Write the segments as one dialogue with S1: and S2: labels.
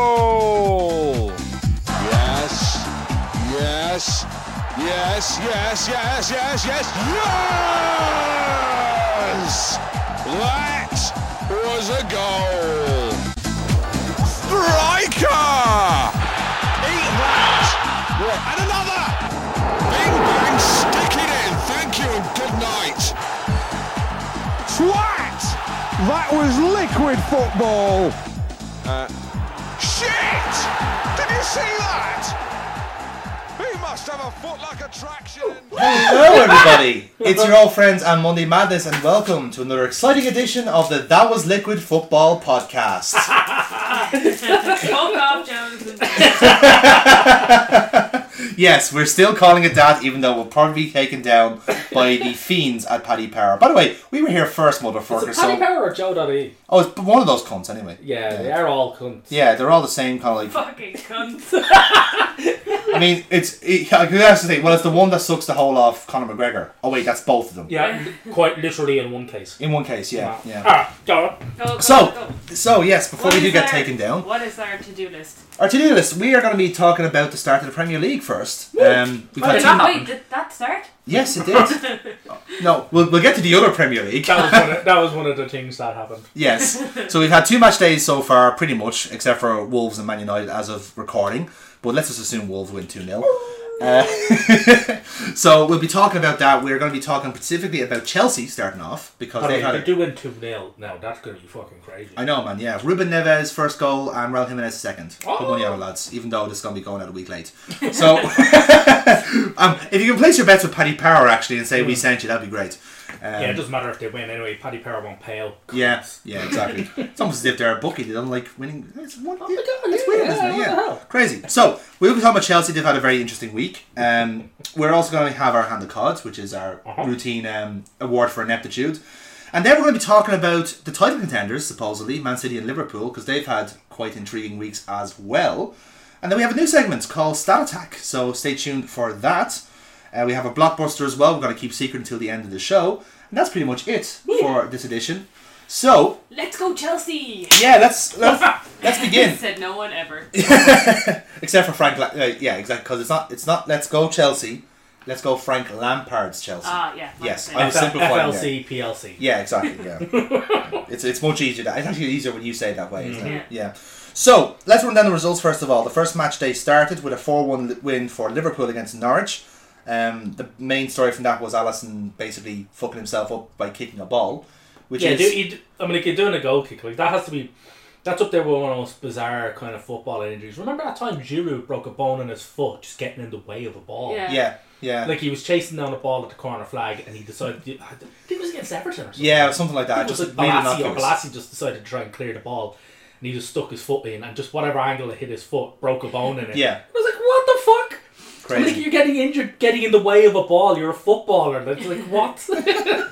S1: Goal!
S2: Yes, yes, yes, yes, yes, yes, yes, yes! That was a goal! Striker! Eat that! And another! Bing bang, stick it in! Thank you and good night!
S1: Twat! That was liquid football.
S2: Shit! Did you see that? He must have a foot like a traction.
S3: Hello, everybody! It's your old friends and Monday Madness, and welcome to another exciting edition of the That Was Liquid Football podcast.
S4: Fuck off, Jones.
S3: yes, we're still calling it that, even though we'll probably be taken down by the fiends at Paddy Power. By the way, we were here first, motherfucker.
S5: Is it Paddy
S3: So,
S5: Power or Joe Dottie?
S3: oh, it's one of those cunts, anyway.
S5: Yeah, they are all cunts.
S3: Yeah, they're all the same kind of like.
S4: Fucking cunt.
S3: I mean, it's it, like, who else to say? Well, it's the one that sucks the whole off Conor McGregor. Oh wait, that's both of them.
S5: Yeah, li- quite literally in one case.
S3: In one case, yeah, yeah.
S5: Ah, go on.
S4: Go, go,
S3: So,
S4: go.
S3: so yes, before
S4: What
S3: we do
S4: is
S3: get
S4: our-
S3: taken down,
S4: What is our to do list?
S3: Our to-do list. We are going to be talking about the start of the Premier League first. Um, we've
S5: Why
S3: got
S5: did
S3: two-
S4: Wait,
S5: that happen?
S4: did that start?
S3: yes, it did. no, we'll, we'll get to the other Premier League.
S5: That was, one of, that was one of the things that happened.
S3: Yes. So we've had two match days so far, pretty much, except for Wolves and Man United as of recording. But let's just assume Wolves win 2 0. so we'll be talking about that. We're going to be talking specifically about Chelsea starting off because
S5: But
S3: they
S5: if
S3: had.
S5: you're
S3: a-
S5: doing 2 0 now, that's going to be fucking crazy.
S3: I know, man. Yeah, Ruben Neves first goal and Raul Jimenez second. Good
S5: Oh.
S3: money out, lads. Even though this is gonna be going out a week late. So, um, if you can place your bets with Paddy Power actually and say we sent you, that'd be great. Um,
S5: yeah, it doesn't matter if they win anyway. Paddy Power won't pale.
S3: yeah, yeah, exactly. it's almost as if they're a bookie. They don't like winning. It's, one,
S5: Oh God,
S3: it's
S5: yeah,
S3: weird, isn't
S5: yeah,
S3: it?
S5: what the
S3: Yeah,
S5: hell?
S3: crazy. So we'll be talking about Chelsea. They've had a very interesting week. Um, we're also going to have our hand of cards, which is our
S5: Uh-huh.
S3: routine um, award for ineptitude. And then we're going to be talking about the title contenders, supposedly Man City and Liverpool, because they've had quite intriguing weeks as well. And then we have a new segment called Stat Attack, so stay tuned for that. Uh, we have a blockbuster as well. We're going to keep secret until the end of the show, and that's pretty much it for this edition. So
S4: Let's go, Chelsea!
S3: yeah, let's let's, let's begin.
S4: Said no one ever.
S3: Except for Frank, La- uh, yeah, exactly. Because it's not it's not. Let's go Chelsea. Let's go Frank Lampard's Chelsea.
S4: Ah, yeah. my
S3: Yes,
S4: mistake.
S3: I'm simplifying it.
S5: FLC, PLC.
S3: Yeah, exactly. Yeah, it's it's much easier. That it's actually easier when you say it that way, isn't
S4: Yeah.
S5: Mm-hmm.
S3: it? Yeah. So let's run down the results first of all. The first match day started with a four-one win for Liverpool against Norwich. Um, the main story from that was Allison basically fucking himself up by kicking a ball, which
S5: Yeah,
S3: is
S5: do, you, d- I mean, like, you're doing a goal kick. Like, that has to be. That's up there with one of those bizarre kind of football injuries. Remember that time Giroud broke a bone in his foot just getting in the way of a ball?
S4: Yeah.
S3: yeah, yeah,
S5: Like, he was chasing down a ball at the corner flag and he decided. I think it was against Everton or something.
S3: yeah, something like
S5: I
S3: that.
S5: think
S3: Just
S5: it was
S3: really
S5: like Balassi or
S3: innocuous.
S5: Balassi just decided to try and clear the ball and he just stuck his foot in and just whatever angle it hit his foot broke a bone in it.
S3: Yeah.
S5: I was like, what the fuck? I'm
S3: Crazy.
S5: like, you're getting injured, getting in the way of a ball. You're a footballer. That's like, what?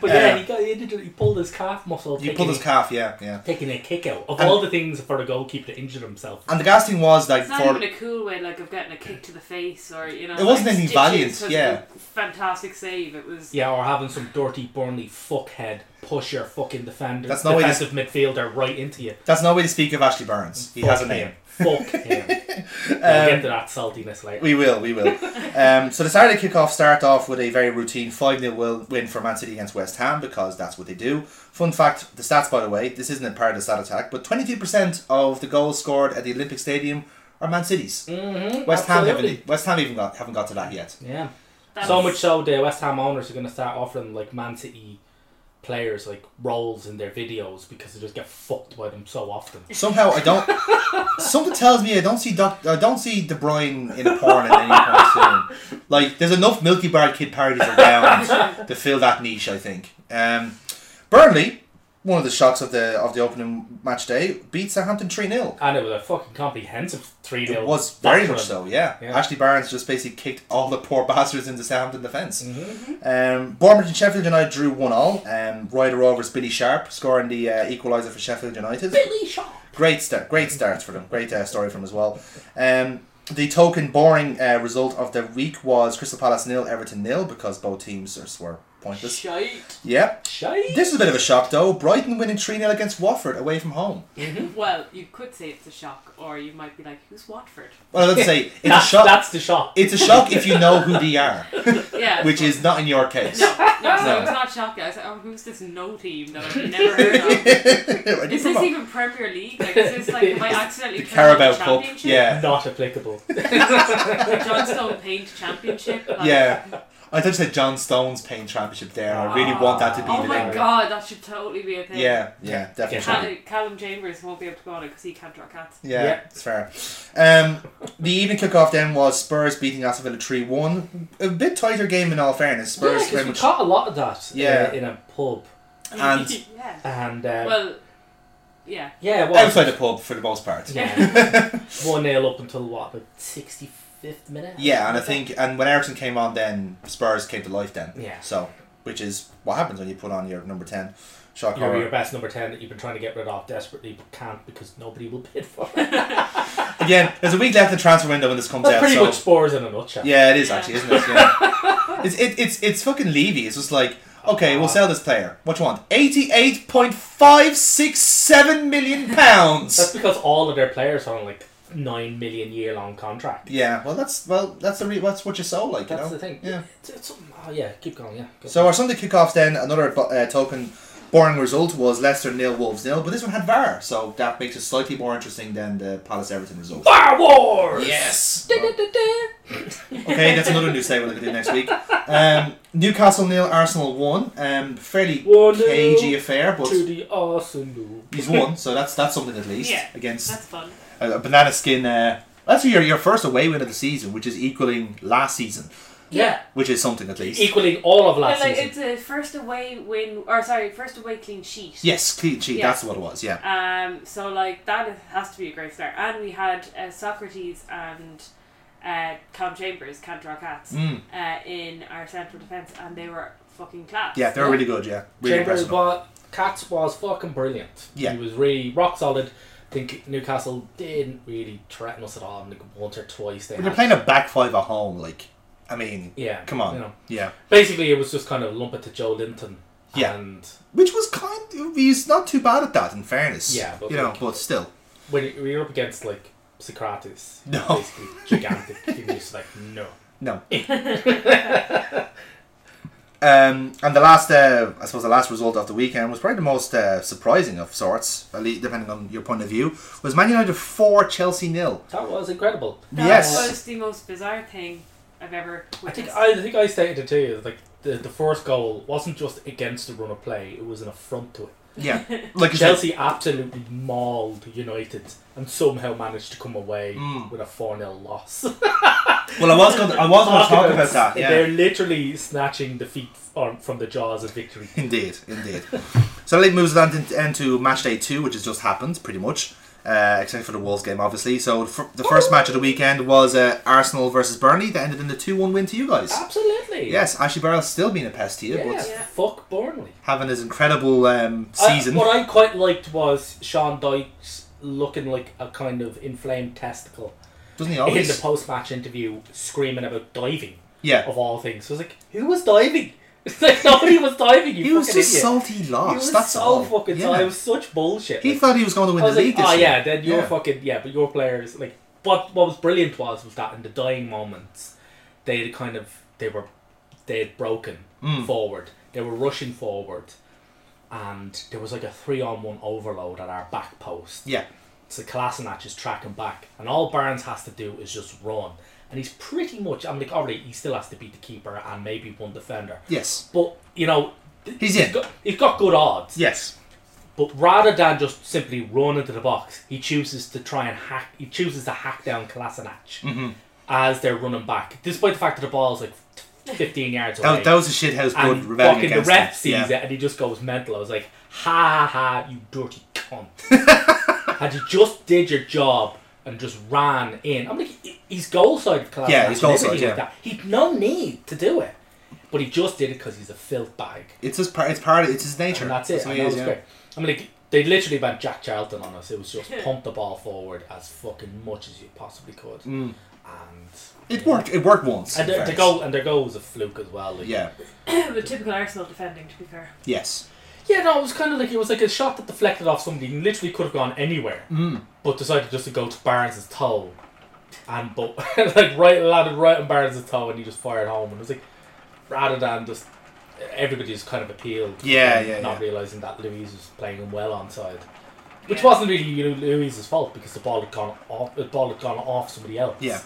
S5: but yeah,
S3: Yeah.
S5: he, got, he, injured, he pulled his calf muscle.
S3: He
S5: taking
S3: pulled his
S5: a-
S3: calf. Yeah, yeah.
S5: Taking a kick out. Of
S3: And-
S5: all the things for a goalkeeper to injure himself.
S3: And the gas thing was like
S4: It's not
S3: for
S4: even a cool way, like, of getting a kick to the face or, you know.
S3: It wasn't
S4: like,
S3: anything
S4: stitches
S3: valiant,
S4: 'cause of
S3: yeah.
S4: the Fantastic save. It was.
S5: Yeah, or having some dirty Burnley fuckhead push your fucking defender,
S3: That's no way to-
S5: defensive midfielder right into you.
S3: that's no way to speak of Ashley Burns. He has a
S5: Fuck
S3: name. Um,
S5: him. Fuck him. we'll get to that saltiness later.
S3: We will, we will. um, so the Saturday kickoff start off with a very routine 5 0 win for Man City against West Ham because that's what they do. Fun fact the stats, by the way, this isn't a part of the stat attack, but 22% of the goals scored at the Olympic Stadium are Man City's.
S5: Mhm,
S3: West Ham,
S5: absolutely.
S3: haven't, West Ham even got, haven't got to that yet.
S5: Yeah.
S4: That's,
S5: So much so, the West Ham owners are going to start offering like Man City players like roles in their videos because they just get fucked by them so often.
S3: Somehow I don't. something tells me I don't see Doc, I don't see De Bruyne in a porn at any point soon. Like there's enough Milky Bar kid parodies around to fill that niche. I think. Um, Burnley, one of the shocks of the of the opening match day, beat Southampton three 0
S5: And it was a fucking comprehensive three 0
S3: It was very much so, yeah.
S5: Yeah.
S3: Ashley Barnes just basically kicked all the poor bastards into Southampton defence. Um, Bournemouth and Sheffield United drew 1 all. Um, Ryder Rovers' Billy Sharp scoring the uh, equaliser for Sheffield United.
S5: Billy Shaw.
S3: Great start, great starts for them. Great uh, story from as well. Um, the token boring uh, result of the week was Crystal Palace nil, Everton nil, because both teams are- were pointless.
S4: Shite.
S3: Yeah.
S5: Shite.
S3: This is a bit of a shock though. Brighton winning 3 0 against Watford away from home.
S4: Well, you could say it's a shock, or you might be like, who's Watford?
S3: Well, let's say it's a
S5: That's,
S3: shock.
S5: that's the shock.
S3: It's a shock if you know who they are,
S4: Yeah.
S3: which is not in your case.
S4: No,
S3: No.
S4: so it's not shocking. I was like, oh, who's this no team that I've never heard of? Is this even Premier League? Like, is this like, have I accidentally
S3: the
S4: clicked on
S3: Carabao Cup.
S4: championship?
S3: Yeah.
S5: Not applicable.
S4: The Johnstone Paint Championship? Like, oh
S3: Yeah. I thought you said John Stone's pain championship there. I really want that to be
S4: Oh
S3: the
S4: my
S3: name.
S4: god, that should totally be a thing.
S3: Yeah, yeah, definitely.
S4: Cal- Callum Chambers won't be able to go on it because he can't draw cats.
S3: Yeah,
S5: Yeah.
S3: it's fair. Um, the evening kickoff then was Spurs beating Aston Villa 3 1. A bit tighter game in all fairness.
S5: Yeah,
S3: Spurs
S5: 'cause
S3: very
S5: we
S3: much.
S5: caught a lot of that uh,
S3: Yeah.
S5: in a pub.
S3: And-
S4: yeah.
S5: And, uh,
S4: Well, yeah.
S5: yeah, it was.
S3: Outside the pub for the most part.
S5: Yeah. 1 0 up until what, the 65th minute?
S3: Yeah, and I think and when Ericsson came on, then Spurs came to life. Then
S5: Yeah.
S3: so which is what happens when you put on your number ten shock
S5: You're
S3: horror.
S5: your best number 10 that you've been trying to get rid of desperately but can't because nobody will bid for it.
S3: Again, there's a week left in the transfer window when this comes
S5: That's
S3: out.
S5: pretty
S3: so
S5: much Spurs in a nutshell.
S3: yeah, it is
S4: Yeah.
S3: actually, isn't it? Yeah. it's it, it's it's fucking Levy. It's just like
S5: Oh,
S3: okay, we'll sell this player. What you want? Eighty eight point five six seven million
S5: That's
S3: pounds.
S5: because all of their players are on like 9 million year long contract.
S3: yeah, well that's well that's the re- that's what you sold like you
S5: That's
S3: know.
S5: the thing.
S3: Yeah.
S5: It's, it's something- oh, yeah, keep going, yeah. Go.
S3: So our Sunday kickoffs then another bo- uh, token boring result was Leicester nil Wolves nil, but this one had VAR, so that makes it slightly more interesting than the Palace Everton result.
S5: Bar Wars!
S3: Yes.
S5: Da, da, da, da.
S3: Okay, that's another new segment we can do next week. Um, Newcastle nil Arsenal one. Um, fairly
S5: One nil
S3: cagey affair, but
S5: To the Arsenal.
S3: he's won, so that's that's something at least
S4: Yeah.
S3: against
S4: That's fun.
S3: a, a banana skin. Uh, that's your your first away win of the season, which is equaling last season,
S5: Yeah.
S3: which is something at least.
S5: Equaling all of
S4: And
S5: last
S4: like,
S5: season.
S4: it's a first away win, or sorry, first away clean sheet.
S3: yes, clean sheet.
S4: Yeah.
S3: That's what it was. Yeah.
S4: Um, so like that is- has to be a great start. And we had uh, Socrates and uh, Cam Chambers, can't draw cats,
S3: Hmm.
S4: uh, in our central defence, and they were fucking class.
S3: Yeah, they're
S5: Yeah.
S3: really good. Yeah, really
S5: Chambers
S3: impressive.
S5: was, Katz was fucking brilliant.
S3: Yeah.
S5: He was really rock solid. I think Newcastle didn't really threaten us at all. I think once or twice they
S3: But they're
S5: had-
S3: playing a back five at home. Like, I mean,
S5: Yeah.
S3: come on,
S5: you know.
S3: yeah.
S5: Basically, it was just kind of lump it to Joe Linton.
S3: Yeah.
S5: And
S3: Which was kind. he's not too bad at that, in fairness.
S5: Yeah, but
S3: you know,
S5: like-
S3: but still,
S5: when you- when you're up against, like, Socrates,
S3: No.
S5: basically gigantic, you're just like, no.
S3: no.
S5: Eh.
S3: um, and the last, uh, I suppose, the last result of the weekend was probably the most uh, surprising of sorts, at least depending on your point of view, was Man United four, Chelsea nil.
S5: That was incredible.
S4: That
S3: yes.
S4: was the most bizarre thing I've ever
S5: I think
S4: witnessed.
S5: I, I think I stated it too. Like the, the first goal wasn't just against the run of play; it was an affront to it.
S3: Yeah, like you said,
S5: Chelsea absolutely mauled United and somehow managed to come away
S3: Mm.
S5: with a 4 0 loss.
S3: Well, I was going. I was going to talk about
S5: Confidence.
S3: that. Yeah.
S5: They're literally snatching defeat on, from the jaws of victory.
S3: Indeed, indeed. so that moves on to, on to match day two, which has just happened, pretty much, uh, except for the Wolves game, obviously. So the fir- the first match of the weekend was uh, Arsenal versus Burnley. That ended in a 2 1 win to you guys.
S5: Absolutely.
S3: Yes, Ashley Barrell's still being a pest to you,
S5: Yeah,
S3: but
S4: Yeah.
S5: Fuck Burnley.
S3: having his incredible um, season.
S5: I, what I quite liked was Sean Dyke's looking like a kind of inflamed testicle
S3: doesn't he
S5: in the
S3: always?
S5: post match interview, screaming about diving.
S3: Yeah.
S5: of all things. I was like, who was diving? It's like nobody was diving. You
S3: He was
S5: fucking
S3: just
S5: idiot.
S3: salty
S5: He
S3: lost.
S5: was
S3: That's
S5: so
S3: all.
S5: fucking
S3: Yeah.
S5: salty. It was such bullshit.
S3: He
S5: Like,
S3: thought he was going to win
S5: I
S3: the
S5: was
S3: league
S5: like,
S3: this
S5: oh
S3: year.
S5: yeah, then your
S3: Yeah.
S5: fucking yeah, but your players like what what was brilliant was was that in the dying moments, they had kind of they were they had broken
S3: Mm.
S5: forward. They were rushing forward. And there was like a three on one overload at our back post.
S3: Yeah.
S5: So Kolasinac is tracking back, and all Barnes has to do is just run. And he's pretty much, I mean, like, already, he still has to beat the keeper and maybe one defender.
S3: Yes.
S5: But, you know, th-
S3: He's in.
S5: he's got, he's got good odds.
S3: Yes.
S5: But rather than just simply run into the box, he chooses to try and hack, he chooses to hack down Kolasinac
S3: Mm-hmm.
S5: as they're running back, despite the fact that the ball's like 15 yards away.
S3: That, that was a shithouse good
S5: and
S3: rebellion
S5: fucking the
S3: against
S5: ref
S3: him.
S5: sees
S3: yeah.
S5: it and he just goes mental. I was like, ha ha, ha, you dirty cunt. Had you just did your job and just ran in. I'm like, he- he's goal side of class.
S3: Yeah, he's
S5: and
S3: goal side,
S5: everything
S3: yeah.
S5: Like that. He'd no need to do it. But he just did it because he's a filth bag.
S3: It's his part. It's part. Of, it's his nature.
S5: And that's it.
S3: what
S5: and
S3: he
S5: that
S3: is,
S5: was
S3: yeah.
S5: great. I mean, like, they literally
S3: Mm.
S5: went Jack Charlton on us. It was just pump the ball forward as fucking much as you possibly could. and
S3: It worked. It worked once.
S5: and
S3: in
S5: their, their
S3: fairness.
S5: goal and their goal was a fluke as well. Like.
S3: Yeah.
S4: but typical Arsenal defending, to be fair.
S3: Yes.
S5: Yeah, no, it was kind of like it was like a shot that deflected off somebody and literally could have gone anywhere, mm. but decided just to go to Barnes' toe, and but like right landed right on Barnes' toe and he just fired home and it was like rather than just everybody just kind of appealed.
S3: Yeah,
S5: and
S3: yeah,
S5: Not
S3: yeah.
S5: realizing that Louise was playing him well onside, which
S4: Yeah.
S5: wasn't really you know, Louise's fault because the ball had gone off. The ball had gone off somebody else.
S3: Yeah.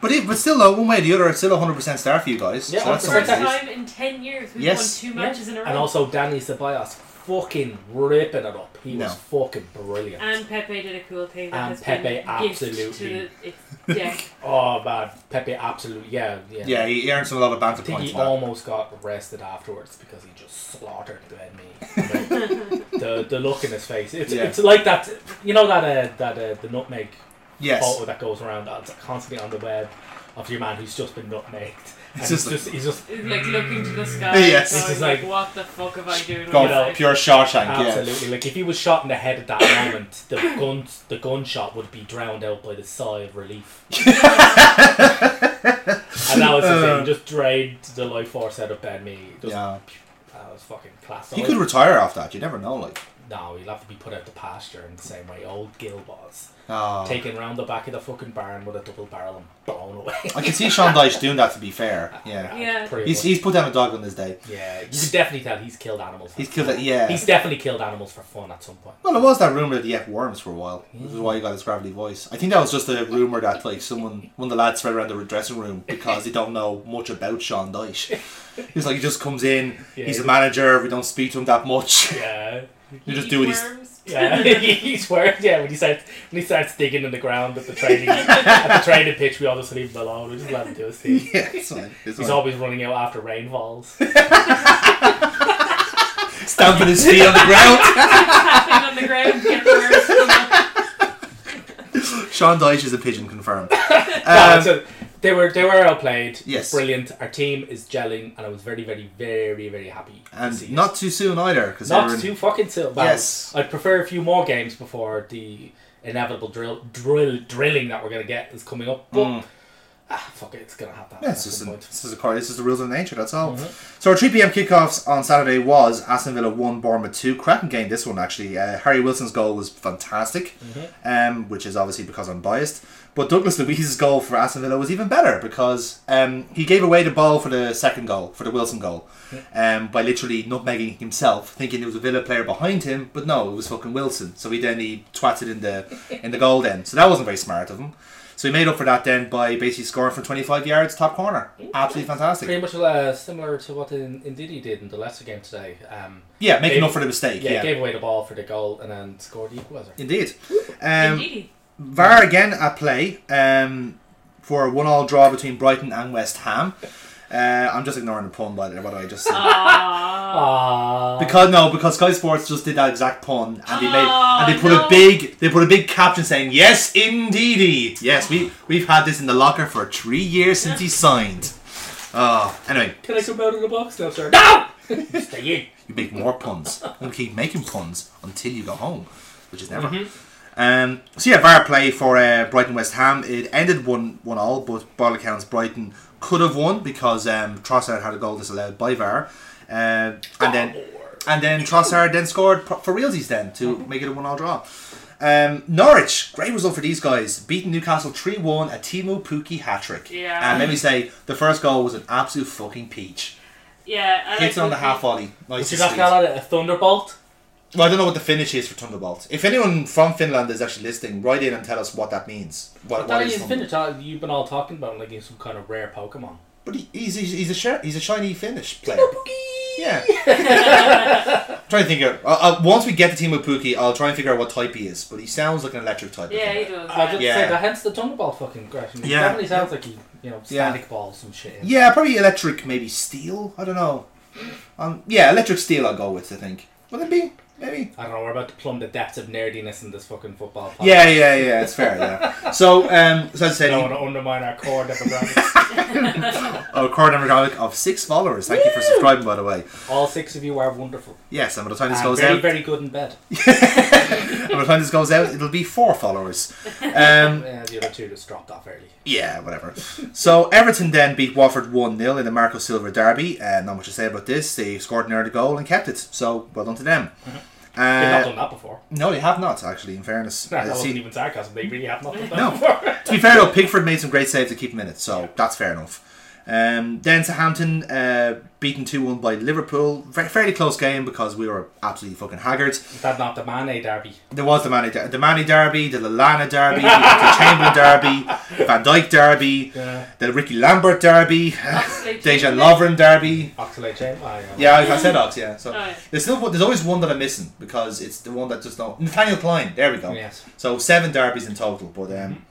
S3: But it, but still, though, one way or the other, it's still a hundred percent star for you guys.
S5: Yeah,
S3: so that's something
S4: First
S3: to
S5: Exactly.
S4: time in 10 years we've
S3: Yes.
S4: won two
S5: Yeah.
S4: matches in a row.
S5: And also Danny Ceballos fucking ripping it up. He
S3: No.
S5: was fucking brilliant.
S4: And Pepe did a cool thing. That
S5: And
S4: has
S5: Pepe
S4: been gift to
S5: absolutely-
S4: the, it's, yeah.
S5: Oh man, Pepe absolutely yeah, yeah.
S3: Yeah, he earned some a lot of banter
S5: I think
S3: points.
S5: he
S3: for that.
S5: almost got arrested afterwards because he just slaughtered the enemy. the the look in his face. It's
S3: Yeah.
S5: it's like that you know that uh, that uh, the nutmeg
S3: yes.
S5: photo that goes around that's constantly on the web of your man who's just been nutmegged. And
S3: It's
S5: he's
S3: just
S5: just,
S3: like-
S5: he's just
S4: It's like looking to the sky.
S3: Yes.
S4: Going,
S5: It's
S4: like,
S5: like-
S4: what the fuck have I doing? with
S3: Gone
S4: my
S5: know,
S4: life?"
S3: pure Shawshank.
S5: absolutely like if he was shot in the head at that moment, the gun the gunshot would be drowned out by the sigh of relief. and that was the thing, just drained the life force out of Ben Me.
S3: Yeah. Uh. Yeah.
S5: That was fucking class.
S3: He could retire off that. You never know. Like.
S5: No, he'll have to be put out to pasture in the same way old Gil was.
S3: Oh.
S5: Taken round the back of the fucking barn with a double barrel and blown away.
S3: I can see Sean Dyche doing that. To be fair, yeah.
S4: Yeah.
S5: Pretty
S3: He's,
S5: much.
S3: he's put down a dog on this day.
S5: yeah, you can definitely tell he's killed animals.
S3: He's killed it. Yeah.
S5: He's definitely killed animals for fun at some point.
S3: well, there was that rumor that he ate worms for a while, which is why he got his gravelly voice. I think that was just a rumor that like someone, one of the lads, spread around the dressing room because they don't know much about Sean Dyche. He's like he just comes in.
S5: Yeah,
S3: he's a
S5: he-
S3: manager. We don't speak to him that much.
S5: Yeah.
S3: You just
S4: Eat
S3: do what he's.
S4: worms.
S5: Yeah, he's worked. Yeah, when he starts when he starts digging in the ground at the training at the training pitch, we all just leave him alone. We just let him do his thing.
S3: Yeah, it's fine. It's
S5: He's
S3: fine.
S5: always running out after rainfalls.
S3: stamping his feet on the ground.
S4: Tapping on the ground, get worms. from the-
S3: Sean Dyche is a pigeon, confirmed.
S5: Yeah, so they were they were outplayed.
S3: Um, Yes.
S5: brilliant. Our team is gelling, and I was very, very, very, very happy. to see
S3: And
S5: it.
S3: not too soon either, because
S5: not too fucking soon. Well,
S3: Yes.
S5: I'd prefer a few more games before the inevitable drill, drill, drilling that we're gonna get is coming up. But ah, fuck it, it's gonna happen.
S3: Mm. Yeah, it's
S5: at
S3: just
S5: some
S3: an,
S5: point.
S3: this is a car. This is the rules of nature. That's all. So our three pm kickoffs on Saturday was Aston Villa one, Bournemouth two. Cracking game this one actually. Uh, Harry Wilson's goal was fantastic, um, which is obviously because I'm biased. But Douglas Luiz's goal for Aston Villa was even better because um, he gave away the ball for the second goal for the Wilson goal, um, by literally nutmegging himself, thinking it was a Villa player behind him, but no, it was fucking Wilson. So he then he twatted in the in the goal then. So that wasn't very smart of him. So he made up for that then by basically scoring from 25 yards, top corner. Absolutely fantastic.
S5: Pretty much uh, similar to what in- Ndidi did in the Leicester game today. Um,
S3: Yeah, making
S5: Gave-
S3: up for the mistake.
S5: yeah,
S3: Yeah,
S5: gave away the ball for the goal and then scored the equaliser.
S3: indeed. Um,
S4: Indeed.
S3: VAR again at play um, for a one-all draw between Brighton and West Ham. Uh, I'm just ignoring the pun, by the way. What I just
S4: Oh.
S3: said.
S4: Aww.
S5: Ah,
S3: Because no, because Sky Sports just did that exact pun, and they made
S4: Oh,
S3: and they put a
S4: no.
S3: big they put a big caption saying yes, indeedy, yes we we've had this in the locker for three years since he signed. Oh, anyway,
S5: can I come out of the box now, sir? No, stay in.
S3: you make more puns. I'm gonna keep making puns until you go home, which is never.
S4: Mm-hmm.
S3: Um, so yeah, VAR play for uh, Brighton West Ham. It ended one one all, but by all accounts Brighton could have won because um, Trossard had a goal disallowed by VAR, uh, and then and then Trossard then scored pro- for realsies then to
S4: Mm-hmm.
S3: make it a one all draw. Um, Norwich, great result for these guys. Beating Newcastle 3 1, a Timo Pukki hat trick.
S4: Yeah.
S3: And let me say, the first goal was an absolute fucking peach.
S4: Yeah. I
S3: Hits
S4: like
S3: on the
S4: Pukki.
S3: half volley. Nice
S5: Did you
S3: and sweet.
S5: not call it a thunderbolt?
S3: Well, I don't know what the finish is for Thunderbolt. If anyone from Finland is actually listening, write in and tell us what that means. What,
S5: That
S3: what
S5: is
S3: is Thunderbolt?
S5: finished. uh, You've been all talking about him like he's some kind of rare Pokemon.
S3: But he, he's, he's, he's a shi- he's a shiny Finnish player. Yeah. trying to think of. Uh, uh, once we get the team of Pookie, I'll try and figure out what type he is. But he sounds like an electric type. I
S4: Yeah, he
S3: think.
S4: does.
S5: I just
S4: yeah.
S3: Yeah.
S5: said that hence the Thunderball fucking aggression.
S3: Yeah.
S5: Yeah. Definitely sounds like he, you know,
S3: Yeah.
S5: static balls some shit in.
S3: Yeah, probably electric, maybe steel. I don't know. Um, yeah, electric steel. I'll go with. I think. Would it be? Maybe.
S5: I don't know. We're about to plumb the depths of nerdiness in this fucking football. Podcast.
S3: Yeah, yeah, yeah. It's fair. Yeah. So, um, so as I
S5: I
S3: said,
S5: don't
S3: you-
S5: want to undermine our core demographics.
S3: a record demographic of six followers. Thank you for subscribing, by the way.
S5: All six of you are wonderful.
S3: Yes, and by the time this
S5: And
S3: goes
S5: Ah, very,
S3: out,
S5: very good in bed.
S3: and by the time this goes out, it'll be four followers. Um,
S5: Yeah, the other two just dropped off early.
S3: yeah, whatever. So Everton then beat Watford one 0 in the Marco Silva derby. Uh, not much to say about this. They scored an early goal and kept it. So well done to them.
S5: Mm-hmm. They've not
S3: Uh,
S5: done that before.
S3: no, they have not actually. In fairness,
S5: That
S3: Uh,
S5: wasn't
S3: see-
S5: even sarcasm. They really have not done that
S3: No.
S5: before.
S3: to be fair though, Pickford made some great saves to keep him in it, so that's fair enough. Um, then Southampton uh, beaten 2 1 by Liverpool. Fa- fairly close game because we were absolutely fucking haggard.
S5: Is that not the Mane derby?
S3: There was the Manny, der- the Manny Derby, the Lalana Derby, the, the Chamberlain Derby, Van Dyke Derby,
S5: Yeah.
S3: the Ricky Lambert Derby,
S4: Oxlade
S3: Deja Lovren
S4: Chamberlain.
S3: Derby.
S5: Oxalate Chamber? Oh, yeah.
S3: Yeah, I I said Ox, yeah. So
S4: Oh, yeah.
S3: there's still there's always one that I'm missing because it's the one that just don't. Nathaniel Klein, there we go.
S5: Yes.
S3: So seven derbies in total, but um,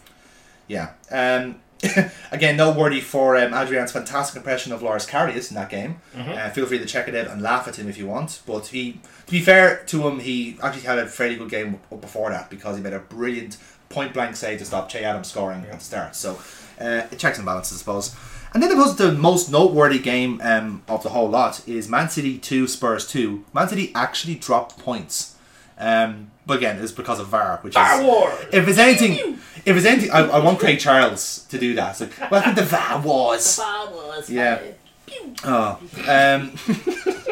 S3: yeah. Um, again, noteworthy for um, Adrian's fantastic impression of Lars Karius in that game. Uh, feel free to check it out and laugh at him if you want. But he, to be fair to him, he actually had a fairly good game b- before that because he made a brilliant point blank save to stop Che Adams scoring at the start. So uh, it checks and balances, I suppose. And then I suppose the most noteworthy game um, of the whole lot is Man City two Spurs two. Man City actually dropped points. Um, but again, it's because of VAR, which is if it's anything, if it's anything, I, I want Craig Charles to do that. It's like, welcome to VAR Wars. Yeah. Oh. Um,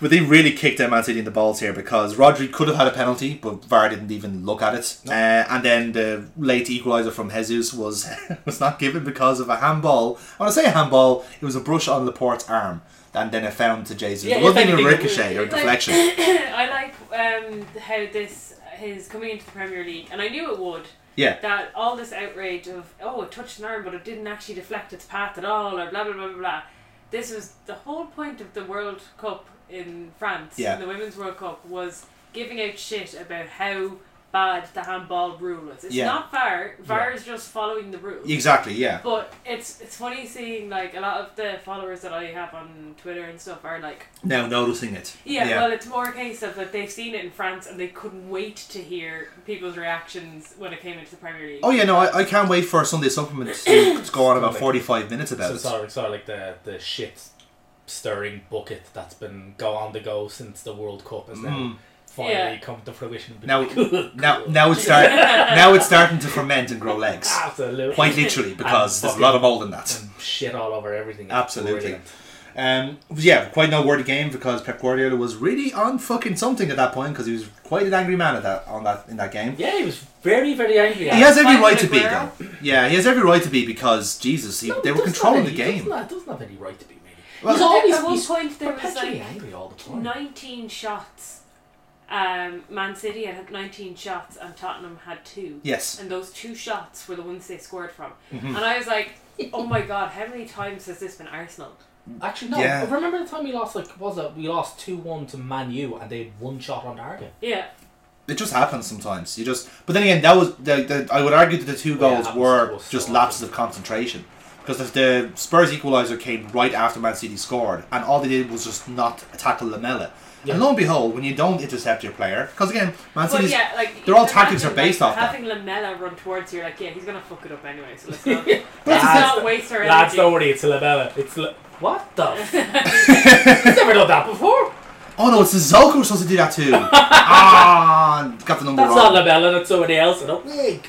S3: but they really kicked out Man City in the balls here because Rodri could have had a penalty, but VAR didn't even look at it. Uh, and then the late equaliser from Jesus was was not given because of a handball. When I say a handball, it was a brush on Laporte's arm. And then it found to Jesus.
S5: Yeah,
S3: it wasn't
S5: if
S3: even a
S5: anything, it
S3: ricochet or a
S4: Like-
S3: deflection.
S4: I like um, how this his coming into the Premier League, and I knew it would.
S3: Yeah.
S4: That all this outrage of oh it touched an arm but it didn't actually deflect its path at all or blah blah blah blah blah. This was the whole point of the World Cup in France,
S3: Yeah.
S4: the Women's World Cup, was giving out shit about how bad the handball rule is. It's
S3: Yeah.
S4: not VAR. VAR is just following the rules.
S3: Exactly, yeah.
S4: But it's it's funny seeing like a lot of the followers that I have on Twitter and stuff are like
S3: Now noticing it.
S4: yeah, well, it's more a case of that they've seen it in France and they couldn't wait to hear people's reactions when it came into the Premier League.
S3: Oh yeah, no, I, I can't wait for Sunday supplement to go on about forty five minutes about
S5: So
S3: it.
S5: sorry, sorry, like the, the shit stirring bucket that's been go on the go since the World Cup has now finally
S4: Yeah.
S5: come to fruition.
S3: Mm. Now, now, now it's start. Now it's starting to ferment and grow legs,
S5: absolutely
S3: quite literally, because
S5: And
S3: there's a lot of mold in that.
S5: shit all over everything. It's
S3: Absolutely.
S5: brilliant.
S3: Um, yeah, quite no wordy game because Pep Guardiola was really on fucking something at that point because he was quite an angry man at that on that in that game.
S5: Yeah, he was very very angry.
S3: He has every
S4: Finding
S3: right to be though.
S4: Aguero.
S3: Yeah, he has every right to be because Jesus, he,
S5: No,
S3: they
S5: he
S3: were
S5: doesn't
S3: controlling
S5: have
S3: the
S5: any-
S3: game.
S5: He doesn't, doesn't have any right to be really.
S3: Well,
S5: he's
S4: At-
S5: always
S4: at one
S5: he's
S4: point there was
S5: perpetually
S4: like
S5: angry all the time.
S4: 19 shots. Um, Man City had 19 shots and Tottenham had two.
S3: Yes. Mm-hmm.
S4: And those two shots were the ones they scored from. And I was like, oh my god, how many times has this been Arsenal?
S5: Actually, no.
S3: Yeah.
S5: I remember the time we lost like was it we lost two one to Man U and they had one shot on target.
S4: Yeah.
S3: It just happens sometimes. You just, but then again, that was the, the I would argue that the two
S5: Well, yeah,
S3: goals
S5: that was-
S3: were
S5: was so
S3: just
S5: often.
S3: lapses of concentration because if the Spurs equaliser came right after Man City scored, and all they did was just not tackle Lamella.
S5: Yeah.
S3: And lo and behold, when you don't intercept your player, because again, Man
S4: But
S3: City's
S4: yeah, like.
S3: they're all
S4: you can
S3: tactics
S4: imagine,
S3: are based off
S4: like,
S3: that.
S4: Having Lamella run towards you, you're like, yeah, he's going to fuck it up anyway, so let's not, let's
S5: Lads,
S4: not waste our energy.
S5: Lads, don't worry, it's Lamella. It's La- what the? f- He's never done that before.
S3: oh no, it's the Zoko who's supposed to do that too. ah, got the number
S5: That's
S3: wrong.
S5: not Lamella. That's somebody else in a wig.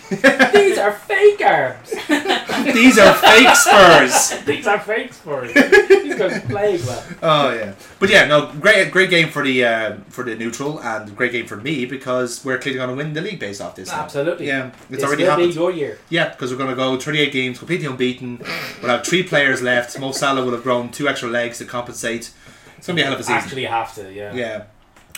S5: These are fake arms.
S3: These are fake Spurs.
S5: These are fakes for it. He's going to play well.
S3: Oh yeah, but yeah, no, great, great game for the uh, for the neutral and great game for me because we're clearly going to win the league based off this. now.
S5: Absolutely.
S3: Yeah, it's,
S5: This
S3: already
S5: will be
S3: happened.
S5: your year.
S3: Yeah, because we're going to go 38 games completely unbeaten. We'll have three players left. Mo Salah will have grown two extra legs to compensate. It's going to be a hell of a season.
S5: Actually, have to. Yeah.
S3: yeah,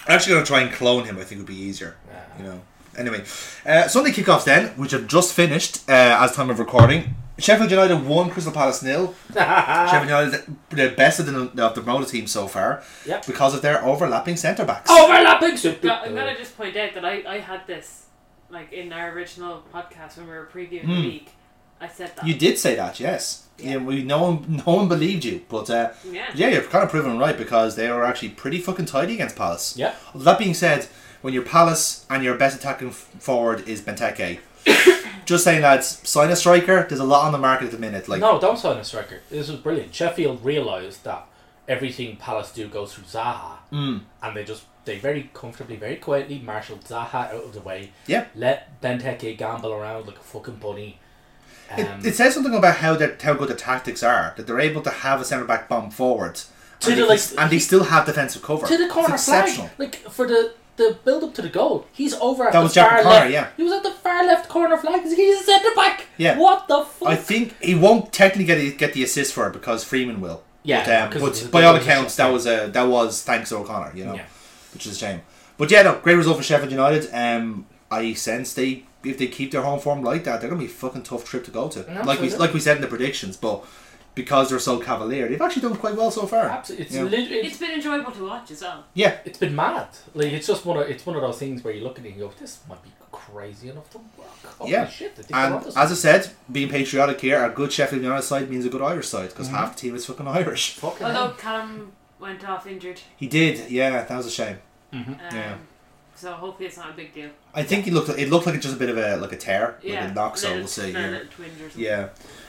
S3: I'm actually going to try and clone him. I think would be easier.
S5: Yeah.
S3: You know. Anyway, uh, Sunday kickoffs then, which have just finished uh, as time of recording. Sheffield United won Crystal Palace nil. Sheffield
S5: Ah.
S3: United the best of the, of the promoted team so far
S5: Yep.
S3: because of their overlapping centre backs.
S5: Overlapping super.
S4: No, I'm gonna just point out that I, I had this like in our original podcast when we were previewing the league. I said that.
S3: Hmm. You did say that, yes. Yeah, we no one no one believed you, but uh,
S4: Yeah.
S3: you're kind of proven right because they were actually pretty fucking tidy against Palace.
S5: Yeah.
S3: That being said, when your Palace and your best attacking f- forward is Benteke, just saying lads, sign a striker. There's a lot on the market at the minute. Like
S5: No, don't sign this record. This was brilliant. Sheffield realised that everything Palace do goes through Zaha,
S3: Hmm.
S5: mm. and they just they very comfortably, very quietly marshalled Zaha out of the way.
S3: Yeah.
S5: Let Benteke gamble around like a fucking bunny.
S3: It,
S5: Um,
S3: it says something about how their how good the tactics are that they're able to have a centre back bomb forward,
S5: To
S3: and,
S5: the,
S3: they,
S5: like,
S3: and they still have defensive cover
S5: to the
S3: It's
S5: corner
S3: exceptional.
S5: flag, like for the the build up to the goal. He's over at
S3: That
S5: the
S3: was Jack
S5: far
S3: O'Connor,
S5: left.
S3: yeah.
S5: He was at the far left corner flag. He's a centre back.
S3: Yeah.
S5: What the fuck?
S3: I think he won't technically get get the assist for it because Freeman will.
S5: Yeah,
S3: but, um,
S5: 'cause it was a-
S3: but by all
S5: it was a
S3: accounts,
S5: shot.
S3: that was a that was thanks to O'Connor, you know,
S5: Yeah.
S3: which is a shame. But yeah, no, great result for Sheffield United. Um, I sense they if they keep their home form like that, they're gonna be a fucking tough trip to go to. like we
S5: Absolutely.
S3: like we said in the predictions, but because they're so cavalier, they've actually done quite well so far.
S5: Absolutely, it's
S3: Yeah.
S5: literally
S4: It's been enjoyable to watch as well.
S3: Yeah,
S5: it's been mad. Like it's just one of it's one of those things where you look at it and you go, "This might be crazy enough to work." Holy
S3: yeah.
S5: shit! They think
S3: and
S5: they're onto
S3: as I
S5: something.
S3: said, being patriotic here, a good Sheffield United side means a good Irish side because
S5: Mm-hmm.
S3: half the team is fucking Irish.
S5: Fucking
S4: Although
S5: hell.
S4: Callum went off injured,
S3: He did, yeah, that was a shame.
S4: um,
S3: Hmm. Yeah.
S4: so hopefully it's not a big deal.
S3: I think it looked it looked like it just a bit of a like a tear,
S4: Yeah,
S3: like a knock. So
S4: little-
S3: we'll see.
S4: they're
S3: Yeah.
S4: little twinge or something.
S3: Yeah.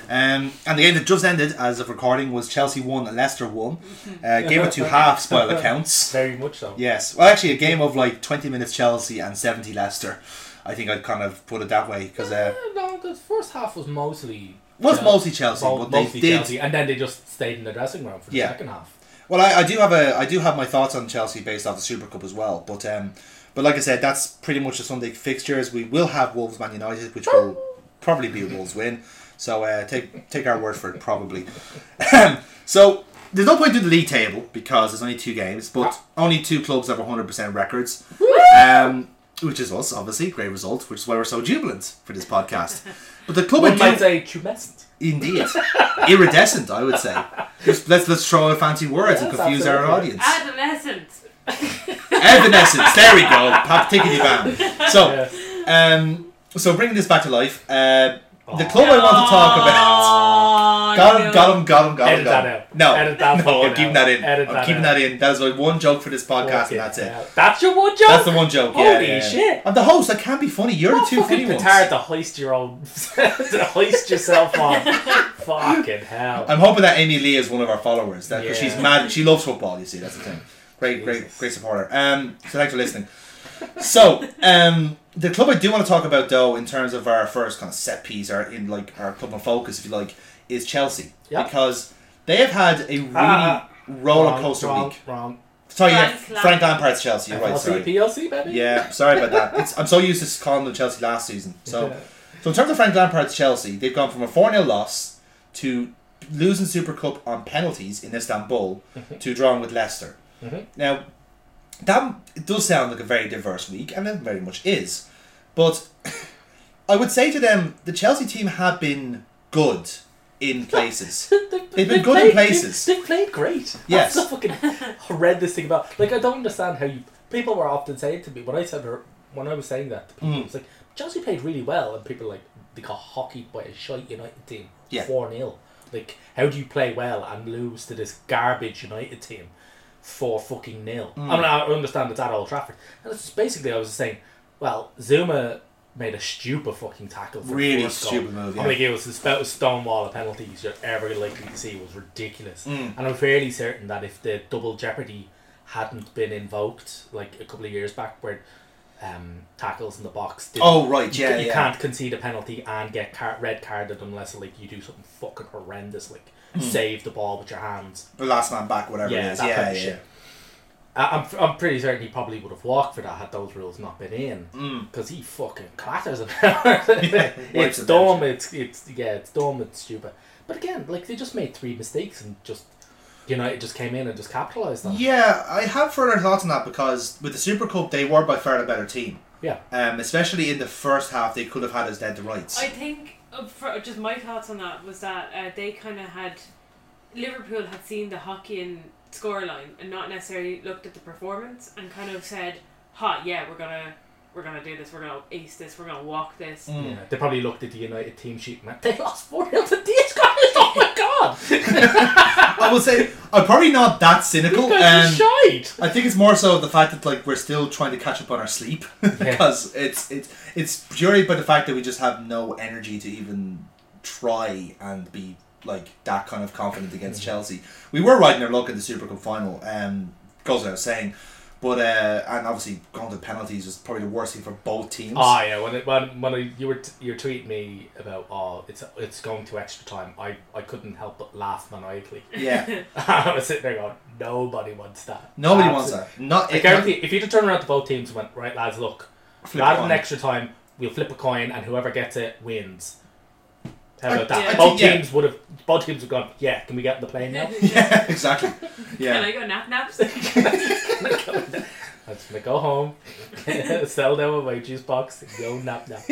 S3: Um, and the game that just ended as of recording was Chelsea won and Leicester won. Uh, game of two halves by all accounts.
S5: very much so.
S3: Yes. Well, actually, a game of like twenty minutes Chelsea and seventy Leicester. I think I'd kind of put it that way because uh,
S5: Eh, no, the first half was mostly
S3: was
S5: Chel-
S3: mostly Chelsea,
S5: mo-
S3: but
S5: mostly
S3: they did.
S5: Chelsea, and then they just stayed in the dressing room for the
S3: Yeah.
S5: second half.
S3: Well, I, I do have a I do have my thoughts on Chelsea based off the Super Cup as well, but um, but like I said, that's pretty much the Sunday fixtures. We will have Wolves Man United, which will probably be a Wolves win. So uh, take take our word for it, probably. so there's no point to the league table because there's only two games, but only two clubs have 100 percent records, um, which is us, obviously. Great result, which is why we're so jubilant for this podcast. But the club I
S5: One
S3: do-
S5: might say tumescent.
S3: Indeed. Iridescent, I would say. Just, let's let's throw out fancy words and
S5: Yes,
S3: confuse our
S5: absolutely.
S3: audience.
S4: Adolescent.
S3: Evanescence, there we go. Pap tickety bam. So
S5: Yes.
S3: um so bringing this back to life, uh, the
S5: Aw.
S3: club I want to talk about.
S4: Oh,
S3: Got him, got him, got him, got him,
S5: Edit
S3: got
S5: that
S3: him.
S5: out.
S3: No,
S5: Edit that
S3: no, I'm
S5: fucking
S3: keeping
S5: out.
S3: that in.
S5: Edit
S3: I'm
S5: that
S3: keeping
S5: out.
S3: that in. That is my one joke for this podcast,
S5: Fucking
S3: and that's it.
S5: hell. That's your one joke.
S3: That's the one joke. yeah,
S5: Holy
S3: yeah, yeah.
S5: shit.
S3: I'm the host. I can't be funny. You're the two funny
S5: fucking
S3: ones.
S5: petard to hoist your own, to hoist yourself on. fucking hell.
S3: I'm hoping that Amy Lee is one of our followers. That 'cause
S5: Yeah.
S3: she's mad. She loves football. You see, that's the thing. Great, great,
S5: Jesus.
S3: great supporter. Um, so thanks for listening. So, um, the club I do want to talk about though, in terms of our first kind of set piece, or in like our club of focus, if you like, is Chelsea
S5: Yeah.
S3: because they have had a really
S5: Ah,
S3: roller coaster
S5: wrong,
S3: week.
S5: Wrong.
S3: Sorry, yeah,
S4: Frank Lampard.
S3: Frank Lampard's Chelsea. You're
S5: wrong.
S3: right.
S5: FLC,
S3: Sorry.
S5: PLC, baby.
S3: Yeah, sorry about that. It's, I'm so used to calling them Chelsea last season. So,
S5: Yeah.
S3: so in terms of Frank Lampard's Chelsea, they've gone from a 4 0 loss to losing Super Cup on penalties in Istanbul
S5: Mm-hmm.
S3: to drawing with Leicester. Now, that it does sound like a very diverse week, and it very much is. But I would say to them, the Chelsea team have been good in places.
S5: They've,
S3: They've been good in
S5: played,
S3: places.
S5: They've, they've played great.
S3: Yes.
S5: That's the fucking horrendous thing about. Like, I don't understand how you. People were often saying to me when I said her, when I was saying that to
S3: Mm.
S5: people, it's like Chelsea played really well, and people were like they got hockeyed by a shite United team,
S3: Yeah.
S5: four 0 Like, how do you play well and lose to this garbage United team, four fucking nil?
S3: Mm.
S5: I mean, I understand it's at Old Trafford, and it's basically I was saying, well, Zuma. Made a stupid fucking tackle. For the
S3: Really
S5: first goal.
S3: stupid move,
S5: I'm
S3: yeah.
S5: like, it was the spell stonewall of penalties you're ever likely to see was ridiculous.
S3: Mm.
S5: And I'm fairly certain that if the double jeopardy hadn't been invoked, like a couple of years back, where um, tackles in the box, didn't,
S3: Oh, right,
S5: you,
S3: yeah,
S5: you
S3: yeah.
S5: can't concede a penalty and get car- red carded unless like you do something fucking horrendous, like
S3: Mm.
S5: save the ball with your hands.
S3: The last man back, whatever
S5: Yeah,
S3: it is.
S5: that
S3: Yeah,
S5: kind of
S3: yeah.
S5: shit. I- I'm, I'm pretty certain he probably would have walked for that had those rules not been in because he fucking clatters him.
S3: wipes
S5: it's
S3: him
S5: dumb. It's it's yeah, it's dumb. It's stupid. But again, like they just made three mistakes and just you know it just came in and just capitalized on. it.
S3: Yeah, I have further thoughts on that because with the Super Cup, they were by far the better team.
S5: Yeah.
S3: Um, especially in the first half, they could have had us dead to rights.
S4: I think uh, for, just my thoughts on that was that uh, they kind of had Liverpool had seen the hockey and scoreline and not necessarily looked at the performance and kind of said, "Ha, yeah, we're gonna we're gonna do this, we're gonna ace this, we're gonna walk this.
S3: Mm.
S5: Yeah, they probably looked at the United team sheet and went, they lost 4 0 to these guys. Oh my god!
S3: I would say I'm probably not that cynical.
S5: Guys
S3: um,
S5: are shite!
S3: I think it's more so the fact that like we're still trying to catch up on our sleep because it's it's it's purely by the fact that we just have no energy to even try and be like that kind of confident against
S5: Mm-hmm.
S3: Chelsea. We were riding our luck in the Super Cup final, um, goes without saying, but uh, and obviously going to penalties is probably the worst thing for both teams.
S5: Ah, yeah. When it, when when I, you were t- you were tweeting me about oh it's it's going to extra time, I, I couldn't help but laugh maniacally.
S3: yeah,
S5: I was sitting there going, nobody wants that.
S3: nobody wants that.
S5: Absolutely.
S3: Not
S5: I guarantee if you'd have turned around to both teams and went right lads, look,
S3: Flip a
S5: rather
S3: coin."
S5: than extra time, we'll flip a coin and whoever gets it wins. How
S3: I-
S5: about that?
S4: yeah. I
S5: both
S3: think, yeah.
S5: teams would have both teams would have gone. Yeah, can we get in the plane now?
S3: Yeah, exactly.
S4: Can I
S3: Yeah,
S4: go nap naps?
S5: I'm just gonna go home, sell down my juice box, and go nap nap.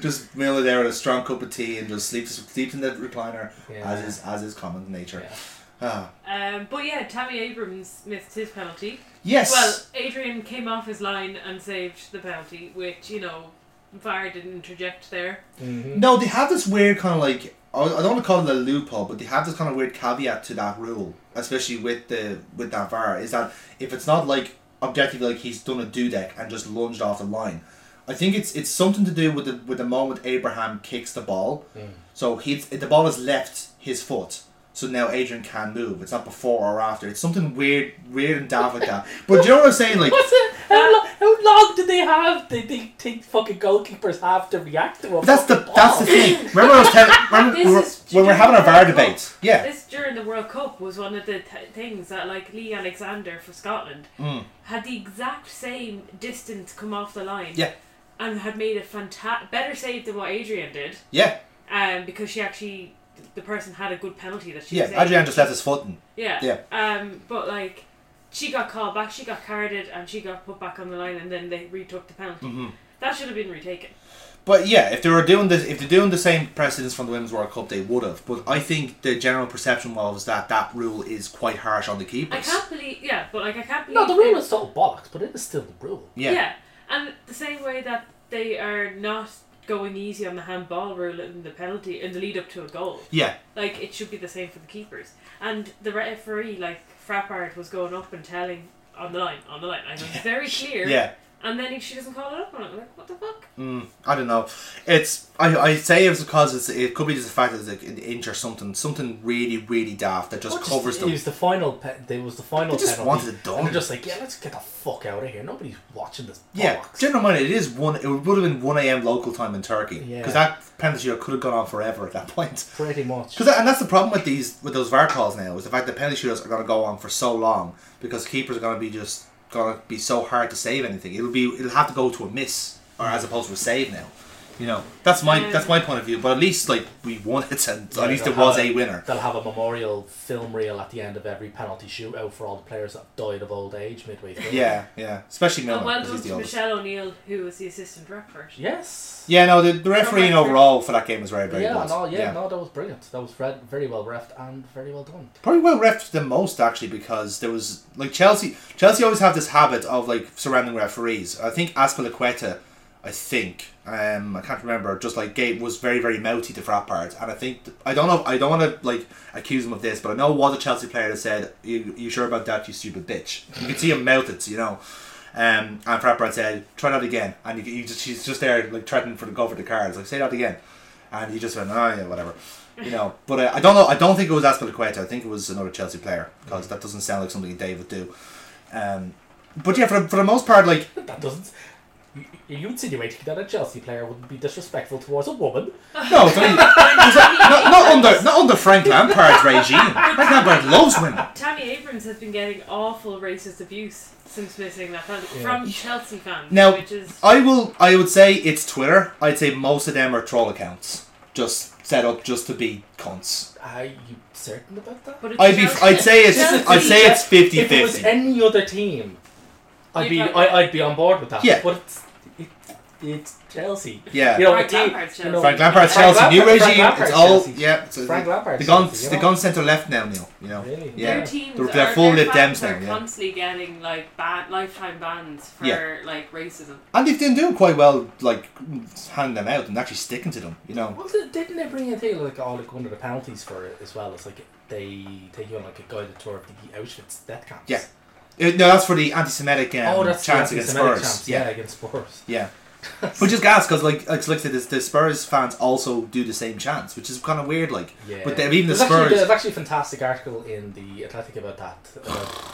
S3: just mill it there with a strong cup of tea and just sleep sleep in the recliner
S5: Yeah.
S3: as is as is common nature.
S5: Yeah.
S3: Ah.
S4: um, but yeah, Tammy Abrams missed his penalty.
S3: Yes.
S4: Well, Adrian came off his line and saved the penalty, which you know, VAR didn't interject there.
S3: No, they have this weird kind of like I I don't want to call it a loophole, but they have this kind of weird caveat to that rule, especially with the with that VAR, is that if it's not like objectively like he's done a dudek and just lunged off the line, I think it's it's something to do with the with the moment Abraham kicks the ball, so he's the ball has left his foot. So now Adrian can move. It's not before or after. It's something weird, weird and daft like that. But do you know what I'm saying? Like,
S5: What's it? uh, How, lo- how long do they have? They, they think fucking goalkeepers have to react to a
S3: that's the
S5: fucking
S3: that's the
S5: ball?
S3: thing. Remember, I was telling, remember
S4: This
S3: we were-
S4: is-
S3: when we we're having our VAR
S4: Oh.
S3: debate. Yeah,
S4: This during the World Cup was one of the th- things that, like Lee Alexander for Scotland,
S3: Hmm.
S4: had the exact same distance come off the line.
S3: Yeah.
S4: And had made a fanta- better save than what Adrian did,
S3: yeah.
S4: um, because she actually the person had a good penalty that she.
S3: Yeah,
S4: saved.
S3: Adrian just left his foot in.
S4: Yeah.
S3: Yeah.
S4: Um, but like, she got called back, she got carded, and she got put back on the line, and then they retook the penalty.
S3: Mm-hmm.
S4: That should have been retaken.
S3: But yeah, if they were doing this, if they're doing the same precedence from the Women's World Cup, they would have. But I think the general perception was that that rule is quite harsh on the keepers.
S4: I can't believe. Yeah, but like I can't believe.
S5: No, the rule
S4: they-
S5: is total bollocks, but it is still the rule.
S3: Yeah.
S4: And the same way that they are not going easy on the handball rule in the penalty in the lead up to a goal.
S3: Yeah.
S4: Like it should be the same for the keepers. And the referee, like Frappard, was going up and telling on the line, on the line. I was very clear.
S3: Yeah.
S4: And then he, she doesn't call it up on it. I'm like, what the fuck?
S3: I don't know. It's I I say it's because it's it could be just the fact that it's like an inch or something, something really really daft that just
S5: Or just-
S3: covers
S5: It
S3: them.
S5: was the final. Pe- it was the final.
S3: They just
S5: penalty,
S3: wanted it done.
S5: And they're just like, yeah, let's get the fuck out of here. Nobody's watching this.
S3: Yeah,
S5: bollocks.
S3: general mind. It is one. It would have been one a.m. local time in Turkey because
S5: Yeah.
S3: that penalty shootout could have gone on forever at that point.
S5: pretty much.
S3: Because and that's the problem with these with those VAR calls now is the fact that penalty shootouts are going to go on for so long because keepers are going to be just going to be so hard to save anything. It'll be it'll have to go to a miss or as opposed to a save now. You know that's my that's my point of view. But at least like we won it and
S5: Yeah,
S3: at least
S5: they'll
S3: there was
S5: have
S3: a winner.
S5: They'll have a memorial film reel at the end of every penalty shootout for all the players that died of old age midway through.
S3: Yeah, yeah. Especially Milner
S4: And well
S3: 'cause
S4: done
S3: he's Oh, the
S4: to
S3: oldest.
S4: Michelle O'Neill, who was the assistant ref first.
S5: Yes.
S3: Yeah, no, the, the refereeing
S4: Michael.
S3: overall for that game was very very
S5: Yeah,
S3: good.
S5: no, yeah, no, that was brilliant. That was re- very well refed and very well done.
S3: Probably well refed the most actually because there was like Chelsea. Chelsea always have this habit of like surrounding referees. I think Aspilaqueta, I think um, I can't remember. Just like Gabe was very very mouthy to Frappard, and I think I don't know. I don't want to like accuse him of this, but I know it was a Chelsea player that said, "You you sure about that? You stupid bitch." You could see him mouth it, you know. Um, and Frappard said, "Try that again," and he, he just she's just there like threatening for the go for the cards. Like say that again, and he just went, "Oh yeah, whatever." You know, but uh, I don't know. I don't think it was Aspilicueta. I think it was another Chelsea player because that doesn't sound like something Dave would do. Um, but yeah, for the, for the most part, like
S5: That doesn't. you- You insinuating that a Chelsea player would be disrespectful towards a woman?
S3: no, it's only, it's like- not, not under not under Frank Lampard's regime. Frank Lampard loves women.
S4: Tammy Abrams has been getting awful racist abuse since missing that penalty from Chelsea fans,
S3: Now,
S4: which is
S3: I will. I would say it's Twitter. I'd say most of them are troll accounts, just set up just to be cunts.
S5: Are you certain about that?
S4: But it's
S3: I'd be.
S4: Chelsea.
S3: I'd say it's.
S4: Chelsea.
S3: I'd say it's
S5: If it was
S3: 50-50.
S5: any other team, I'd
S4: You'd
S5: be
S4: like-
S5: I, I'd be on board with that.
S3: Yeah.
S5: but it's, it, it's Chelsea.
S3: Yeah.
S5: You know,
S4: Frank
S5: a team-
S4: Lampard's
S5: you know,
S3: Frank Lampard's
S5: Frank
S3: Chelsea, new
S5: Lampard- Frank
S3: regime.
S5: Lampard's
S3: it's all
S5: Chelsea.
S3: yeah. It's,
S5: Frank
S3: the
S5: Lampard's
S3: gone
S5: Chelsea, you
S3: the
S5: know?
S3: gone centre left now, Neil. You know.
S5: Really?
S3: Yeah.
S4: Their teams
S3: They're-
S4: are,
S3: they're full
S4: their
S3: lip
S4: fans
S3: Dems now.
S4: are
S3: Yeah.
S4: constantly getting like ban- lifetime bans for
S3: Yeah.
S4: like racism.
S3: And they've been doing quite well, like handing them out and actually sticking to them. You know.
S5: Well, di- didn't they bring in thing like all like one of the penalties for it as well? It's like they take you on like a guided tour of the Auschwitz death camps.
S3: Yeah. Uh, no, that's for the anti-Semitic um,
S5: oh, that's
S3: chance
S5: the
S3: against
S5: anti-Semitic
S3: Spurs.
S5: chance,
S3: yeah.
S5: yeah, against Spurs.
S3: Yeah. Which is gas because like like look at this, the Spurs fans also do the same chants, which is kind of weird. Like,
S5: Yeah.
S3: but they, even the
S5: there's
S3: Spurs,
S5: Actually, there's actually a fantastic article in the Athletic about that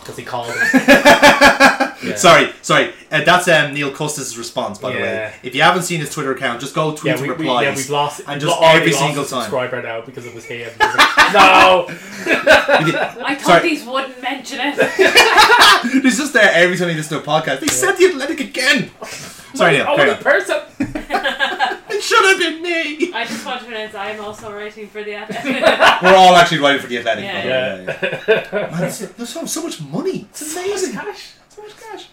S5: because he called. It. Yeah.
S3: Sorry, sorry. Uh, that's um, Neil Custis' response, by the
S5: Yeah.
S3: way. If you haven't seen his Twitter account, just go tweet
S5: Yeah,
S3: and
S5: we, we,
S3: replies.
S5: yeah, we've lost.
S3: and
S5: we've
S3: just
S5: already
S3: every
S5: lost
S3: single
S5: a
S3: time.
S5: subscriber now because it was him. It was like, no,
S3: We did-
S4: I thought
S3: Sorry.
S4: these wouldn't mention it.
S3: He's just there every time he listens to a podcast. They said the Athletic again. sorry, Neil.
S5: only
S3: carry on.
S5: person.
S3: It should have been me.
S4: I just want to announce I am also writing for the Athletic.
S3: We're all actually writing for the Athletic.
S4: Yeah.
S3: by the way, yeah, yeah. Man, it's- there's so, so much money. It's amazing.
S5: Cash.
S3: So much cash.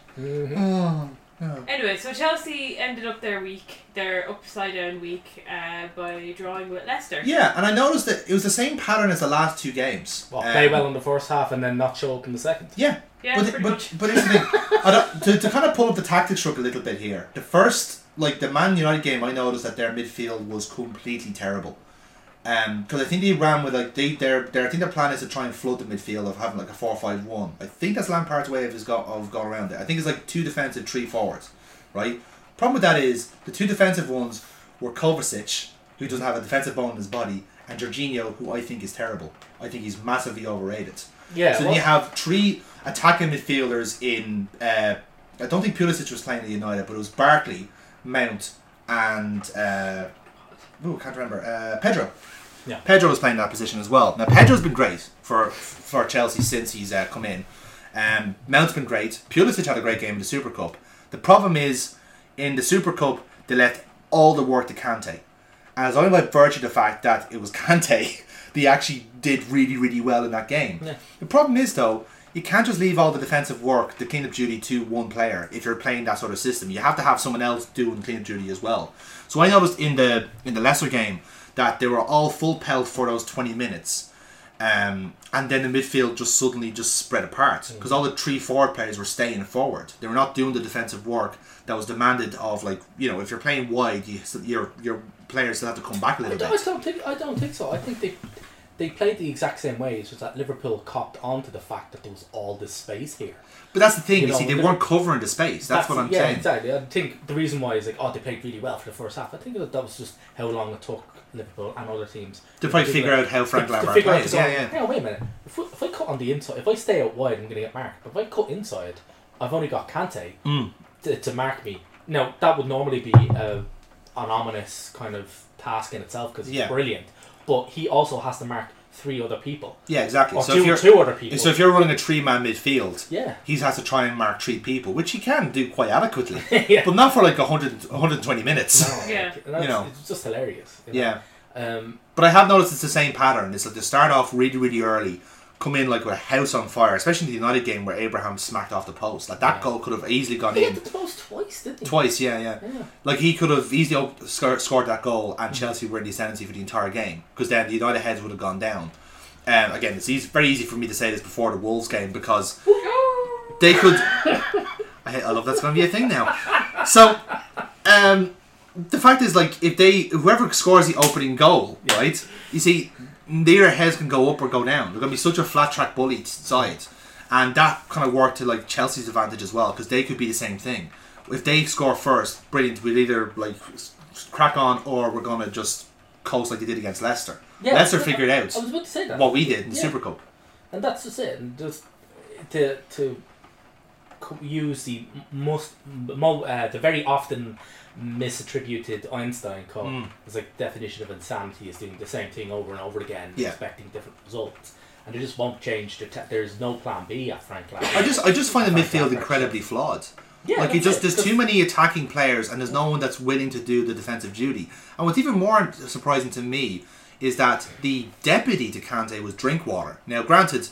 S4: anyway, so Chelsea ended up their week, their upside down week, uh, by drawing with Leicester.
S3: Yeah, and I noticed that it was the same pattern as the last two games.
S5: Well,
S3: Um,
S5: play well in the first half and then not show up in the second.
S3: Yeah.
S4: Yeah,
S3: but,
S4: pretty
S3: but,
S4: much.
S3: but here's the thing. I don't, to, to kind of pull up the tactics truck a little bit here. The first, like the Man United game, I noticed that their midfield was completely terrible. Um, because I think they ran with like they their their I think their plan is to try and flood the midfield of having like a four five one. I think that's Lampard's way of his got of going around it. I think it's like two defensive, three forwards, right? Problem with that is the two defensive ones were Kovacic, who doesn't have a defensive bone in his body, and Jorginho, who I think is terrible. I think he's massively overrated.
S5: Yeah,
S3: So then
S5: well-
S3: you have three attacking midfielders in. Uh, I don't think Pulisic was playing at United, but it was Barkley, Mount, and uh, ooh, can't remember uh, Pedro.
S5: Yeah.
S3: Pedro was playing that position as well. Now Pedro's been great for for Chelsea since he's uh, come in. Um, Mount's been great. Pulisic had a great game in the Super Cup. The problem is in the Super Cup they left all the work to Kante, and it's only by virtue of the fact that it was Kante they actually did really really well in that game. The problem is though. You can't just leave all the defensive work, the cleanup duty, to one player if you're playing that sort of system. You have to have someone else doing cleanup duty as well. So I noticed in the in the lesser game that they were all full pelt for those 20 minutes. Um, and then the midfield just suddenly just spread apart
S5: Mm.
S3: because all the three forward players were staying forward. They were not doing the defensive work that was demanded of like you know if you're playing wide, you, your your players still have to come back a
S5: I
S3: little
S5: don't, I
S3: bit.
S5: don't think. I don't think so. I think they they played the exact same way. It's just that Liverpool copped onto the fact that there was all this space here.
S3: But that's the thing,
S5: You
S3: you,
S5: know,
S3: see, they
S5: the-
S3: weren't covering the space. That's, what I'm
S5: yeah,
S3: saying.
S5: exactly. I think the reason why is like, oh, they played really well for the first half. I think that that was just how long it took Liverpool and other teams
S3: To probably figure out how Frank
S5: to-
S3: Lampard
S5: to figure out
S3: plays.
S5: to go,
S3: Yeah, yeah.
S5: Hang on, wait a minute. If, we, if I cut on the inside, if I stay out wide, I'm going to get marked. But if I cut inside, I've only got Kante
S3: Mm.
S5: to, to mark me. Now that would normally be uh, an ominous kind of task in itself because he's
S3: Yeah.
S5: brilliant, but he also has to mark three other people.
S3: Yeah, exactly.
S5: Or
S3: so
S5: two-
S3: if you're,
S5: two other people.
S3: So if you're running a three man midfield,
S5: Yeah.
S3: he has to try and mark three people, which he can do quite adequately,
S5: Yeah.
S3: but not for like 100, 120 minutes.
S5: Oh,
S4: Yeah.
S5: like, that's-
S3: You know.
S5: it's just hilarious. you know.
S3: Yeah.
S5: Um,
S3: But I have noticed it's the same pattern. It's like they start off really, really early, come in like with a house on fire, especially in the United game where Abraham smacked off the post. Like that goal could have easily gone
S5: he hit
S3: in.
S5: the post twice, didn't he?
S3: Twice, yeah, yeah,
S5: Yeah. Mm-hmm.
S3: Like he could have easily op- scored, scored that goal, and Chelsea were in the ascendancy for the entire game because then the United heads would have gone down. Um, again, it's easy, very easy for me to say this before the Wolves game because they could. I, hate- I love that's going to be a thing now. So, um, the fact is, like, if they whoever scores the opening goal, right? You see, their heads can go up or go down. They're going to be such a flat track bully t- side, and that kind of worked to like Chelsea's advantage as well because they could be the same thing. If they score first, brilliant. We'll either like s- crack on or we're going to just coast like they did against Leicester.
S5: Yeah,
S3: Leicester
S5: I-
S3: figured out
S5: I was about to say that.
S3: what we did in the
S5: Yeah.
S3: Super Cup.
S5: and that's just it. And just to to co- use the m- most mo, uh, the very often misattributed Einstein quote
S3: Hmm.
S5: as like definition of insanity is doing the same thing over and over again,
S3: Yeah.
S5: expecting different results, and they just won't change. Their te- there's no plan B at Frank
S3: I
S5: Lampard.
S3: just I just find the
S5: Frank
S3: midfield
S5: Lampard.
S3: incredibly flawed.
S5: Yeah,
S3: like it
S5: that's
S3: just
S5: it.
S3: there's too many attacking players and there's no one that's willing to do the defensive duty. And what's even more surprising to me is that the deputy to Kante was Drinkwater. Now, granted,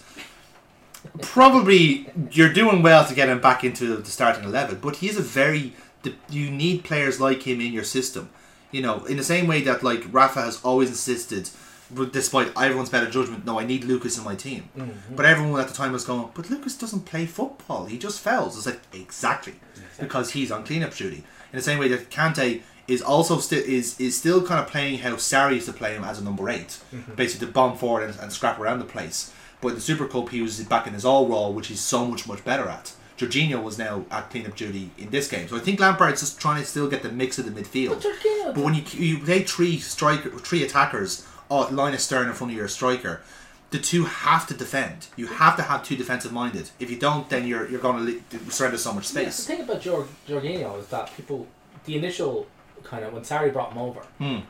S3: probably you're doing well to get him back into the starting eleven, but he is a very the, you need players like him in your system. You know, in the same way that like Rafa has always insisted, r- despite everyone's better judgment, no, I need Lucas in my team. But everyone at the time was going, but Lucas doesn't play football. He just fouls. It's like exactly, because he's on cleanup duty. In the same way that Kante is also still is is still kind of playing how Sarri used to play him as a number 8 basically to bomb forward and, and scrap around the place. But in the Super Cup, he was back in his all role, which he's so much much better at. Jorginho was now at cleanup duty in this game, so I think Lampard's just trying to still get the mix of the midfield.
S5: But Jorginho-
S3: But when you you play three striker, three attackers, uh, Linus Stern in front of your striker, the two have to defend. You have to have two defensive minded. If you don't, then you're you're going to le- surrender so much
S5: Yes,
S3: space.
S5: the thing about Jor- Jorginho is that people, the initial kind of when Sarri brought him over,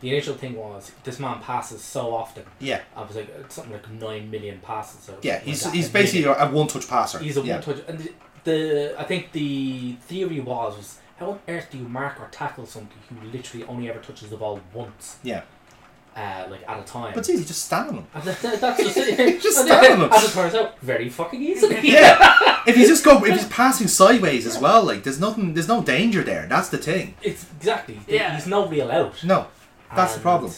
S5: the initial thing was this man passes so often.
S3: Hmm. Yeah,
S5: I was like it's something like nine million passes. Or
S3: yeah.
S5: something
S3: He's
S5: like that
S3: he's
S5: a
S3: basically
S5: minute.
S3: a one touch passer.
S5: he's a
S3: Yeah.
S5: one touch and the, the I think the theory was was how on earth do you mark or tackle somebody who literally only ever touches the ball once,
S3: Yeah.
S5: uh, like at a time.
S3: But it's easy, just stand on him.
S5: And that- that- that's just it.
S3: Just
S5: And
S3: stab him.
S5: As it turns out, very fucking easily.
S3: Yeah. if he's just go if he's passing sideways as well, like there's nothing there's no danger there. That's the thing.
S5: It's exactly.
S4: Yeah.
S5: There's no real out.
S3: No. That's the
S5: And-
S3: problem.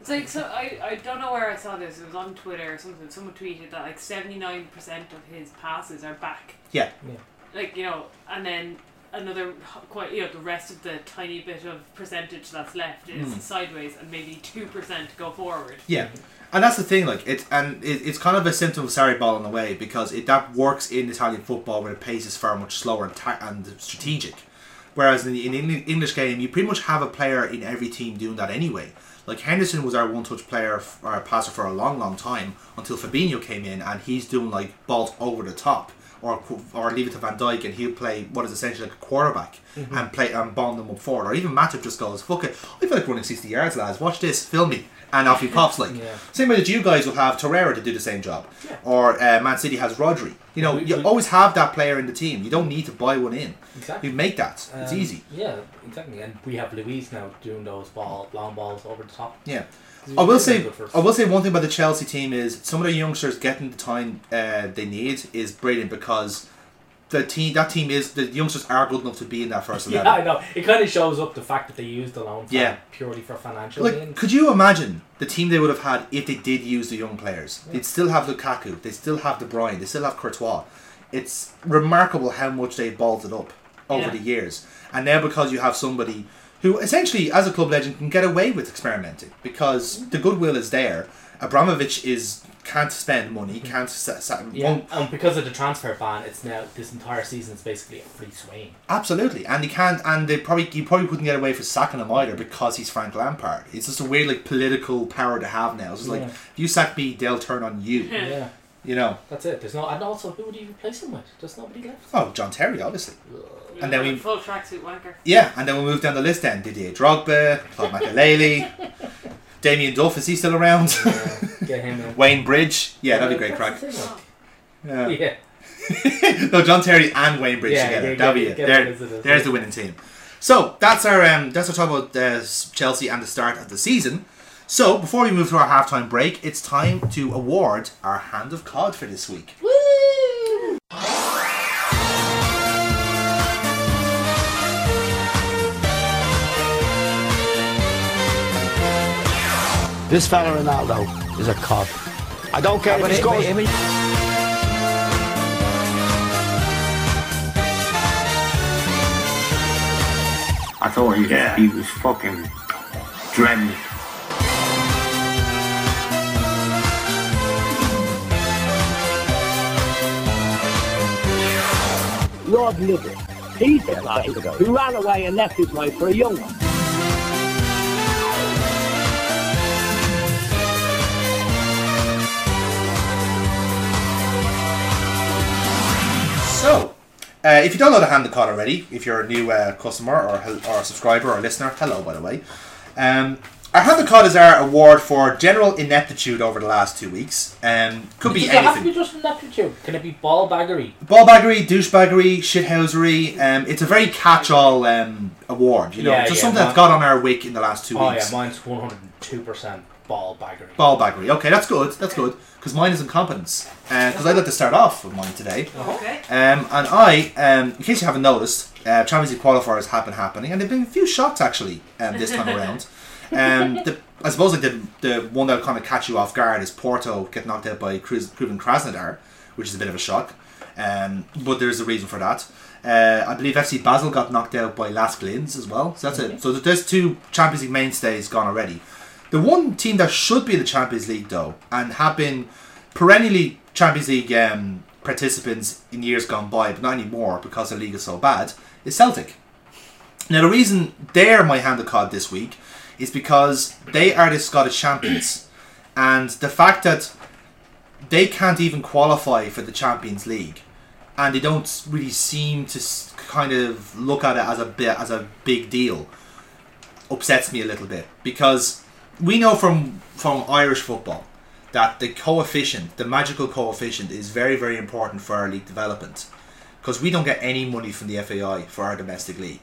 S4: It's like so I, I don't know where I saw this. It was on Twitter or something. Someone tweeted that like seventy nine percent of his passes are back.
S3: Yeah.
S4: Like you know, and then another h- quite you know the rest of the tiny bit of percentage that's left is
S3: Hmm.
S4: sideways, and maybe two percent go forward.
S3: Yeah. And that's the thing, like it, and it, it's kind of a symptom of Sarri ball in a way because it that works in Italian football where the pace is far much slower and, ta- and strategic, whereas in the, in the English game you pretty much have a player in every team doing that anyway. Like Henderson was our one touch player f- or passer for a long, long time until Fabinho came in and he's doing like balls over the top or qu- or leave it to Van Dijk and he'll play what is essentially like a quarterback
S5: Mm-hmm.
S3: and play and bomb them up forward. Or even Matip just goes, "Fuck it, I feel like running sixty yards, lads. Watch this, film me." And off he pops like.
S5: Yeah.
S3: Same way that you guys will have Torreira to do the same job,
S5: Yeah.
S3: or uh, Man City has Rodri. You know,
S5: We-
S3: you
S5: we-
S3: always have that player in the team. You don't need to buy one in.
S5: Exactly.
S3: You make that. it's
S5: Um,
S3: easy.
S5: Yeah, exactly. And we have Luis now doing those ball long balls over the top.
S3: Yeah.
S5: He's
S3: I will
S5: really
S3: say,
S5: good for us.
S3: I will say one thing about the Chelsea team is some of the youngsters getting the time uh, they need is brilliant because the team that team is the youngsters are good enough to be in that first
S5: Yeah,
S3: eleven.
S5: I know. It kind of shows up the fact that they used the loan for-
S3: Yeah.
S5: purely for financial
S3: Like,
S5: gains.
S3: could you imagine the team they would have had if they did use the young players? They'd still have Lukaku, they still have De Bruyne, they still have Courtois. It's remarkable how much they balled it up over
S4: Yeah.
S3: the years. And now because you have somebody who essentially, as a club legend, can get away with experimenting because the goodwill is there. Abramovich is can't spend money, can't sa- sa-
S5: yeah.
S3: won't
S5: And because of the transfer ban, it's now this entire season is basically a free swing.
S3: Absolutely, and he can't, and they probably you probably couldn't get away for sacking him either because he's Frank Lampard. It's just a weird like political power to have now. It's just like
S5: Yeah.
S3: if you sack me, they'll turn on you.
S5: Yeah,
S3: you know,
S5: that's it. There's no, and also who would you replace him with? There's nobody left.
S3: oh John Terry, obviously. And then we-
S4: full tracksuit wanker.
S3: Yeah, and then we'll move down the list. Then Didier Drogba, Claude Makélélé, Damien Duff is he still around?
S5: Yeah, Uh, get him in.
S3: Wayne Bridge, yeah, that'd be great crack.
S5: That's the thing, like,
S3: Yeah.
S5: Yeah,
S3: no, John Terry and Wayne Bridge
S5: Yeah,
S3: together.
S5: yeah,
S3: that'd be
S5: get-
S3: it.
S5: get
S3: There-
S5: them as it is,
S3: there's
S5: yeah.
S3: the winning team. So that's our um, that's our talk about uh, s- Chelsea and the start of the season. So before we move to our halftime break, it's time to award our hand of cod for this week.
S6: This fella Ronaldo is a cop. I don't care if he scores.
S7: I thought he, he was fucking dreadful.
S6: Lord Liver. He's the fella who ran away and left his wife for a young one.
S3: So. Uh, if you don't know the hand of cod already, if you're a new uh, customer or, hel- or a subscriber or a listener, hello by the way. Um, our hand of cod is our award for general ineptitude over the last two weeks. Um, could be
S5: does it
S3: anything.
S5: have to be just an aptitude? Can it be ball baggery?
S3: ballbaggery, douchebaggery, shithousery. Um, it's a very catch-all um, award, you know.
S5: Yeah,
S3: just
S5: yeah,
S3: something that's got
S5: mine-
S3: on our wick in the last two
S5: Oh yeah,
S3: weeks.
S5: mine's one hundred and two percent ball baggery.
S3: Ballbaggery. Okay, that's good. That's good. Because mine is incompetence. uh,
S5: Oh.
S3: Because I'd like to start off with mine today.
S4: Okay.
S3: Um, and I, um, in case you haven't noticed, Uh, Champions League qualifiers have been happening, and there've been a few shocks actually um, this time around. Um, the, I suppose like the, the one that kind of catch you off guard is Porto get knocked out by Cruz, Proven Krasnodar, which is a bit of a shock. Um, but there's a reason for that. Uh, I believe FC Basel got knocked out by Las Glins as well. So that's it. So there's two Champions League mainstays gone already. The one team that should be in the Champions League though, and have been perennially Champions League um, participants in years gone by, but not anymore because the league is so bad, is Celtic. Now the reason they're my hand of cod this week is because they are the Scottish champions, and the fact that they can't even qualify for the Champions League, and they don't really seem to s- kind of look at it as a bit as a big deal, upsets me a little bit because we know from from Irish football that the coefficient, the magical coefficient, is very very important for our league development because we don't get any money from the FAI for our domestic league.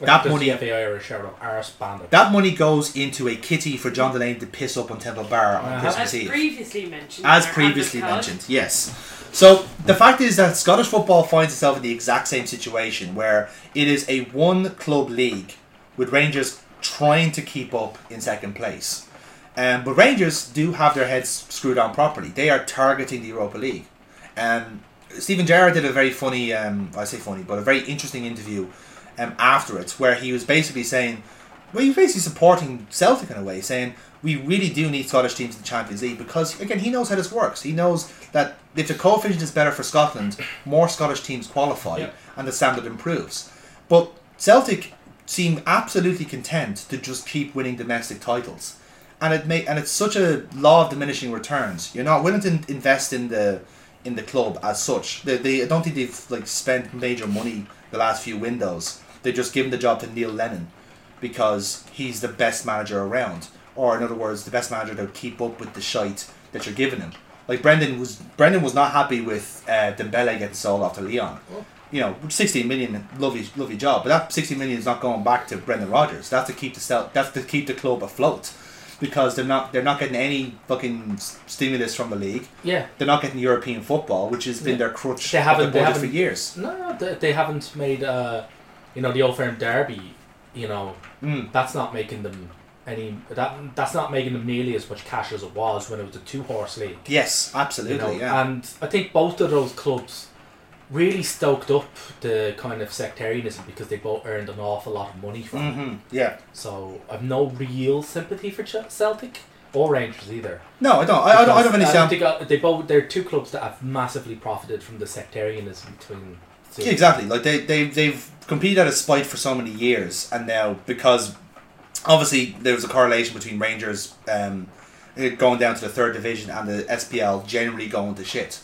S3: That
S5: Just
S3: money
S5: the FA Irish are are bandit.
S3: that money goes into a kitty for John Delaney to piss up on Temple Bar on Christmas
S4: As
S3: Eve.
S4: previously mentioned.
S3: as
S4: our
S3: previously
S4: hand of
S3: mentioned, yes. So the fact is that Scottish football finds itself in the exact same situation where it is a one club league with Rangers trying to keep up in second place. Um, but Rangers do have their heads screwed on properly. They are targeting the Europa League. Um, Stephen Gerrard did a very funny, um, I say funny, but a very interesting interview um, afterwards where he was basically saying, well, you're basically supporting Celtic in a way, saying we really do need Scottish teams in the Champions League because, again, he knows how this works. He knows that if the coefficient is better for Scotland, more Scottish teams qualify
S5: Yeah.
S3: and the standard improves. But Celtic seem absolutely content to just keep winning domestic titles. And it may, and it's such a law of diminishing returns. You're not willing to in- invest in the in the club as such. They, they I don't think they've like spent major money the last few windows. They just given the job to Neil Lennon because he's the best manager around, or in other words, the best manager that would keep up with the shite that you're giving him. Like Brendan was, Brendan was not happy with uh, Dembele getting sold off to Leon. You know, 16 million, lovely, lovely job, but that 16 million is not going back to Brendan Rodgers. That's to keep the sell, that's to keep the club afloat, because they're not they're not getting any fucking s- stimulus from the league.
S5: Yeah.
S3: They're not getting European football, which has been
S5: Yeah.
S3: their crutch.
S5: They
S3: of the
S5: haven't- they
S3: budget
S5: haven't-
S3: for years.
S5: No, no, they, they haven't made, uh, you know, the Old Firm Derby. You know,
S3: Hmm.
S5: that's not making them any. That that's not making them nearly as much cash as it was when it was a two horse league.
S3: Yes,
S5: You know, um,
S3: absolutely. yeah.
S5: and I think both of those clubs really stoked up the kind of sectarianism because they both earned an awful lot of money from it.
S3: Mhm, yeah.
S5: So I've no real sympathy for Ch- Celtic or Rangers either.
S3: No, I don't. I, I don't. I don't have any.
S5: Because
S3: sam-
S5: think, uh, they both they're two clubs that have massively profited from the sectarianism between. the two.
S3: Yeah, exactly. Like they they they've competed out of spite for so many years, and now because obviously there was a correlation between Rangers um, it going down to the third division and the SPL generally going to shit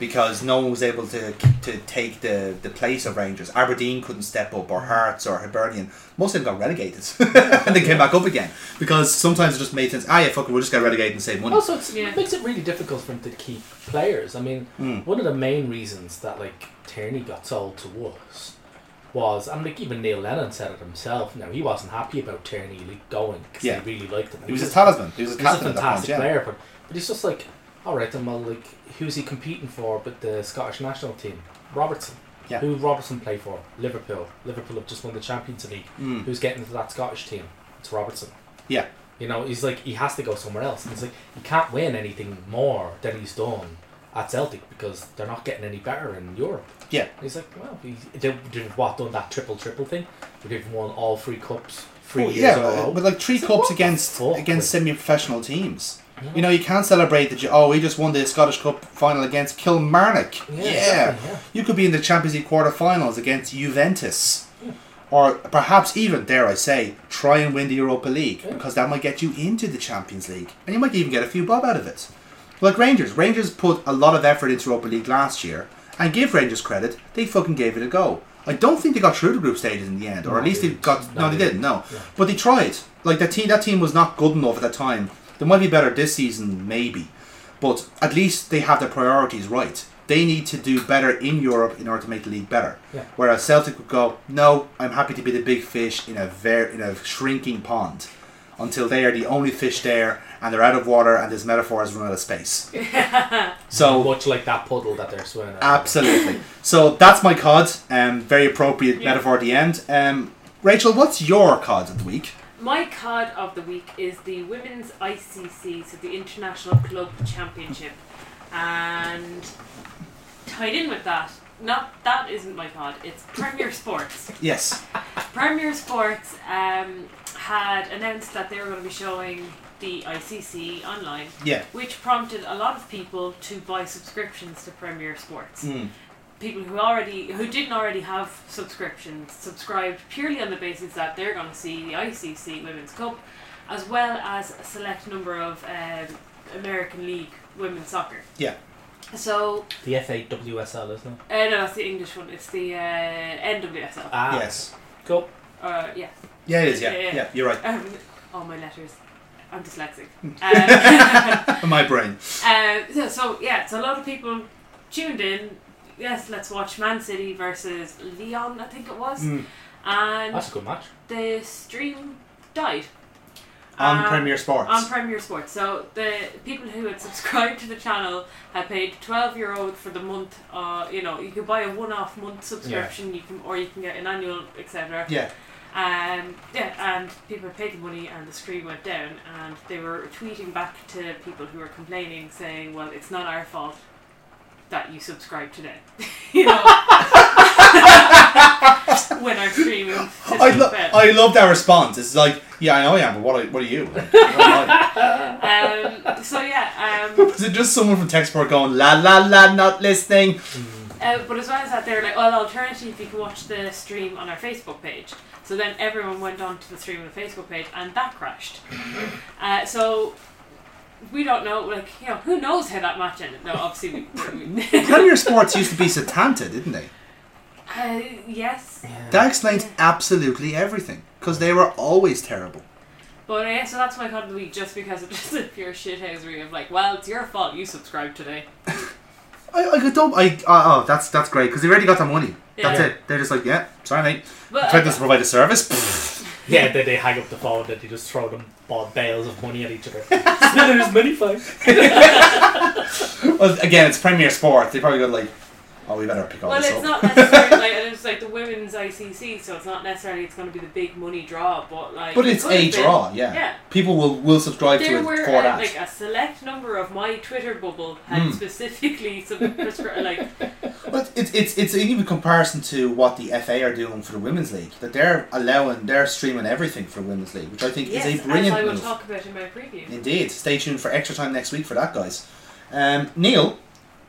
S3: because no one was able to to take the, the place of Rangers. Aberdeen couldn't step up, or Hearts, or Hibernian. Most of them got relegated and then came back up again because sometimes it just made sense. Ah, yeah, fuck it, we'll just get relegated and save money.
S5: Also, Oh, it's,
S4: Yeah.
S5: it makes it really difficult for him to keep players. I mean,
S3: Hmm.
S5: one of the main reasons that like Tierney got sold to Wolves was, and like even Neil Lennon said it himself. Now he wasn't happy about Tierney like, going because
S3: Yeah.
S5: he really liked him.
S3: He was a talisman. He was a
S5: He's a
S3: captain at that point,
S5: fantastic
S3: yeah.
S5: player, but but he's just like, all right, then well, like who's he competing for? But the Scottish national team, Robertson.
S3: Yeah.
S5: Who would Robertson play for? Liverpool. Liverpool have just won the Champions League.
S3: Hmm.
S5: Who's getting into that Scottish team? It's Robertson.
S3: Yeah,
S5: You know, he's like he has to go somewhere else. It's like he can't win anything more than he's done at Celtic because they're not getting any better in Europe.
S3: yeah.
S5: And he's like, well, he, they, they've what done that triple triple thing? They've won all three cups, three
S3: Well,
S5: years
S3: Oh, yeah,
S5: in a row.
S3: but like three
S5: It's
S3: cups
S5: what the
S3: against
S5: fuck,
S3: against
S5: like?
S3: semi-professional teams. You know, you can't celebrate that. You, oh, we just won the Scottish Cup final against Kilmarnock. Yeah,
S5: Yeah, exactly, yeah.
S3: you could be in the Champions League quarter-finals against Juventus, or perhaps even dare I say, try and win the Europa League because that might get you into the Champions League, and you might even get a few bob out of it. Like Rangers, Rangers put a lot of effort into Europa League last year, and give Rangers credit, they fucking gave it a go. I don't think they got through the group stages in the end, or at least they
S5: didn't.
S3: got. No,
S5: No,
S3: they
S5: they
S3: didn't. No, but they tried. Like that team, that team was not good enough at that time. They might be better this season, maybe, but at least they have their priorities right. They need to do better in Europe in order to make the league better.
S5: Yeah.
S3: Whereas Celtic would go, no, I'm happy to be the big fish in a ver- in a shrinking pond. until they are the only fish there and they're out of water and this metaphor has run out of space. so
S5: Much like that puddle that they're swimming in.
S3: Absolutely. So that's my cod. Um, very appropriate metaphor at the end. Um, Rachel, what's your cod of the week?
S4: My card of the week is the Women's ICC, so the International Club Championship. And tied in with that, not that isn't my card, it's Premier Sports.
S3: Yes.
S4: Premier Sports um, had announced that they were going to be showing the ICC online,
S3: Yeah.
S4: which prompted a lot of people to buy subscriptions to Premier Sports. People who already who didn't already have subscriptions subscribed purely on the basis that they're going to see the ICC Women's Cup, as well as a select number of um, American League women's soccer.
S3: Yeah.
S4: So
S5: The FAWSL, isn't it?
S4: uh, no, that's the English one. It's the uh, NWSL.
S5: Ah,
S3: Yes.
S5: Cool.
S4: uh, yeah.
S3: Yeah, it is. Yeah.
S4: Yeah, yeah.
S3: Yeah. You're right.
S4: Um, all my letters. I'm dyslexic. Um,
S3: My brain.
S4: uh, so, so yeah, so a lot of people tuned in. Yes, let's watch Man City versus Leon. I think it was, and
S5: That's a good match.
S4: the stream died
S3: On
S4: Um,
S3: Premier Sports.
S4: on Premier Sports. So the people who had subscribed to the channel had paid twelve euro for the month. Uh, you know, you could buy a one-off month subscription. You can, or you can get an annual, etc.
S3: yeah.
S4: Um, yeah, and people paid the money and the stream went down, and they were tweeting back to people who were complaining, saying, "Well, it's not our fault that you subscribed today." you know, when our stream is
S3: I, lo-
S4: bad.
S3: I love that response. It's like, yeah, I know I am, but what are, what are you? What am I?
S4: um, so yeah, um,
S3: Is it just someone from Textport going, la la la, not listening?
S4: uh, but as well as that, they were like, "Well, alternative, you can watch the stream on our Facebook page." So then everyone went on to the stream on the Facebook page, and that crashed. Uh, so we don't know, like, you know, who knows how that match ended? No, obviously we. we
S3: Premier Sports used to be Satanta, didn't they?
S4: uh, yes,
S3: That explains absolutely everything. Because they were always terrible.
S4: but uh, yeah, so that's my card of the week, just because it was a pure shithousery of like, well, it's your fault you subscribed today.
S3: I, I could don't. I oh, oh, that's that's great because they've already got their money. That's
S4: Yeah.
S3: it. They're just like, yeah, sorry, mate.
S4: But-
S3: Expect us to provide a service. Pfft.
S5: Yeah, they, they hang up the phone and they just throw them ball bales of money at each other. Smithers money fight.
S3: well, again, it's Premier Sport. They probably go like, oh, we better pick all
S4: Well,
S3: this
S4: it's
S3: up.
S4: not necessarily like and it's like the women's ICC, so it's not necessarily it's going to be the big money draw, but like.
S3: but
S4: it
S3: it's
S4: could
S3: a
S4: have been.
S3: draw. Yeah.
S4: Yeah.
S3: People will will subscribe to
S4: There
S3: it
S4: were
S3: for
S4: uh,
S3: that.
S4: like a select number of my Twitter bubble had specifically some prescri- like
S3: But it's it's it's an even comparison to what the FA are doing for the women's league. That they're allowing, they're streaming everything for women's league, which I think
S4: yes,
S3: is a
S4: as
S3: brilliant
S4: I will
S3: move.
S4: talk about in my preview.
S3: Indeed. Stay tuned for extra time next week for that, guys. Um, Neil,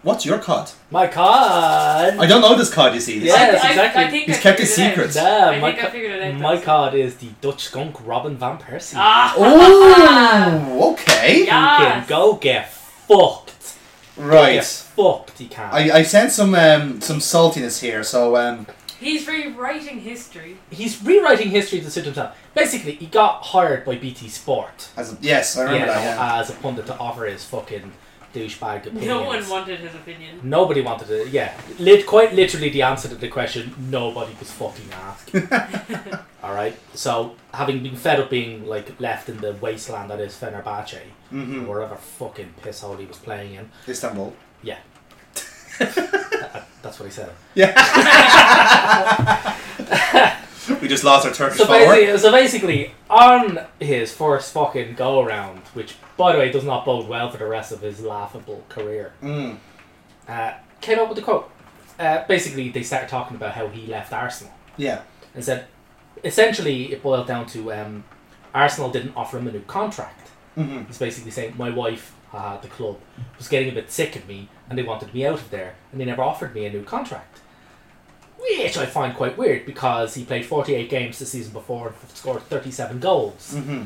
S3: what's your cod?
S5: My card.
S3: I don't know this cod. You see, this
S5: Yeah. Yes,
S4: I,
S5: exactly.
S4: I, I think
S3: He's
S4: I
S3: kept
S4: figured
S3: his
S4: it out.
S3: secrets.
S5: Yeah,
S4: I
S5: my,
S4: think I
S5: ca-
S4: figured it out,
S5: my
S4: that's-
S5: card is the Dutch skunk Robin van Persie.
S4: Ah,
S3: Oh, okay.
S4: Yeah.
S5: You can
S4: yes.
S5: go get fucked.
S3: Right.
S5: Get fucked. You can.
S3: I, I sense some um, some saltiness here. So um,
S4: he's rewriting history.
S5: He's rewriting history to suit himself. Basically, he got hired by BT Sport.
S3: as a, yes, I
S5: You
S3: remember
S5: know,
S3: that. Yeah.
S5: as a pundit to offer his fucking douchebag opinions.
S4: No one wanted his opinion.
S5: Nobody wanted it. Yeah, Lit- quite literally the answer to the question nobody was fucking asking. All right. So having been fed up being like left in the wasteland that is Fenerbahce,
S3: Mm-hmm.
S5: or wherever fucking pisshole he was playing in.
S3: Istanbul.
S5: uh, Yeah. That's what he said.
S3: We just lost our Turkish
S5: So
S3: forward.
S5: basically, so basically, on his first fucking go round, which by the way does not bode well for the rest of his laughable career,
S3: Mm,
S5: uh, came up with the quote. Uh, basically, they started talking about how he left Arsenal.
S3: Yeah.
S5: and said essentially it boiled down to um, Arsenal didn't offer him a new contract. mm He's basically saying my wife, uh, the club, was getting a bit sick of me and they wanted me out of there and they never offered me a new contract. Which I find quite weird because he played 48 games the season before and scored 37
S3: Mm.
S5: goals.
S3: Mm-hmm.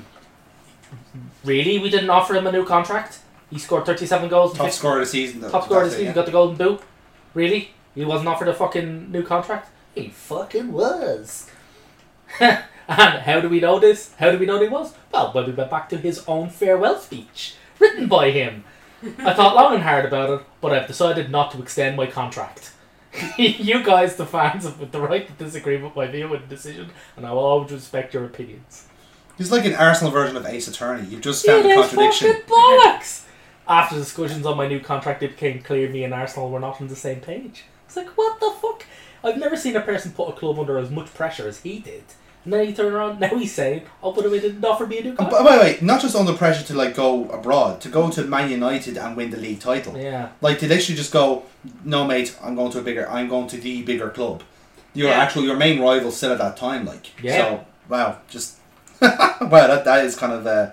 S5: Really? We didn't offer him a new contract? He scored 37 goals and
S3: Top
S5: 50
S3: scorer of the season. though.
S5: Top scorer this
S3: That's it,
S5: season got the golden boot. Really? He wasn't offered a fucking new contract? He fucking was. and how do we know this? How do we know that he was? Well, when we went back to his own farewell speech, written by him. I thought long and hard about it, but I've decided not to extend my contract. you guys, the fans, have the right to disagree with my view and decision, and I will always respect your opinions.
S3: He's like an Arsenal version of Ace Attorney. You've just
S4: You
S3: found a
S4: little
S3: contradiction.
S4: fucking bollocks.
S5: After discussions on my new contract, it became clear me and Arsenal were not on the same page. It's like, what the fuck? I've never seen a person put a club under as much pressure as he did. And then he turned around, now he's saying, oh, but they didn't offer me a new
S3: And
S5: contract.
S3: by the way, not just under pressure to like go abroad, to go to Man United and win the league title.
S5: Yeah.
S3: Like to literally just go, no mate, I'm going to a bigger, I'm going to the bigger club. Your
S4: Yeah.
S3: actual, your main rival still at that time, like.
S5: Yeah.
S3: So wow, just wow, that, that is kind of uh,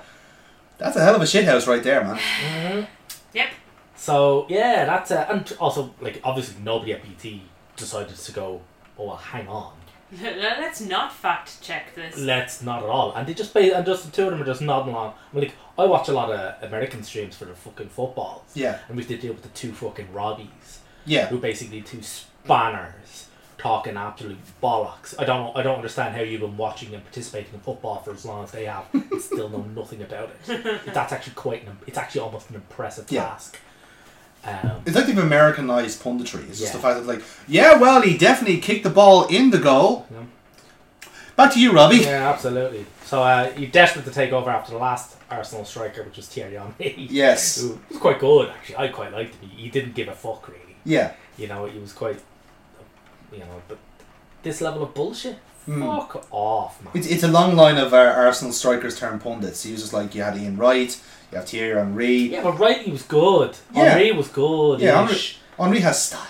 S3: that's a hell of a shithouse right there, man.
S4: Yep.
S5: So, yeah, that's uh, And also, like, obviously nobody at BT decided to go, oh, well, hang on.
S4: Let's not fact check this.
S5: Let's not at all. And they just play, and just the two of them are just nodding along. I mean, like, I watch a lot of American streams for the fucking footballs.
S3: Yeah.
S5: And we did deal with the two fucking Robbies,
S3: Yeah.
S5: who basically two spanners talking absolute bollocks. I don't, I don't understand how you've been watching and participating in football for as long as they have and still know nothing about it. That's actually quite an, it's actually almost an impressive
S3: Yeah.
S5: task. Um,
S3: It's like they've Americanized punditry. It's just the
S5: Yeah.
S3: fact that like, yeah, well, he definitely kicked the ball in the goal.
S5: Yeah.
S3: Back to you, Robbie.
S5: yeah, absolutely. So uh, you're desperate to take over after the last Arsenal striker, which was Thierry Henry.
S3: Yes.
S5: It was quite good actually. I quite liked him. He, he didn't give a fuck really.
S3: Yeah.
S5: You know, he was quite, you know, but this level of bullshit.
S3: Hmm.
S5: Fuck off, man.
S3: It's, it's a long line of our Arsenal strikers turned pundits. He was just like, you had Ian Wright, you have Thierry Henry.
S5: yeah, but Riley was good.
S3: Yeah.
S5: Henri was good.
S3: Yeah, Henry,
S5: ish.
S3: Henry has style.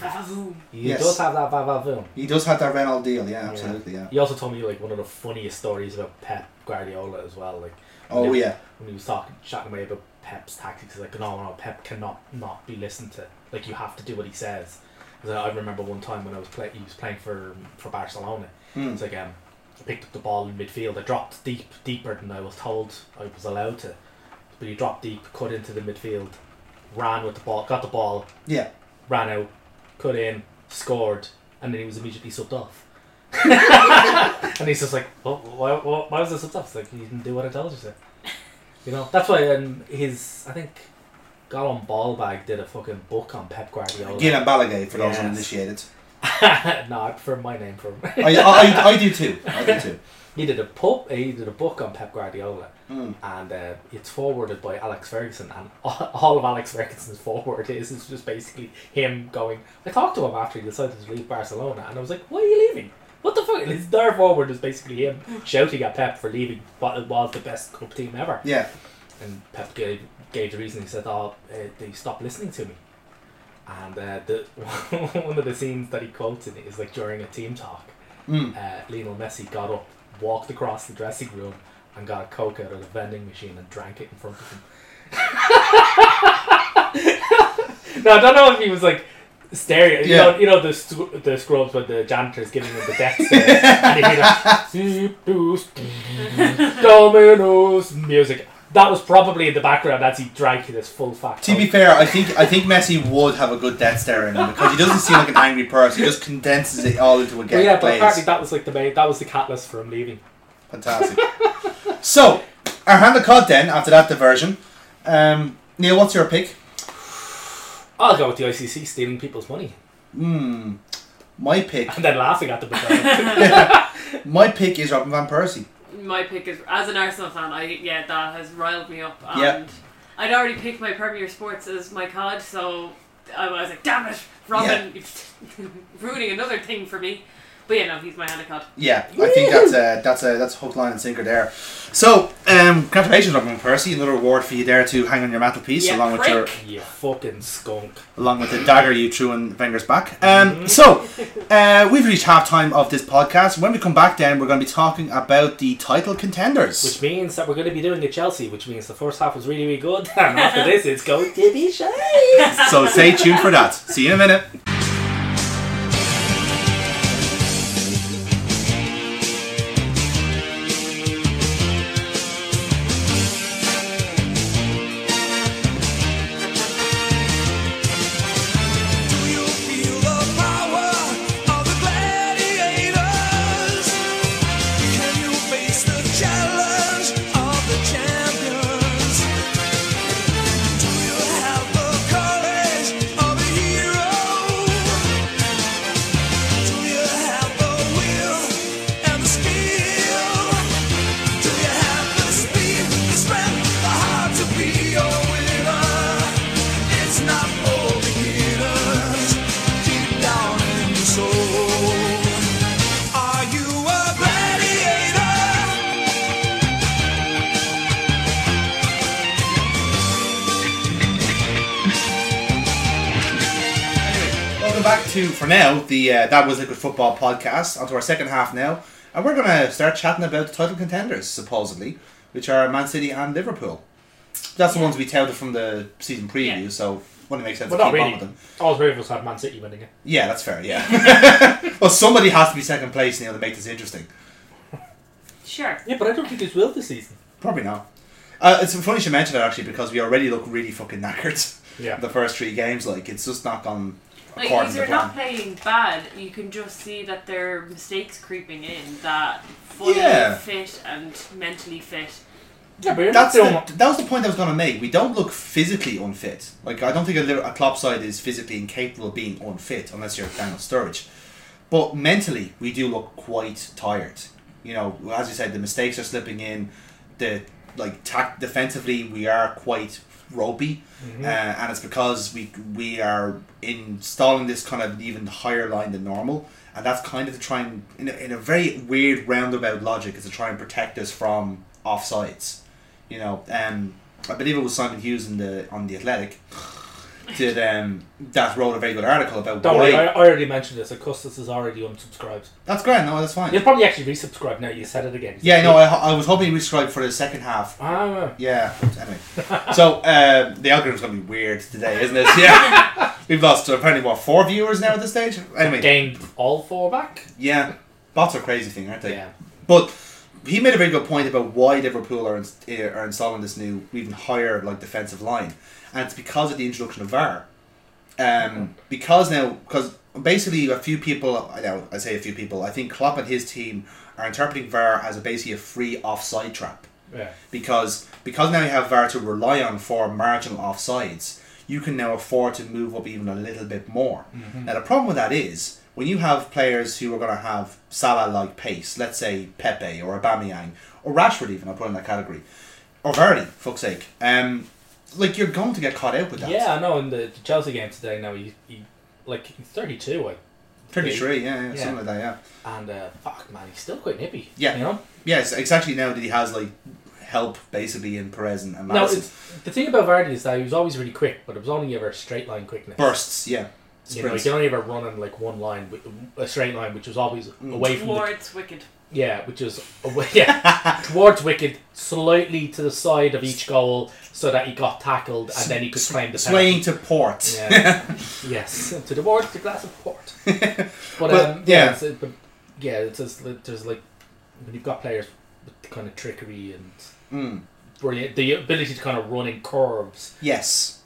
S4: Vavoom.
S5: He
S3: Yes.
S5: does have that va-va-voom.
S3: He does have that Reynolds deal, yeah, absolutely, yeah.
S5: He also told me like one of the funniest stories about Pep Guardiola as well. Like, when
S3: Oh,
S5: he-
S3: yeah.
S5: when he was talking, chatting away about Pep's tactics, he's like, no, no, Pep cannot not be listened to. Like, you have to do what he says. So I remember one time when I was play, he was playing for for Barcelona.
S3: Hmm.
S5: It's like um, I picked up the ball in midfield. I dropped deep, deeper than I was told I was allowed to. But he dropped deep, cut into the midfield, ran with the ball, got the ball,
S3: Yeah.
S5: ran out, cut in, scored, and then he was immediately subbed off. and he's just like, oh, why, why, why was I subbed off? It's like, you didn't do what I told you to. You know, that's why um, his, I think, got on Ballbag did a fucking book on Pep Guardiola.
S3: Again, Balagay, for those
S5: Oh, Yes.
S3: uninitiated.
S5: no, I prefer my name for him.
S3: I, I, I do too. I do too.
S5: he did a pub, he did a book on Pep Guardiola, and uh, it's forwarded by Alex Ferguson, and all, all of Alex Ferguson's forward is is just basically him going. I talked to him after he decided to leave Barcelona, and I was like, "Why are you leaving? What the fuck?" And His their forward is basically him shouting at Pep for leaving what was the best club team ever,
S3: Yeah.
S5: and Pep gave gave the reason. He said, "Oh, uh, they stopped listening to me." And uh, the one of the scenes that he quotes in it is like during a team talk, uh, Lionel Messi got up, walked across the dressing room, and got a coke out of the vending machine and drank it in front of him. now I don't know if he was like staring. You
S3: Yeah.
S5: know, you know the sc- the scrubs when the janitor's giving him the death stare, and he'd be like, "Zeep, doos, Domino's music. That was probably in the background as he drank this full fact.
S3: To be fair, I think I think Messi would have a good death stare in him because he doesn't seem like an angry person. He just condenses it all into a
S5: But
S3: game.
S5: yeah, but apparently that was like the main, that was the catalyst for him leaving.
S3: Fantastic. so, our hand of cod then, after that diversion. Um, Neil, what's your pick?
S5: I'll go with the ICC stealing people's money
S3: My pick.
S5: and then laughing at them. about it.
S3: My pick is Robin Van Persie.
S4: My pick is as an Arsenal fan. I yeah, that has riled me up. And
S3: Yeah.
S4: I'd already picked my Premier Sports as my cod, so I was like, damn it, Robin, you're ruining another thing for me. But yeah, no, he's my hand of cod.
S3: Yeah, I think that's a that's a that's hook, line, and sinker there. So, um, congratulations, Robin Van Persie. Another award for you there to hang on your mantelpiece,
S4: Yeah,
S3: along with your
S4: prick.
S5: you fucking skunk.
S3: along with the dagger you threw in Wenger's back. Um, so, uh, we've reached half time of this podcast. When we come back, then we're going to be talking about the title contenders.
S5: Which means that we're going to be doing a Chelsea, which means the first half was really, really good. And after this, it's going to be shite.
S3: so, stay tuned for that. See you in a minute.
S8: Do you have the courage of a hero?
S3: back to for now the uh, that was liquid football podcast. Onto our second half now, and we're gonna start chatting about the title contenders supposedly, which are Man City and Liverpool. That's the ones we touted from the season preview,
S4: Yeah.
S3: so wouldn't it make sense
S5: Well,
S3: to
S5: not
S3: keep on with
S5: really.
S3: them.
S5: All three of us had Man City winning it.
S3: Yeah, that's fair. Yeah. well, somebody has to be second place now to make this interesting.
S4: Sure.
S5: Yeah, but I don't think this will this season.
S3: Probably not. Uh, it's funny you should mention that actually because we already look really fucking knackered.
S5: Yeah.
S3: The first three games, like it's just not gone
S4: Like,
S3: according
S4: these
S3: to
S4: are
S3: plan.
S4: not playing bad. You can just see that their mistakes creeping in. That fully
S3: Yeah.
S4: fit and mentally fit.
S5: Yeah, but you're
S3: That's
S5: not doing
S3: the, that was the point I was going to make. We don't look physically unfit. Like I don't think a, Liver- a Klopp side is physically incapable of being unfit unless you're Daniel Sturridge. But mentally, we do look quite tired. You know, as you said, the mistakes are slipping in. The like tac- defensively, we are quite ropey, uh, and it's because we we are installing this kind of even higher line than normal, and that's kind of to try and in a, in a very weird roundabout logic is to try and protect us from offsides. You know, um, I believe it was Simon Hughes in the on the Athletic. Did um, that wrote a very good article about
S5: Don't
S3: why
S5: worry, I, I already mentioned this. Augustus is already unsubscribed.
S3: that's great. No, that's fine.
S5: He's probably actually resubscribed now. You said it again.
S3: Yeah, no, I, I was hoping he rescribed for the second half.
S5: Ah,
S3: Yeah, anyway. so um, the algorithm's gonna be weird today, isn't it? Yeah, we've lost apparently what four viewers now at this stage. Anyway,
S5: gained all four back.
S3: yeah, bots are crazy thing, aren't they?
S5: Yeah.
S3: But he made a very good point about why Liverpool are, ins- eh, are installing this new, even higher like defensive line, and it's because of the introduction of VAR. Um, because now, because basically a few people, I know I say a few people, I think Klopp and his team are interpreting VAR as a basically a free offside trap
S5: Yeah.
S3: because because now you have VAR to rely on for marginal offsides, you can now afford to move up even a little bit more.
S5: Mm-hmm.
S3: Now the problem with that is when you have players who are going to have Salah-like pace, let's say Pepe or Aubameyang or Rashford, even I'll put in that category, or Vardy, fuck's sake, um, like you're going to get caught out with that.
S5: Yeah, I know. In the, the Chelsea game today, now he, he like he's thirty two, like,
S3: thirty-three, yeah, yeah,
S5: Yeah.
S3: something like that, yeah.
S5: and uh, fuck man, he's still quite nippy.
S3: Yeah.
S5: you know.
S3: Yes, exactly. Now that he has like help basically in Perez and, and
S5: Now
S3: Madison.
S5: it's, the thing about Vardy is that he was always really quick, but it was only ever straight line quickness.
S3: bursts, yeah,
S5: You know, he
S3: sprints.
S5: could only ever run in like one line, wi- a straight line, which was always away from the
S4: Towards wicked.
S5: Yeah, which is away, yeah, towards wicked, slightly to the side of each goal, so that he got tackled and then he could claim the
S3: Swaying
S5: penalty.
S3: to port.
S5: Yeah. yes, to the board, the glass of port. But, um,
S3: yeah.
S5: yeah, it's, uh, but yeah, it's just, li- there's like when you've got players with the kind of trickery and
S3: Mm.
S5: brilliant, the ability to kind of run in curves.
S3: Yes.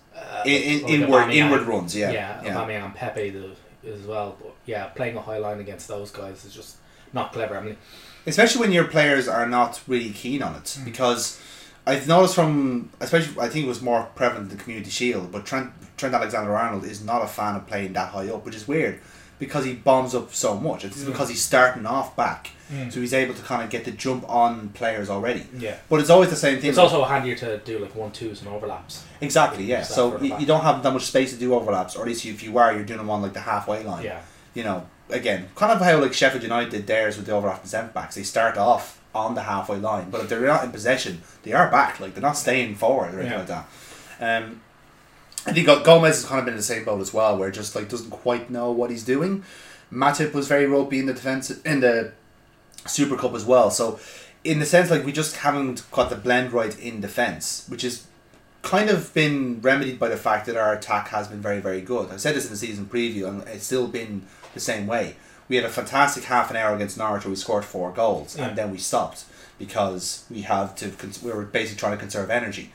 S3: in, in,
S5: Uh, like
S3: inward
S5: Aubameyang.
S3: inward runs, yeah.
S5: yeah, Aubameyang and Pepe the, as well. But yeah, playing a high line against those guys is just not clever. I mean,
S3: Especially when your players are not really keen on it,
S5: Mm.
S3: because I've noticed from especially I think it was more prevalent in the Community Shield, but Trent Trent Alexander Arnold is not a fan of playing that high up, which is weird because he bombs up so much.
S5: Mm.
S3: It's because he's starting off back, so he's able to kind of get the jump on players already.
S5: Yeah.
S3: but it's always the same thing.
S5: it's also handier to do like one twos and overlaps.
S3: Exactly, yeah.
S5: Except
S3: So
S5: for the
S3: you,
S5: back.
S3: you don't have that much space to do overlaps, or at least if you are, you're doing them on like the halfway line.
S5: Yeah.
S3: You know, again, kind of how like Sheffield United did theirs with the overlapping centre backs. They start off on the halfway line, but if they're not in possession, they are back. Like they're not staying forward or anything
S5: Yeah.
S3: like that. Um, I think Gomez has kind of been in the same boat as well, where just like doesn't quite know what he's doing. Matip was very ropey in the defense in the Super Cup as well. So, in the sense, like we just haven't got the blend right in defense, which is kind of been remedied by the fact that our attack has been very, very good. I said this in the season preview, and it's still been the same way. We had a fantastic half an hour against Norwich where we scored four goals,
S5: Yeah.
S3: and then we stopped because we have to. cons- We were basically trying to conserve energy.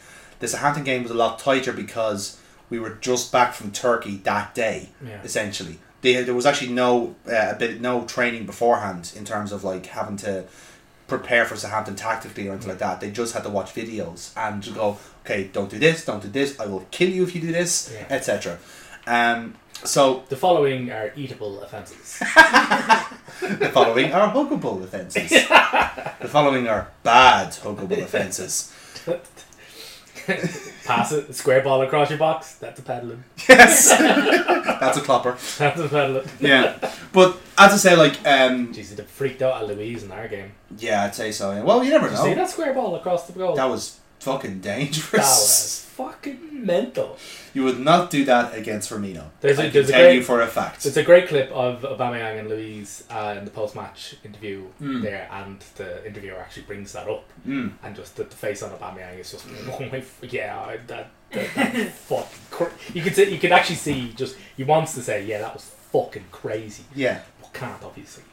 S3: The Southampton game was a lot tighter because we were just back from Turkey that day,
S5: Yeah.
S3: essentially. They, there was actually no uh, a bit no training beforehand in terms of like having to prepare for Southampton tactically or anything like that. They just had to watch videos and to go, okay, don't do this, don't do this. I will kill you if you do this,
S5: Yeah.
S3: etc. Um, so
S5: The following are eatable offences.
S3: the following are huggable offences. the following are bad huggable offences.
S5: Pass it, square ball across your box. That's a peddling.
S3: Yes, that's a clopper.
S5: That's a peddling.
S3: Yeah, but as I say, like, um,
S5: Jeez, they freaked out at Louise in our game.
S3: yeah, I'd say so. yeah. Well, you never
S5: Did
S3: know.
S5: you see that square ball across the goal?
S3: That was fucking
S5: That
S3: dangerous.
S5: was fucking mental.
S3: You would not do that against Firmino.
S5: There's a-
S3: I can
S5: there's a
S3: tell
S5: great-
S3: you for a fact.
S5: It's a great clip of Aubameyang and Louise uh, in the post-match interview there, and the interviewer actually brings that up, mm. and just the, the face on Aubameyang is just, oh my, f- yeah, I- that, that, that fucking. Cr-. You could see, you could actually see just he wants to say, yeah, that was fucking crazy.
S3: yeah,
S5: But can't obviously.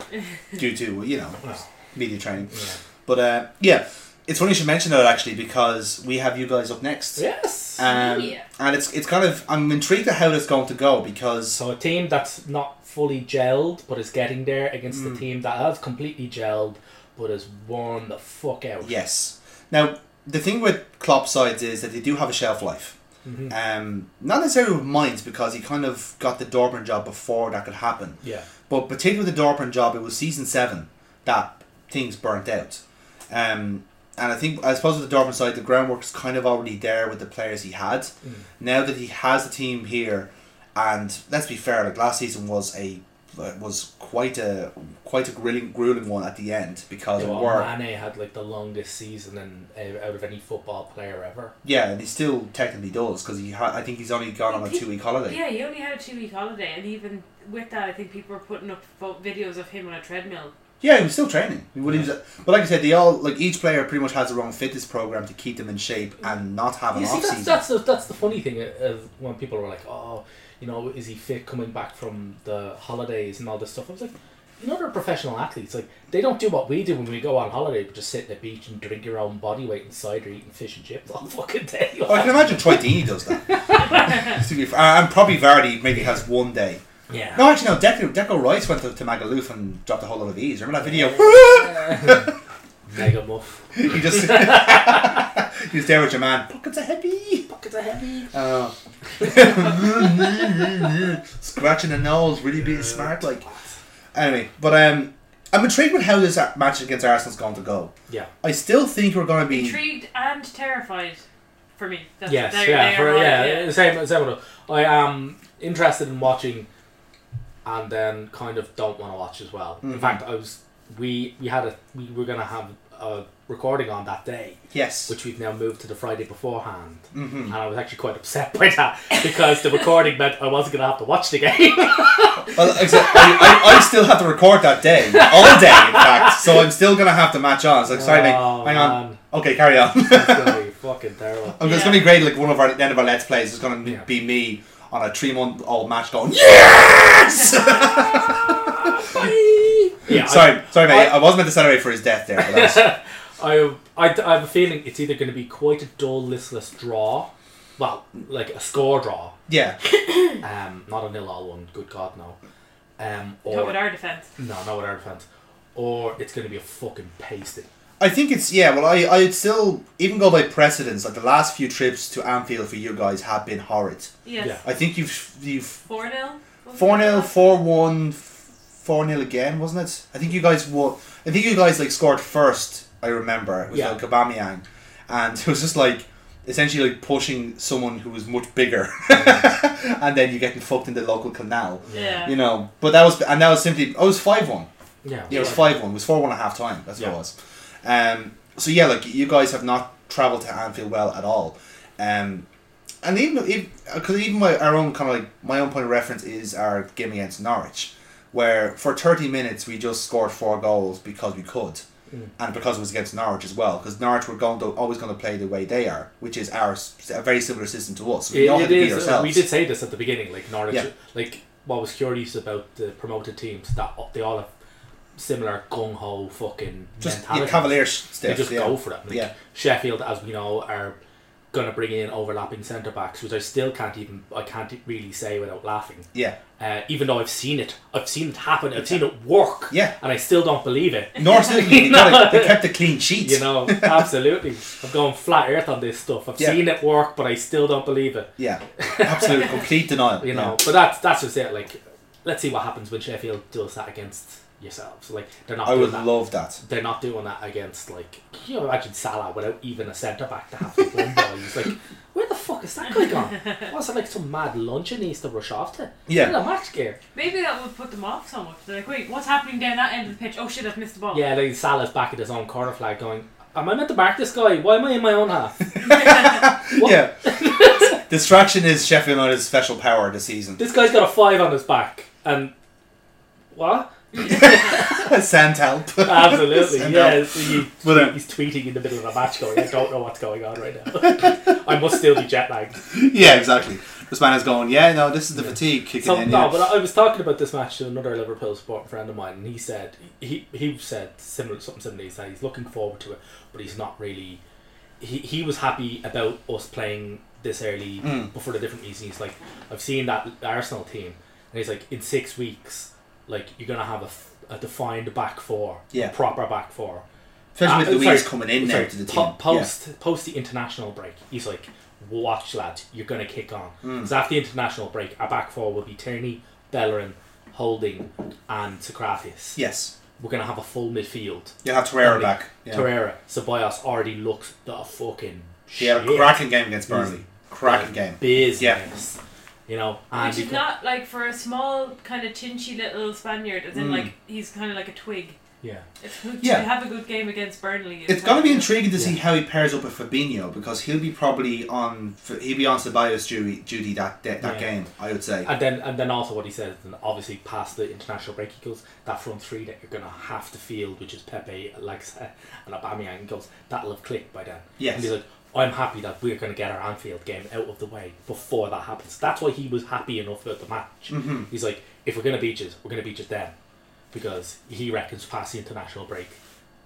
S3: due to you know
S5: Well,
S3: media training.
S5: yeah.
S3: But uh, yeah, it's funny you should mention that actually because we have you guys up next.
S5: Yes.
S3: Um,
S4: Yeah.
S3: And it's it's kind of I'm intrigued at how it's going to go because
S5: so a team that's not fully gelled but is getting there against
S3: Mm.
S5: the team that has completely gelled but has worn the fuck out.
S3: yes. Now the thing with Klopp sides is that they do have a shelf life.
S5: Mm-hmm.
S3: Um, not necessarily with Mainz because he kind of got the Dortmund job before that could happen.
S5: Yeah.
S3: But particularly with the Dortmund job, it was season seven that things burnt out. Um, and I think, I suppose, with the Dortmund side, the groundwork is kind of already there with the players he had.
S5: Mm.
S3: Now that he has the team here, and let's be fair, like last season was a was quite a quite a grueling grueling one at the end because
S5: Yeah,
S3: it
S5: well,
S3: were
S5: Mane had like the longest season in, uh, out of any football player ever.
S3: yeah, and he still technically does because he ha- I think he's only gone on a
S4: He-
S3: two week holiday.
S4: Yeah, he only had a two week holiday, and even with that, I think people were putting up fo- videos of him on a treadmill.
S3: Yeah, he was still training. He would, he was, but like I said, they all like each player pretty much has their own fitness program to keep them in shape and not have an
S5: You
S3: off
S5: see, that's,
S3: season.
S5: that's, the, that's the funny thing uh, of when people were like, oh, you know, is he fit coming back from the holidays and all this stuff? I was like, you know, they're professional athletes. Like, they don't do what we do when we go on holiday, but just sit at the beach and drink your own body weight in cider, eating fish and chips all fucking day.
S3: Well, Oh, I can imagine Troy Deeney does that. To be fair. and probably Vardy maybe has one day.
S5: Yeah.
S3: No, actually, no. Deco, Deco Rice went to, to Magaluf and dropped a whole lot of E's. Remember that video?
S5: Mega muff.
S3: he just he was there with your man. Pockets are heavy. Pockets are heavy. Oh. Scratching the nose, really being smart. Like anyway, but um, I'm intrigued with how this match against Arsenal's going to go.
S5: Yeah.
S3: I still think we're going to be.
S4: Intrigued and terrified for me. That's,
S5: Yes,
S4: they're-
S5: yeah,
S4: they
S5: for,
S4: are
S5: yeah,
S4: right,
S5: same, same with us. I am interested in watching, and then kind of don't want to watch as well. In fact, I was we we had a we were gonna have a recording on that day,
S3: Yes.
S5: which we've now moved to the Friday beforehand, mm-hmm. and I was actually quite upset by that because the recording meant I wasn't gonna have to watch the game.
S3: Well, exactly. I, I, I still have to record that day, all day, in fact. So I'm still gonna have to match on. So like, sorry, mate.
S5: Oh,
S3: Hang on.
S5: man.
S3: Okay, carry on.
S5: it's gonna be fucking terrible.
S3: I'm- It's
S4: Yeah.
S3: gonna be great. Like one of our the end of our let's plays is gonna
S5: Yeah.
S3: be me on a three month old match going yes.
S5: Yeah, I-
S3: sorry, sorry, mate.
S5: I-
S3: I, was meant to celebrate for his death there. But that was-
S5: I, I, I have a feeling it's either going to be quite a dull, listless draw. Well, like a score draw.
S3: yeah,
S5: Um, not a nil all one. Good God, no. Um, or
S4: Not with our defence.
S5: no, not with our defense. Or it's going to be a fucking pasting.
S3: I think it's yeah. Well, I I'd still even go by precedence. Like the last few trips to Anfield for you guys have been horrid.
S4: Yes.
S5: Yeah.
S3: I think you've you've
S4: 4 0?
S3: Four 0 four one, four 0 again, wasn't it? I think you guys won. I think you guys like scored first. I remember it was
S5: Yeah.
S3: like Aubameyang, and it was just like essentially like pushing someone who was much bigger, and then you getting fucked in the local canal.
S4: Yeah.
S3: You know, but that was and that was simply. Oh, it was five one.
S5: Yeah.
S3: Yeah, it was five one. It was four one at half time. That's
S5: Yeah.
S3: what it was. Um, so yeah, like you guys have not travelled to Anfield well at all, um, and even because even my our own kind of like my own point of reference is our game against Norwich, where for thirty minutes we just scored four goals because we could,
S5: Mm.
S3: and because it was against Norwich as well. Because Norwich were going to always going to play the way they are, which is our s- a very similar system to us. We
S5: It-
S3: all had
S5: it
S3: to beat
S5: is. uh,
S3: ourselves.
S5: We did say this at the beginning. Like Norwich.
S3: Yeah.
S5: Like what was curious about the promoted teams that they all have similar gung ho fucking
S3: just
S5: mentality.
S3: yeah, Cavalier stuff.
S5: they just
S3: yeah.
S5: go for it. Like
S3: Yeah.
S5: Sheffield, as we know, are going to bring in overlapping centre backs, which I still can't even I can't really say without laughing.
S3: Yeah.
S5: Uh, even though I've seen it, I've seen it happen, I've seen it work.
S3: Yeah.
S5: And I still don't believe it.
S3: Norwich, they, got a- they kept a clean sheet.
S5: You know, absolutely. I've gone flat earth on this stuff. I've
S3: Yeah.
S5: seen it work, but I still don't believe it.
S3: Yeah, absolute complete denial.
S5: You
S3: yeah.
S5: know, but that's that's just it. Like, let's see what happens when Sheffield does that against yourselves. Like, they're not.
S3: I
S5: doing
S3: would
S5: that.
S3: love that.
S5: they're not doing that against like can you imagine Salah without even a centre back to have to run by. He's like, where the fuck is that guy gone? Was it like some mad luncheon he needs to rush off to?
S3: Yeah.
S5: In a match game.
S4: Maybe that would put them off so much. They're like, wait, what's happening down that end of the pitch? Oh shit, I've missed the ball.
S5: Yeah, like Salah's back at his own corner flag going, am I meant to mark this guy? Why am I in my own half? What?
S3: Yeah. Distraction is Sheffield United's special power this season.
S5: This guy's got a five on his back, and what?
S3: Send help.
S5: Absolutely,
S3: Send
S5: yeah.
S3: help. uh,
S5: so you-
S3: Well, then-
S5: he's tweeting in the middle of a match, going, "I don't know what's going on right now. I must still be jet lagged."
S3: yeah, exactly. This man is going, yeah, no, this is the fatigue kicking
S5: So
S3: in.
S5: no,
S3: yeah.
S5: but uh, I I was talking about this match to another Liverpool support friend of mine, and he said he he said similar something similar. He said he's looking forward to it, but he's not really. He he was happy about us playing this early,
S3: Mm.
S5: but for the different reason. He's like, I've seen that Arsenal team, and he's like, in six weeks, like you're gonna have a, f- a defined back four,
S3: Yeah.
S5: proper back four.
S3: Especially with
S5: Ah,
S3: Louise
S5: sorry,
S3: coming in
S5: sorry,
S3: now to the
S5: po-
S3: team. Yeah.
S5: Post post the international break, he's like, "Watch, lad, you're gonna kick on."
S3: Hmm.
S5: Because after the international break, our back four will be Tierney, Bellerin, Holding, and Socrates.
S3: Yes.
S5: We're gonna have a full midfield.
S3: You'll have Torreira
S5: Only
S3: back. Yeah.
S5: Torreira, Ceballos already looks the fucking
S3: He had
S5: shit.
S3: a cracking game against Burnley.
S5: He's
S3: Cracking game.
S5: Business.
S3: Yeah.
S5: You know, and
S4: Which
S5: you've
S4: is
S5: got-
S4: not like for a small kind of tinchy little Spaniard,
S5: Mm.
S4: as in like he's kind of like a twig.
S5: yeah.
S4: It's good
S3: Yeah.
S4: to have a good game against Burnley.
S3: It's going to be
S4: like-
S3: intriguing to see
S5: Yeah.
S3: how he pairs up with Fabinho because he'll be probably on he'll be on Ceballos duty, duty that that, that
S5: Yeah.
S3: game. I would say.
S5: And then, and then also what he says, and obviously past the international break, he goes that front three that you're gonna have to field, which is Pepe, Alexa, and Aubameyang. He goes that'll have clicked by then.
S3: Yes.
S5: And he's like, I'm happy that we're gonna get our Anfield game out of the way before that happens. That's why he was happy enough about the match.
S3: Mm-hmm.
S5: He's like, if we're gonna beat it, we're gonna beat it then, because he reckons past the international break,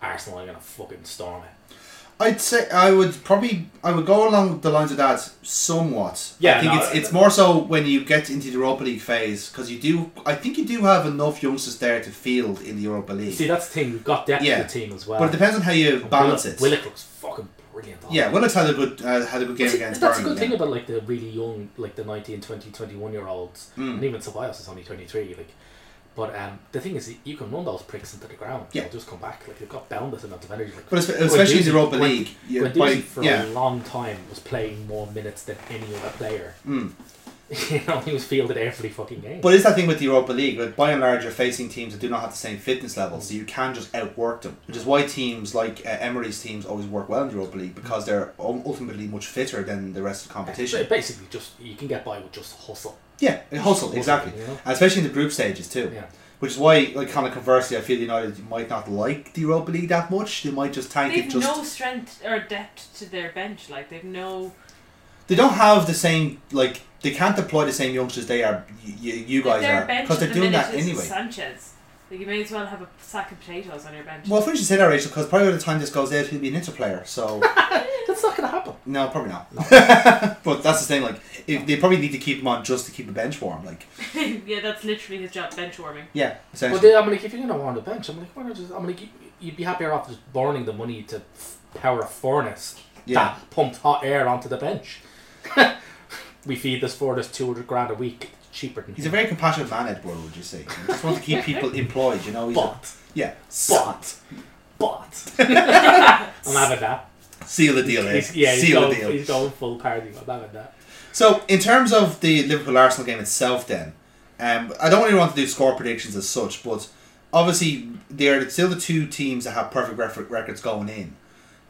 S5: Arsenal are gonna fucking storm it.
S3: I'd say I would probably I would go along the lines of that somewhat. I
S5: Yeah,
S3: think
S5: no,
S3: it's
S5: I-
S3: it's more so when you get into the Europa League phase because you do I think you do have enough youngsters there to field in the Europa League.
S5: See, that's the thing. We've got depth
S3: Yeah.
S5: to the team as well.
S3: but it depends on how you balance
S5: Willock-
S3: it.
S5: Willock looks fucking brilliant. on
S3: yeah, Willock's had a good uh, had a good game
S5: See,
S3: against
S5: that's a
S3: Burnley.
S5: good
S3: yeah.
S5: thing about like the really young like the 19 20 21 year olds
S3: Hmm.
S5: and even Ceballos is only 23 like but um, the thing is you can run those pricks into the ground
S3: Yeah.
S5: they'll just come back like they've got boundless amounts of energy like,
S3: But espe- especially in the
S5: Guendouzi-
S3: Europa
S5: Guend-
S3: League, yeah,
S5: Guendouzi
S3: by-
S5: for
S3: yeah.
S5: a long time was playing more minutes than any other player you know he was fielded every fucking game
S3: Hmm. But it's that thing with the Europa League, but by and large, you're facing teams that do not have the same fitness level, so you can just outwork them. Which is why teams like uh, Emery's teams always work well in the Europa League because they're ul- ultimately much fitter than the rest of the
S5: so
S3: competition.
S5: basically just you can get by with just hustle
S3: Yeah, and hustle exactly,
S5: you know?
S3: and especially in the group stages too.
S5: Yeah.
S3: Which is why, like, kind of conversely, I feel United might not like the Europa League that much. They might just tank
S4: They've
S3: it. Just
S4: no strength or depth to their bench. Like they've no.
S3: they don't have the same like they can't deploy the same youngsters they are. Y- y- you guys
S4: their
S3: are
S4: bench
S3: because
S4: at
S3: they're
S4: the
S3: doing
S4: minute
S3: that
S4: is
S3: anyway.
S4: Sanchez. Like you may as well have a sack of potatoes on your bench.
S3: Well, finish say that, Rachel, because probably by the time this goes out, he'll be an interplayer. So.
S5: that's not gonna happen
S3: No, probably not. but that's the thing. Like, if, they probably need to keep him on just to keep the bench warm. Like,
S4: yeah, that's literally his job, bench warming.
S3: yeah,
S5: But
S3: essentially.
S5: then I'm like, if you're gonna want a bench, I'm like, why not just? I'm like, you- you'd be happier off just burning the money to f- power a furnace
S3: Yeah.
S5: that pumps hot air onto the bench. we feed this furnace two hundred grand a week, It's cheaper than
S3: He's a very compassionate man, Edward. Would you say? He just wants to keep people employed. You know. He's a,
S5: but
S3: yeah.
S5: but but. I'm having that.
S3: Seal the deal, eh?
S5: He's, yeah, he's
S3: Seal the
S5: going,
S3: deal.
S5: he's going full party. I'm having that.
S3: So, in terms of the Liverpool Arsenal game itself, then, um, I don't really want to do score predictions as such, but obviously they're still the two teams that have perfect ref- records going in.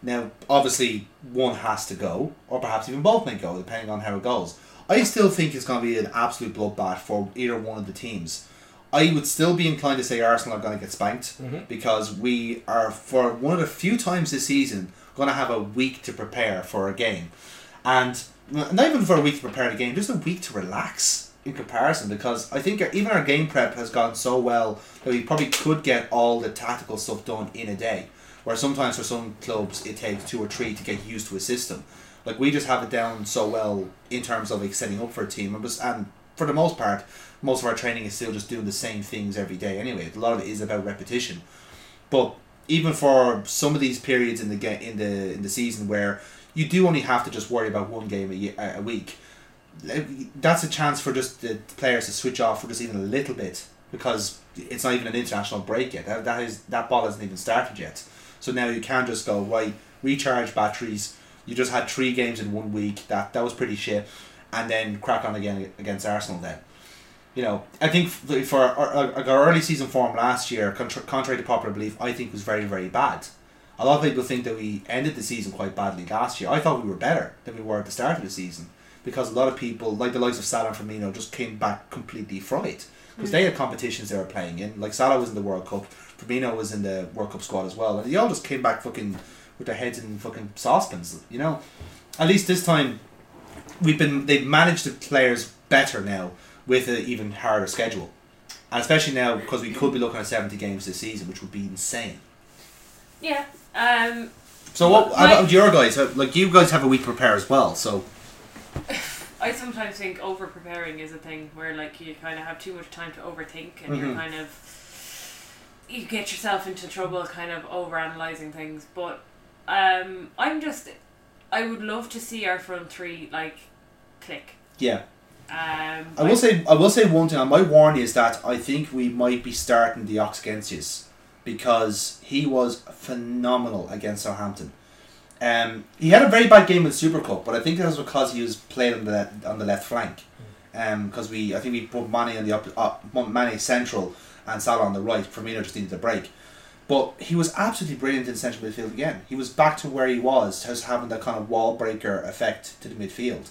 S3: Now, obviously, one has to go, or perhaps even both may go, depending on how it goes. I still think it's going to be an absolute bloodbath for either one of the teams. I would still be inclined to say Arsenal are going to get spanked because we are, for one of the few times this season, going to have a week to prepare for a game. And not even for a week to prepare the game, just a week to relax in comparison because I think even our game prep has gone so well that we probably could get all the tactical stuff done in a day. Where sometimes for some clubs it takes two or three to get used to a system. Like we just have it down so well in terms of like setting up for a team, and bes- and for the most part, most of our training is still just doing the same things every day. Anyway, a lot of it is about repetition. But even for some of these periods in the ga- in the in the season where you do only have to just worry about one game a, ye- a week, that's a chance for just the players to switch off for just even a little bit because it's not even an international break yet. That, that is that ball hasn't even started yet. So now you can just go right, recharge batteries. You just had three games in one week. That that was pretty shit, and then crack on again against Arsenal then you know, I think f- for uh, our, our, our early season form last year, contra- contrary to popular belief, I think was very, very bad. A lot of people think that we ended the season quite badly last year. I thought we were better than we were at the start of the season because a lot of people, like the likes of Salah and Firmino, just came back completely fried because they had competitions they were playing in. Like Salah was in the World Cup, Firmino was in the World Cup squad as well, and they all just came back fucking with their heads in fucking saucepans, you know. At least this time, we've been they've managed the players better now with an even harder schedule, and especially now because we could be looking at seventy games this season, which would be insane.
S4: Yeah. Um,
S3: So what
S4: Well,
S3: about
S4: my-
S3: your guys? Like you guys have a week to prepare as well, so
S4: I sometimes think over preparing is a thing where like you kind of have too much time to overthink and
S3: Mm-hmm.
S4: you're kind of you get yourself into trouble kind of over analyzing things but um I'm just I would love to see our front three like click
S3: yeah.
S4: um
S3: I will say I will say one thing. I might warn you is that I think we might be starting the Ox against you because he was phenomenal against Southampton. Um, he had a very bad game in Super Cup, but I think that was because he was playing on the left, on the left flank. Because we I think we put Mane on the up, up Mane central and Salah on the right. Firmino just needed a break. But he was absolutely brilliant in central midfield again. He was back to where he was, just having that kind of wall breaker effect to the midfield.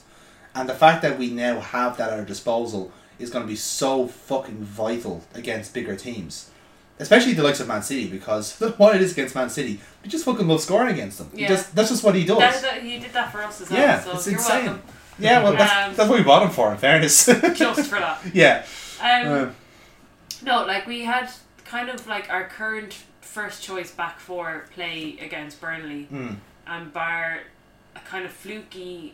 S3: And the fact that we now have that at our disposal is going to be so fucking vital against bigger teams. Especially the likes of Man City, because what it is against Man City, we just fucking love scoring against them. He
S4: Yeah.
S3: just- that's just what he does.
S4: that, that, you did that for us as well
S3: yeah,
S4: so
S3: it's
S4: you're
S3: insane.
S4: welcome
S3: Yeah, well, that's,
S4: Um,
S3: that's what we bought him for, in fairness.
S4: just for that
S3: yeah.
S4: um
S3: Uh,
S4: No, like we had kind of like our current first choice back four play against Burnley,
S3: Hmm.
S4: and bar a kind of fluky,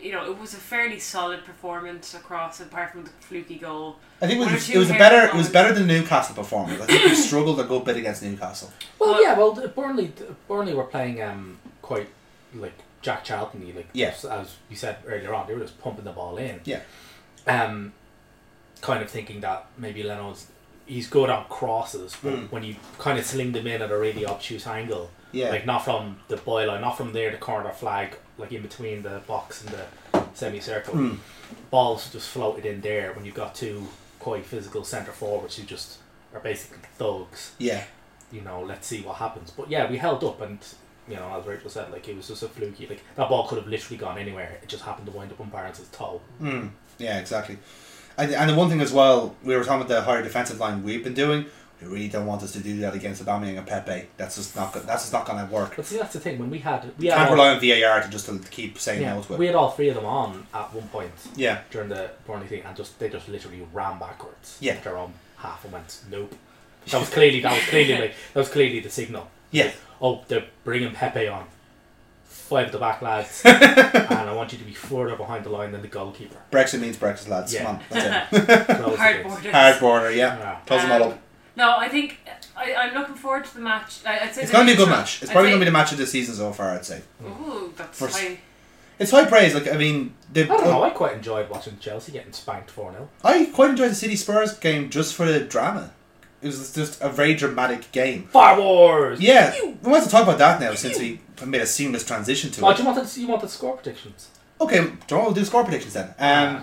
S4: you know, it was a fairly solid performance across, apart from the fluky goal.
S3: I think it
S4: One or
S3: was,
S4: two
S3: it was a
S4: hair
S3: better it was
S4: problems.
S3: better than Newcastle performance. I think we struggled a good bit against Newcastle.
S5: Well,
S4: But-
S5: yeah. Well, the Burnley, the Burnley were playing um quite like Jack Charlton. Like
S3: Yeah.
S5: as, as you said earlier on, they were just pumping the ball in.
S3: Yeah.
S5: Um, kind of thinking that maybe Leno's he's good on crosses, but
S3: Hmm.
S5: when you kind of sling them in at a really obtuse angle,
S3: Yeah.
S5: like not from the byline, not from there the corner flag, like in between the box and the semicircle,
S3: Hmm.
S5: balls just floated in there when you've got two quite physical centre forwards who just are basically thugs
S3: Yeah.
S5: you know, let's see what happens. But yeah, we held up, and you know, as Rachel said, like it was just a fluky. Like that ball could have literally gone anywhere. It just happened to wind up on Barnes' toe.
S3: Hmm. Yeah, exactly. And, and the one thing as well, we were talking about the higher defensive line we've been doing. We really don't want us to do that against Aubameyang and Pepe. That's just not go- that's just not going to work.
S5: But see, that's the thing. When we had we had
S3: Can't
S5: all,
S3: rely on VAR to just to keep saying
S5: yeah,
S3: no to it.
S5: we had all three of them on at one point
S3: yeah,
S5: during the Burnley thing, and just they just literally ran backwards.
S3: Yeah.
S5: at their own half and went nope. That was clearly that was clearly like that was clearly the signal.
S3: yeah,
S5: Oh, they're bringing Pepe on. Five at the back lads, and I want you to be further behind the line than the goalkeeper.
S3: Brexit means Brexit, lads.
S5: Yeah.
S3: Come on, that's it.
S5: Close the
S4: Hard
S5: gates.
S4: borders.
S3: Hard border, yeah.
S5: Yeah.
S3: Close them all
S4: Um,
S3: up.
S4: No, I think I, I'm looking forward to the match. I, I'd say
S3: It's
S4: the
S3: going to be a good
S4: neutral-
S3: match. It's
S4: I'd
S3: probably
S4: say-
S3: going to be the match of the season so far. I'd say
S5: Mm.
S4: Ooh, that's
S3: First-
S4: high.
S3: it's high praise. Like I mean, they
S5: I don't know. I quite enjoyed watching Chelsea getting spanked 4 0.
S3: I quite enjoyed the City Spurs game just for the drama. It was just a very dramatic game.
S5: Fire Wars!
S3: Yeah, we want to talk about that now since we made a seamless transition to
S5: Oh,
S3: it.
S5: do you want the, you want the score predictions?
S3: Okay, do we'll do score predictions then. Um,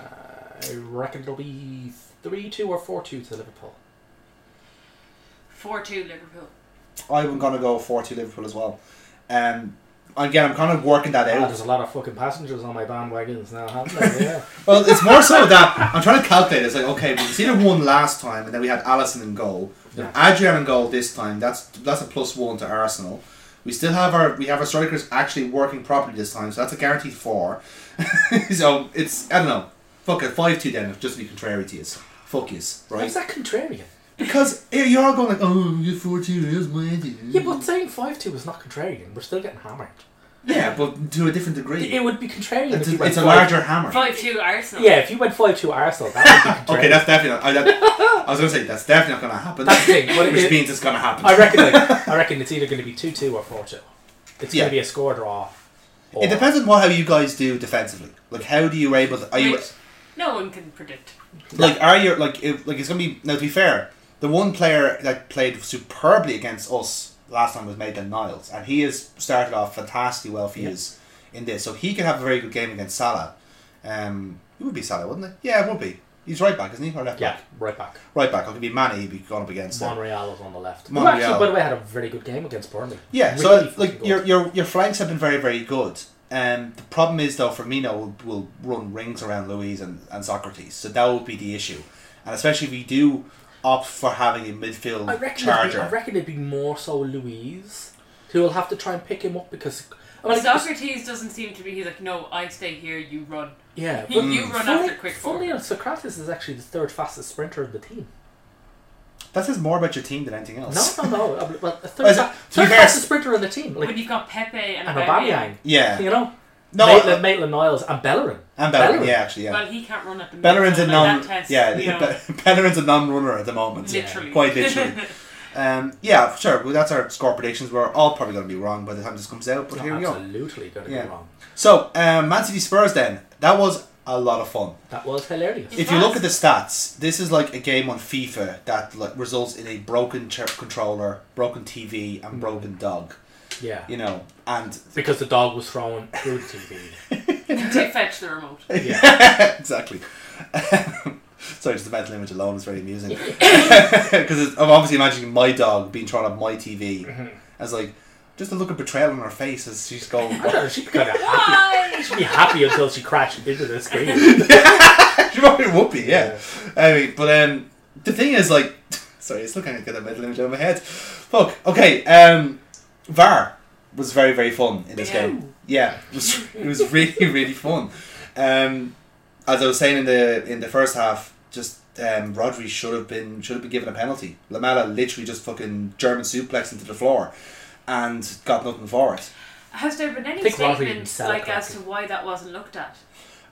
S5: I reckon it'll be 3 2 or 4 2 to Liverpool.
S4: 4 2 Liverpool.
S3: I'm going to go 4 2 Liverpool as well. Um, again, I'm kind of working that
S5: Ah,
S3: out.
S5: there's a lot of fucking passengers on my bandwagons now, haven't there? Yeah.
S3: Well, it's more so that I'm trying to calculate. It's like okay, we've seen it one last time, and then we had Allison in goal,
S5: Yeah.
S3: Adrian in goal this time. That's that's a plus one to Arsenal. We still have our we have our strikers actually working properly this time, so that's a guaranteed four. so it's I don't know. Fuck it, five two then, just to be contrary to you. Fuck yous,
S5: Why is
S3: right?
S5: that contrarian?
S3: Because eh, you're all going like, oh, you're four two, that's my idea.
S5: Yeah, but saying 5 2 is not contrarian. We're still getting hammered.
S3: yeah, but to a different degree.
S5: It would be contrarian
S3: it's
S5: if you
S3: a,
S5: went
S3: it's a
S5: five-
S3: larger hammer.
S4: 5 2 Arsenal.
S5: Yeah, if you went 5 2 Arsenal, that would be contrarian.
S3: Okay, that's definitely. Not, I, that, I was gonna say that's definitely not gonna happen.
S5: That's the thing, what it-
S3: which means it's gonna happen.
S5: I reckon, like, I reckon it's either going to be 2 2 or 4 2. It's
S3: Yeah.
S5: going to be a score draw. Or
S3: It depends on what how you guys do defensively. Like, how do you able? To, are you
S4: Which no one can predict.
S3: like are you like if, like it's gonna be now? To be fair, the one player that played superbly against us last time was Maitland Niles, and he has started off fantastically well for us in this. So he could have a very good game against Salah. Um, it would be Salah, wouldn't it? Yeah, it would be. He's right back, isn't he? Or left
S5: Yeah,
S3: back?
S5: right back.
S3: Right back. I could be Manny. He'd be gone up against. him.
S5: Monreal is on the left. Who
S3: Monreal.
S5: actually, by the way, had a very good game against Burnley.
S3: Yeah,
S5: Really
S3: so
S5: fucking
S3: like
S5: good.
S3: your your your flanks have been very very good. Um, the problem is though, Firmino will, will run rings around Louise and, and Socrates, so that would be the issue, and especially if you do opt for having a midfield
S5: I reckon, it'd be,
S3: charger.
S5: I reckon it'd be more so Louise, who will have to try and pick him up because. I mean, like,
S4: Socrates doesn't seem to be. He's like, no, I stay here. You run.
S5: yeah,
S4: He,
S5: but
S4: You run
S5: funny,
S4: after quick
S5: funny
S4: forward.
S5: enough, Socrates is actually the third fastest sprinter of the team.
S3: that says more about your team than anything
S5: No,
S3: else.
S5: no, no. uh, Well, the
S3: Well,
S5: third,
S3: is it- to
S5: fa-
S3: be
S5: third
S3: fair-
S5: fastest sprinter on the team, like
S4: When you've got Pepe and,
S5: and
S4: Aubameyang.
S5: Aubameyang.
S3: Yeah.
S5: you know,
S3: No,
S5: Maitland,
S3: uh,
S5: Maitland Niles, and Bellerin.
S3: and Bellerin, yeah, actually, yeah.
S4: Well, he can't run at the minute,
S3: Bellerin's
S4: so
S3: a
S4: by
S3: non,
S4: that test,
S3: yeah,
S4: you know,
S3: Bellerin's a non-runner at the moment,
S4: Literally.
S3: quite literally. um, yeah, sure. Well, that's our score predictions. We're all probably going to be wrong by the time this comes out, but
S5: No,
S3: here we go.
S5: absolutely going to
S3: Yeah.
S5: be wrong.
S3: So, um, Man City Spurs. Then that was a lot of fun.
S5: That was hilarious.
S3: If you look at the stats, this is like a game on FIFA that like results in a broken chair controller, broken TV, and broken dog.
S5: yeah,
S3: You know, and
S5: because the dog was thrown through the TV.
S4: he did fetch the remote.
S5: Yeah,
S3: exactly. Sorry, just the mental image alone is very amusing because I'm obviously imagining my dog being thrown at my TV as like just the look of betrayal on her face as she's going.
S5: I don't know. She'd be kind of happy.
S4: Bye.
S5: She'd be happy until she crashed into the screen.
S3: she probably would be, yeah. Anyway, but um, the thing is, like, sorry, I still can't get that mental image out of my head. Fuck. Okay. Um, VAR was very very fun in this game. Yeah, it was, it was really really fun. Um, as I was saying in the in the first half, just um, Rodri should have been should have been given a penalty. Lamela literally just fucking German suplex into the floor, and got nothing for it.
S4: Has there been any
S5: Think Rodri and
S4: statements
S5: Salah
S4: like as to
S5: cracking.
S4: why that wasn't looked at?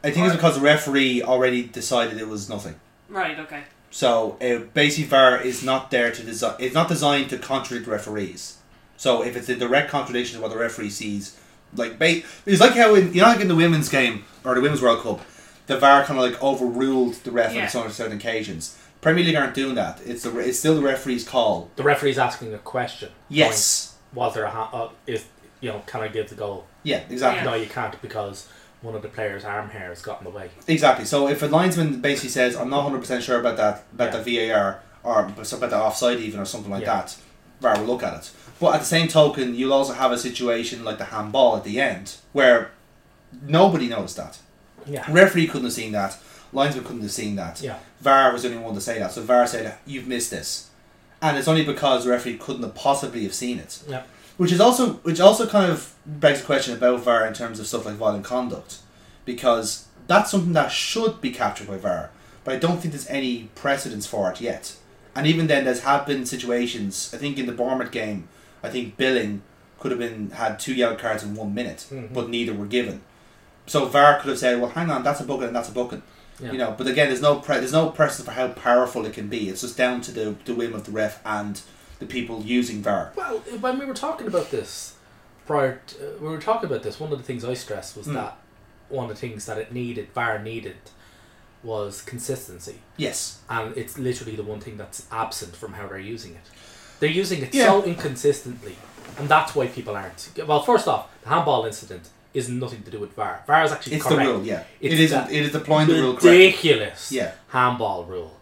S3: I think it's because the referee already decided it was nothing.
S4: Right. Okay.
S3: So uh, basically, VAR is not there to design. It's not designed to contradict referees. So if it's a direct contradiction to what the referee sees, like ba- it's like how in you know like in the women's game or the women's World Cup, the VAR kind of like overruled the ref
S4: Yeah.
S3: on certain, certain occasions. Premier League aren't doing that. It's the re- it's still the referee's call.
S5: the referee's asking a question.
S3: Yes.
S5: Going, was there a ha- uh, is you know can I give the goal?
S3: Yeah. Exactly.
S5: No, you can't because one of the player's arm hair has got in the way.
S3: Exactly. So if a linesman basically says, "I'm not 100 percent sure about that, about
S5: Yeah.
S3: the VAR or about the offside even or something like
S5: Yeah.
S3: that," VAR will look at it. But at the same token, you'll also have a situation like the handball at the end where nobody noticed that.
S5: Yeah.
S3: Referee couldn't have seen that. Linesman couldn't have seen that.
S5: Yeah.
S3: VAR was the only one to say that. So VAR said, "You've missed this," and it's only because the referee couldn't have possibly have seen it
S5: yeah.
S3: which is also which also kind of begs a question about VAR in terms of stuff like violent conduct, because that's something that should be captured by VAR, but I don't think there's any precedence for it yet. And even then, there's have been situations. I think in the Bournemouth game, I think Billing could have been had two yellow cards in one minute, but neither were given. So VAR could have said, "Well, hang on, that's a booking and that's a booking."
S5: Yeah.
S3: You know, but again, there's no pre- there's no precedent for how powerful it can be. It's just down to the the whim of the ref and the people using VAR.
S5: Well, uh, when we were talking about this prior, to, uh, we were talking about this. One of the things I stressed was that one of the things that it needed, VAR needed, was consistency,
S3: Yes.
S5: and it's literally the one thing that's absent from how they're using it. They're using it
S3: Yeah.
S5: so inconsistently, and that's why people aren't. Well, first off, the handball incident is nothing to do with VAR. VAR is actually
S3: It's the
S5: correct.
S3: rule, yeah. It is-
S5: that
S3: it is applying the rule correctly.
S5: ridiculous
S3: Yeah.
S5: handball rule.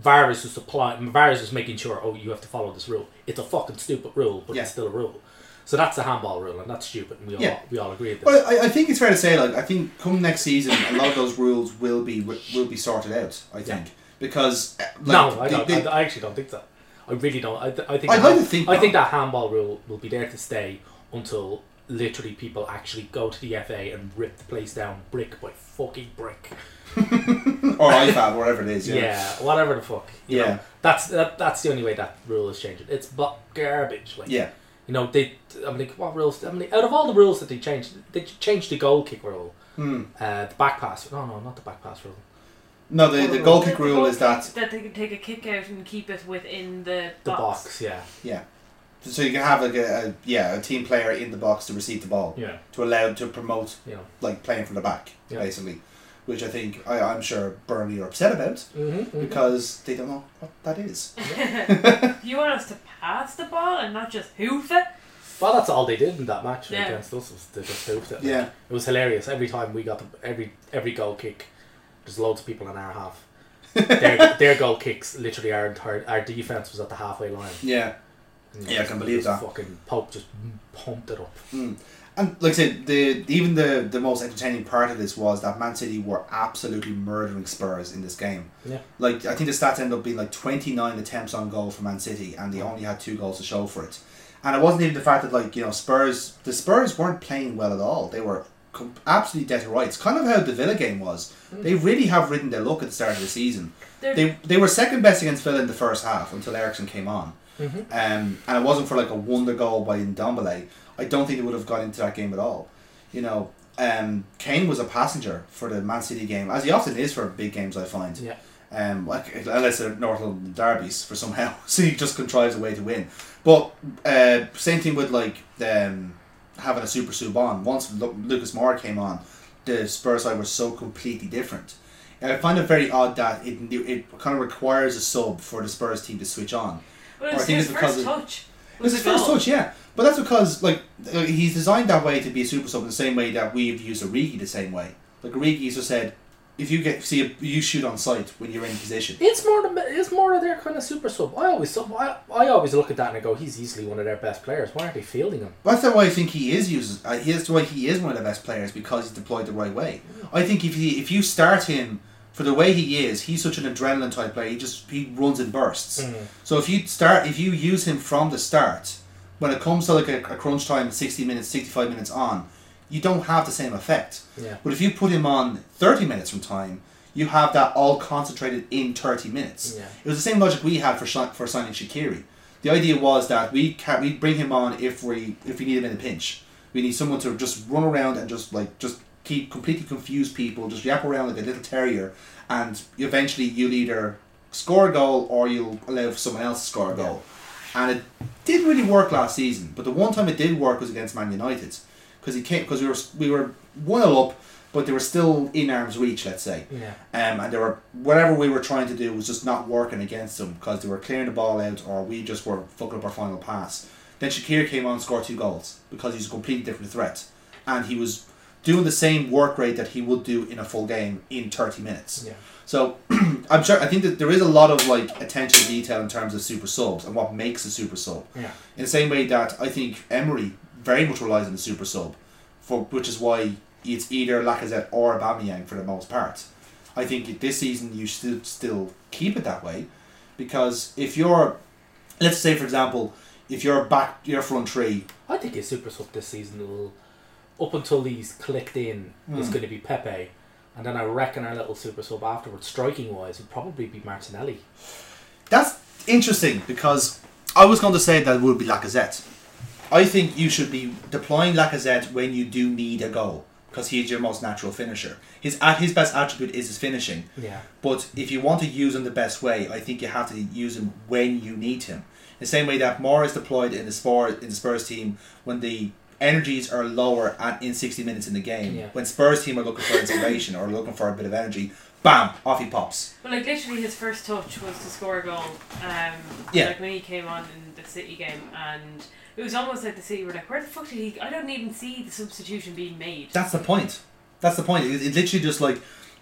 S5: VAR is just applying. VAR is just making sure. Oh, you have to follow this rule. It's a fucking stupid rule, but
S3: Yeah.
S5: it's still a rule. So that's the handball rule, and that's stupid. And we all
S3: Yeah.
S5: we all agree with this.
S3: Well, I, I think it's fair to say, like, I think come next season, a lot of those rules will be will be sorted out. I think because uh, like,
S5: no, I
S3: they-
S5: don't.
S3: they-
S5: I, I actually don't think so. I really don't. I, th- I think.
S3: I'd
S5: the
S3: like
S5: hand-
S3: to think
S5: I think
S3: not.
S5: that handball rule will be there to stay until literally people actually go to the FA and rip the place down brick by fucking brick.
S3: or IFAB, whatever it is. Yeah.
S5: Yeah, whatever the fuck. you
S3: Yeah.
S5: know. that's that, that's the only way that rule is changing. It's but garbage. Like
S3: Yeah.
S5: You know, they. I'm like, what rules? I mean, out of all the rules that they changed, they changed the goal kick rule,
S3: Hmm.
S5: uh, the back pass. No, no, not the back pass rule.
S3: No, the, the goal kick rule is that
S4: that they can take a kick out and keep it within the
S5: The
S4: box.
S5: box, yeah,
S3: yeah. So you can have like a, a yeah a team player in the box to receive the ball
S5: Yeah.
S3: to allow to promote
S5: you know.
S3: like playing from the back
S5: Yeah.
S3: basically, which I think I, I'm sure Burnley are upset about
S5: Mm-hmm,
S3: because they don't know what that is.
S4: You want us to pass the ball and not just hoof it?
S5: Well, that's all they did in that match
S4: Yeah.
S5: against us. Was they just hoofed it? like.
S3: Yeah.
S5: it was hilarious. Every time we got the every every goal kick, there's loads of people in our half. their, their goal kicks literally our entire our defense was at the halfway line.
S3: Yeah. Yeah, I can believe that. Mm.
S5: Fucking Pope just pumped it up.
S3: And like I said, the even the, the most entertaining part of this was that Man City were absolutely murdering Spurs in this game.
S5: Yeah.
S3: Like I think the stats ended up being like twenty nine attempts on goal for Man City, and they only had two goals to show for it. And it wasn't even the fact that like you know Spurs, the Spurs weren't playing well at all. They were com- absolutely dead to rights. Kind of how the Villa game was. They really have ridden their luck at the start of the season.
S4: They're-
S3: They they were second best against Villa in the first half until Ericsson came on. Um, and it wasn't for like a wonder goal by Ndombele. I don't think they would have got into that game at all. You know, um, Kane was a passenger for the Man City game, as he often is for big games. I find.
S5: Yeah.
S3: Um, like unless they're North London derbies for somehow, so he just contrives a way to win. But uh, same thing with like um, having a super sub on. Once Lu- Lucas Moore came on, the Spurs side were so completely different. And I find it very odd that it it kind of requires a sub for the Spurs team to switch on.
S4: But
S3: Or
S4: it was
S3: I think
S4: his
S3: it's because
S4: first
S3: of-
S4: touch.
S3: It was
S4: a
S3: his first
S4: goal.
S3: touch, yeah. But that's because like uh, he's designed that way to be a super sub in the same way that we've used Origi the same way. Like Origi's just said, if you get see a, you shoot on sight when you're in position.
S5: It's more the, it's more of their kind of super sub. I always sub, I, I always look at that and I go, he's easily one of their best players. Why aren't they fielding him?
S3: That's why I think he is uses. Uh, here's why he is one of the best players because he's deployed the right way. I think if he, if you start him for the way he is, he's such an adrenaline type player. He just he runs in bursts.
S5: Mm-hmm.
S3: So if you start if you use him from the start, when it comes to like a, a crunch time, sixty minutes, sixty five minutes on, you don't have the same effect.
S5: Yeah.
S3: But if you put him on thirty minutes from time, you have that all concentrated in thirty minutes.
S5: Yeah.
S3: It was the same logic we had for shi- for signing Shakiri. The idea was that we can we bring him on if we if we need him in a pinch. We need someone to just run around and just like just keep completely confuse people, just yap around like a little terrier, and eventually you'll either score a goal or you'll allow someone else to score a goal. And it didn't really work last season, but the one time it did work was against Man United, because he came because we were we were one up, but they were still in arm's reach, let's say.
S5: Yeah.
S3: Um, and they were whatever we were trying to do was just not working against them because they were clearing the ball out or we just were fucking up our final pass. Then Shakir came on and scored two goals because he's a completely different threat, and he was doing the same work rate that he would do in a full game in thirty minutes.
S5: Yeah.
S3: So I'm sure I think that there is a lot of like attention to detail in terms of super subs and what makes a super sub.
S5: Yeah.
S3: In the same way that I think Emery very much relies on the super sub, for which is why it's either Lacazette or Aubameyang for the most part. I think this season you should still keep it that way, because if you're, let's say for example, if you're back your front three,
S5: I think his super sub this season will, up until he's clicked in, is
S3: Hmm.
S5: going to be Pepe, and then I reckon our little super sub afterwards, striking wise, would probably be Martinelli.
S3: That's interesting because I was going to say that it would be Lacazette. I think you should be deploying Lacazette when you do need a goal because he is your most natural finisher. His at his best attribute is his finishing.
S5: Yeah.
S3: But if you want to use him the best way, I think you have to use him when you need him. The same way that Moore is deployed in the Spurs in the Spurs team when the energies are lower at in sixty minutes in the game.
S5: Yeah.
S3: When Spurs team are looking for inspiration or looking for a bit of energy, bam, off he pops.
S4: But like literally, his first touch was to score a goal. Um,
S3: Yeah.
S4: Like when he came on in the City game, and it was almost like the City were like, "Where the fuck did he? I don't even see the substitution being made."
S3: That's the point. That's the point. It, it literally just like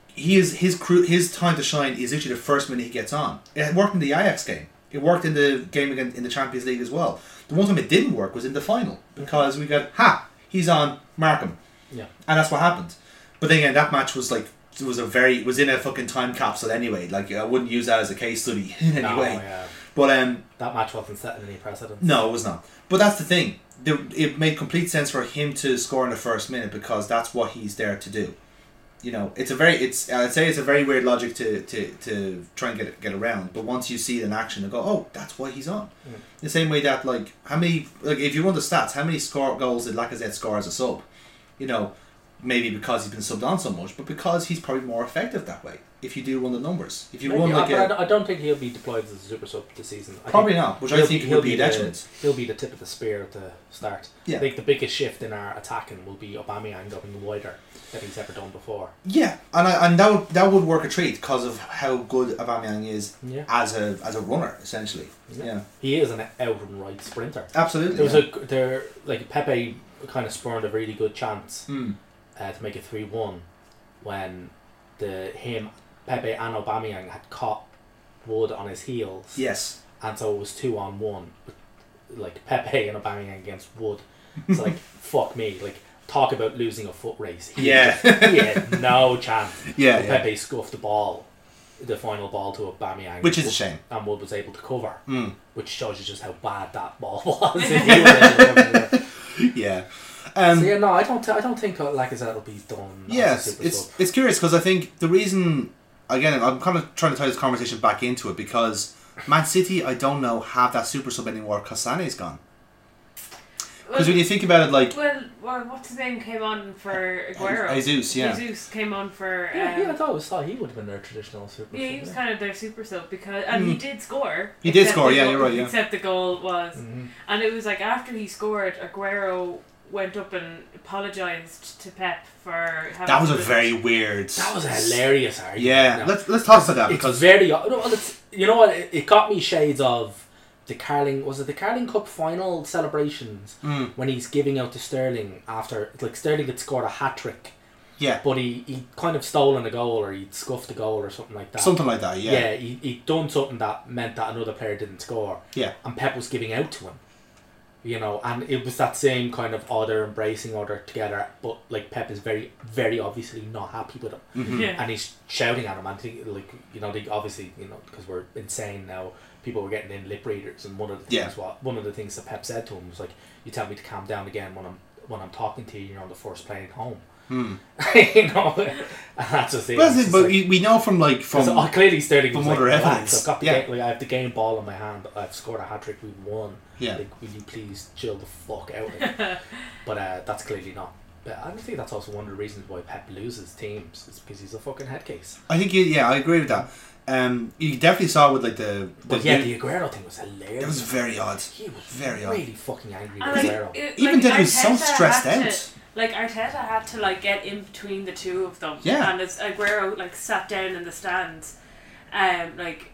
S3: he is his crew his time to shine is literally the first minute he gets on. It worked in the Ajax game. It worked in the game again in the Champions League as well. The one time it didn't work was in the final because we got ha he's on Markham
S5: Yeah.
S3: and that's what happened. But then again, that match was like it was a very it was in a fucking time capsule anyway. Like I wouldn't use that as a case study in any
S5: No,
S3: way.
S5: yeah.
S3: But um,
S5: That match wasn't setting any precedents.
S3: no, it was not. But that's the thing. The, it made complete sense for him to score in the first minute because that's what he's there to do. You know, it's a very it's I'd say it's a very weird logic to to, to try and get get around. But once you see it in action, you go, oh, that's why he's on. The same way that like how many like if you run the stats, how many score goals did Lacazette score as a sub? You know, maybe because he's been subbed on so much, but because he's probably more effective that way. If you do run the numbers, if you
S5: Maybe,
S3: run
S5: uh,
S3: like
S5: but I
S3: a,
S5: don't- I don't think he'll be deployed as a super sub this season. I
S3: Probably not, which I
S5: he'll
S3: think
S5: he'll
S3: would be a
S5: the-
S3: detriment.
S5: He'll be the tip of the spear at the start.
S3: Yeah.
S5: I think the biggest shift in our attacking will be Aubameyang going wider than he's ever done before.
S3: Yeah, and I, and that would that would work a treat because of how good Aubameyang is
S5: Yeah.
S3: as a as a runner essentially. Yeah,
S5: He is an out and right sprinter.
S3: absolutely.
S5: There was
S3: yeah.
S5: a there like Pepe kind of spurned a
S3: Hmm.
S5: really good chance uh, to make it three one when the him Pepe and Aubameyang had caught Wood on his heels,
S3: Yes.
S5: and so it was two on one, like Pepe and Aubameyang against Wood. It's like fuck me, like talk about losing a foot race. He
S3: Yeah.
S5: he had no chance.
S3: Yeah,
S5: But
S3: yeah.
S5: Pepe scuffed the ball, the final ball to Aubameyang,
S3: Which is a shame. Mm.
S5: And Wood was able to cover, which shows you just how bad that ball was. If he were able to cover it.
S3: yeah. Um,
S5: so yeah, no, I don't. T- I don't think uh, Lacazette will be done. as a
S3: Yes,
S5: super
S3: it's
S5: sub.
S3: it's curious because I think the reason again I'm kind of trying to tie this conversation back into it because Man City I don't know have that super sub anymore because Sané's gone. Because when you think about it, like
S4: Well, well, what's his name came on for Aguero?
S3: Jesus, yeah.
S4: Jesus came on for. Um,
S5: Yeah,
S4: yeah,
S5: yeah, I thought, was, thought he would have been their traditional super.
S4: he
S5: sub,
S4: was
S5: yeah.
S4: kind of their super sub because, and he did score.
S3: Mm. He did
S4: except
S3: score,
S4: the
S3: yeah,
S4: goal-
S3: you're right, yeah. Mm-hmm.
S4: Except the goal was, and it was like after he scored, Aguero went up and apologized to Pep for. Having
S3: that was a
S4: to-
S3: very weird.
S5: That was a hilarious argument.
S3: yeah.
S5: No.
S3: Let's let's talk about that
S5: it's
S3: because
S5: very. No, well, it's, you know what? It, it got me shades of the Carling. Was it the Carling Cup final celebrations
S3: Hmm.
S5: when he's giving out to Sterling after like Sterling had scored a hat trick,
S3: yeah
S5: but he he kind of stolen a goal or he'd scuffed a goal or something like that.
S3: something like that yeah
S5: Yeah, he he'd done something that meant that another player didn't score.
S3: Yeah.
S5: and Pep was giving out to him. You know, and it was that same kind of oh they're embracing or they're together, but like Pep is very, very obviously not happy with him,
S3: Hmm.
S4: Yeah.
S5: and he's shouting at him. And think, like you know, they obviously you know because we're insane now. People were getting in lip readers, and one of the
S3: Yeah.
S5: things what one of the things that Pep said to him was like, "You tell me to calm down again when I'm when I'm talking to you. You're on the first plane home." you know, and that's just it.
S3: But, that's
S5: It's
S3: it,
S5: just
S3: Hmm. but
S5: like-
S3: we, we know from like from
S5: so oh, clearly Sterling
S3: from
S5: was like,
S3: other
S5: "Relax,
S3: evidence."
S5: I've got the
S3: Yeah.
S5: game, like, I have the game ball in my hand. I've scored a hat trick. We've won.
S3: Yeah.
S5: Like, will you please chill the fuck out? here?" but uh, that's clearly not. But I don't think that's also one of the reasons why Pep loses teams. Is because he's a fucking head case.
S3: I think you, yeah I agree with that. Um, you definitely saw with like the, the
S5: But yeah, the Aguero thing was hilarious.
S3: it was very odd.
S5: he was
S3: very odd.
S5: really fucking angry
S4: And
S5: with Aguero.
S4: like, it,
S3: Even
S4: like,
S3: then he was so
S4: Arteta
S3: stressed
S4: had
S3: out.
S4: To, like Arteta had to like get in between the two of them.
S3: Yeah.
S4: And as Aguero like sat down in the stands, um, like,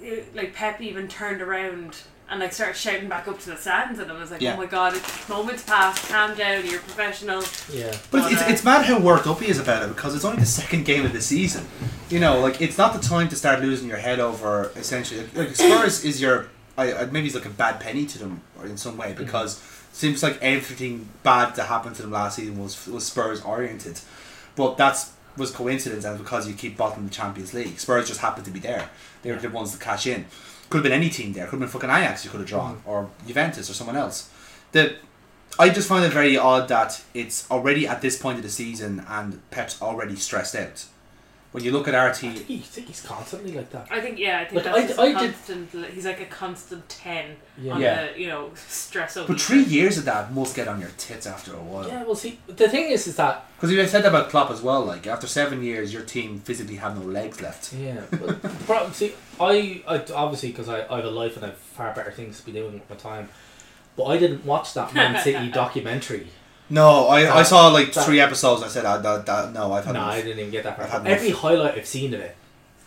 S4: it- like Pep even turned around and like started shouting back up to the stands, and I was like,
S3: Yeah.
S4: oh my god, it's moments past, calm down, you're professional.
S5: yeah.
S3: But it's, it's,
S4: Okay.
S3: it's mad how worked up he is about it because it's only the second game of the season. You know, like it's not the time to start losing your head over essentially. Like Spurs is your I, I maybe it's like a bad penny to them or in some way because it seems like everything bad that happened to them last season was was Spurs oriented. But that's was coincidence and because you keep bottom of the Champions League. Spurs just happened to be there. They were the ones to cash in. Could have been any team there. Could have been fucking Ajax you could have drawn or Juventus or someone else. The I just find it very odd that it's already at this point of the season and Pep's already stressed out. When you look at
S5: I
S3: RT,
S5: think, he, I think he's constantly like that.
S4: I think yeah, I think
S5: Like, I-
S4: that's just
S5: I
S4: a
S5: did-
S4: constant. He's like a constant ten
S5: Yeah.
S4: on
S3: Yeah.
S4: the you know stress over.
S3: but three years of that must get on your tits after a
S5: Yeah.
S3: while.
S5: Well, see, the thing is, is that
S3: Because you said that about Klopp as well. Like after seven years, your team physically have no legs left.
S5: Yeah, but the problem, see, I, I obviously because I, I have a life and I have far better things to be doing with my time, but I didn't watch that Man City documentary.
S3: No, I, I
S5: That-
S3: saw like
S5: that-
S3: three episodes. And I said ah, that, that no, I've had
S5: No,
S3: enough."
S5: I didn't even get that
S3: I've had
S5: far.
S3: enough.
S5: Every highlight I've seen of it,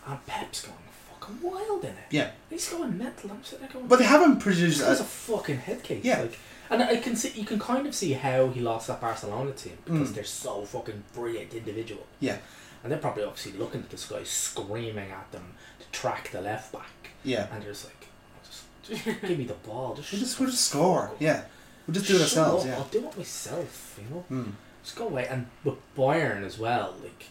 S5: and Pep's going fucking wild in it.
S3: Yeah,
S5: he's going mental. I'm sitting there going,
S3: but they haven't produced.
S5: This guy's a
S3: A,
S5: fucking head case.
S3: Yeah.
S5: Like, and I can see you can kind of see how he lost that Barcelona team because
S3: Mm.
S5: they're so fucking brilliant individual.
S3: yeah,
S5: And they're probably obviously looking at this guy screaming at them to track the left back.
S3: Yeah.
S5: And they're just like, just, just give me the ball. Just,
S3: we just
S5: shut
S3: we just score. Yeah, we just do it
S5: shut
S3: ourselves.
S5: up,
S3: Yeah. Mm.
S5: I'll do it myself, you know? Just go away. And with Bayern as well, like,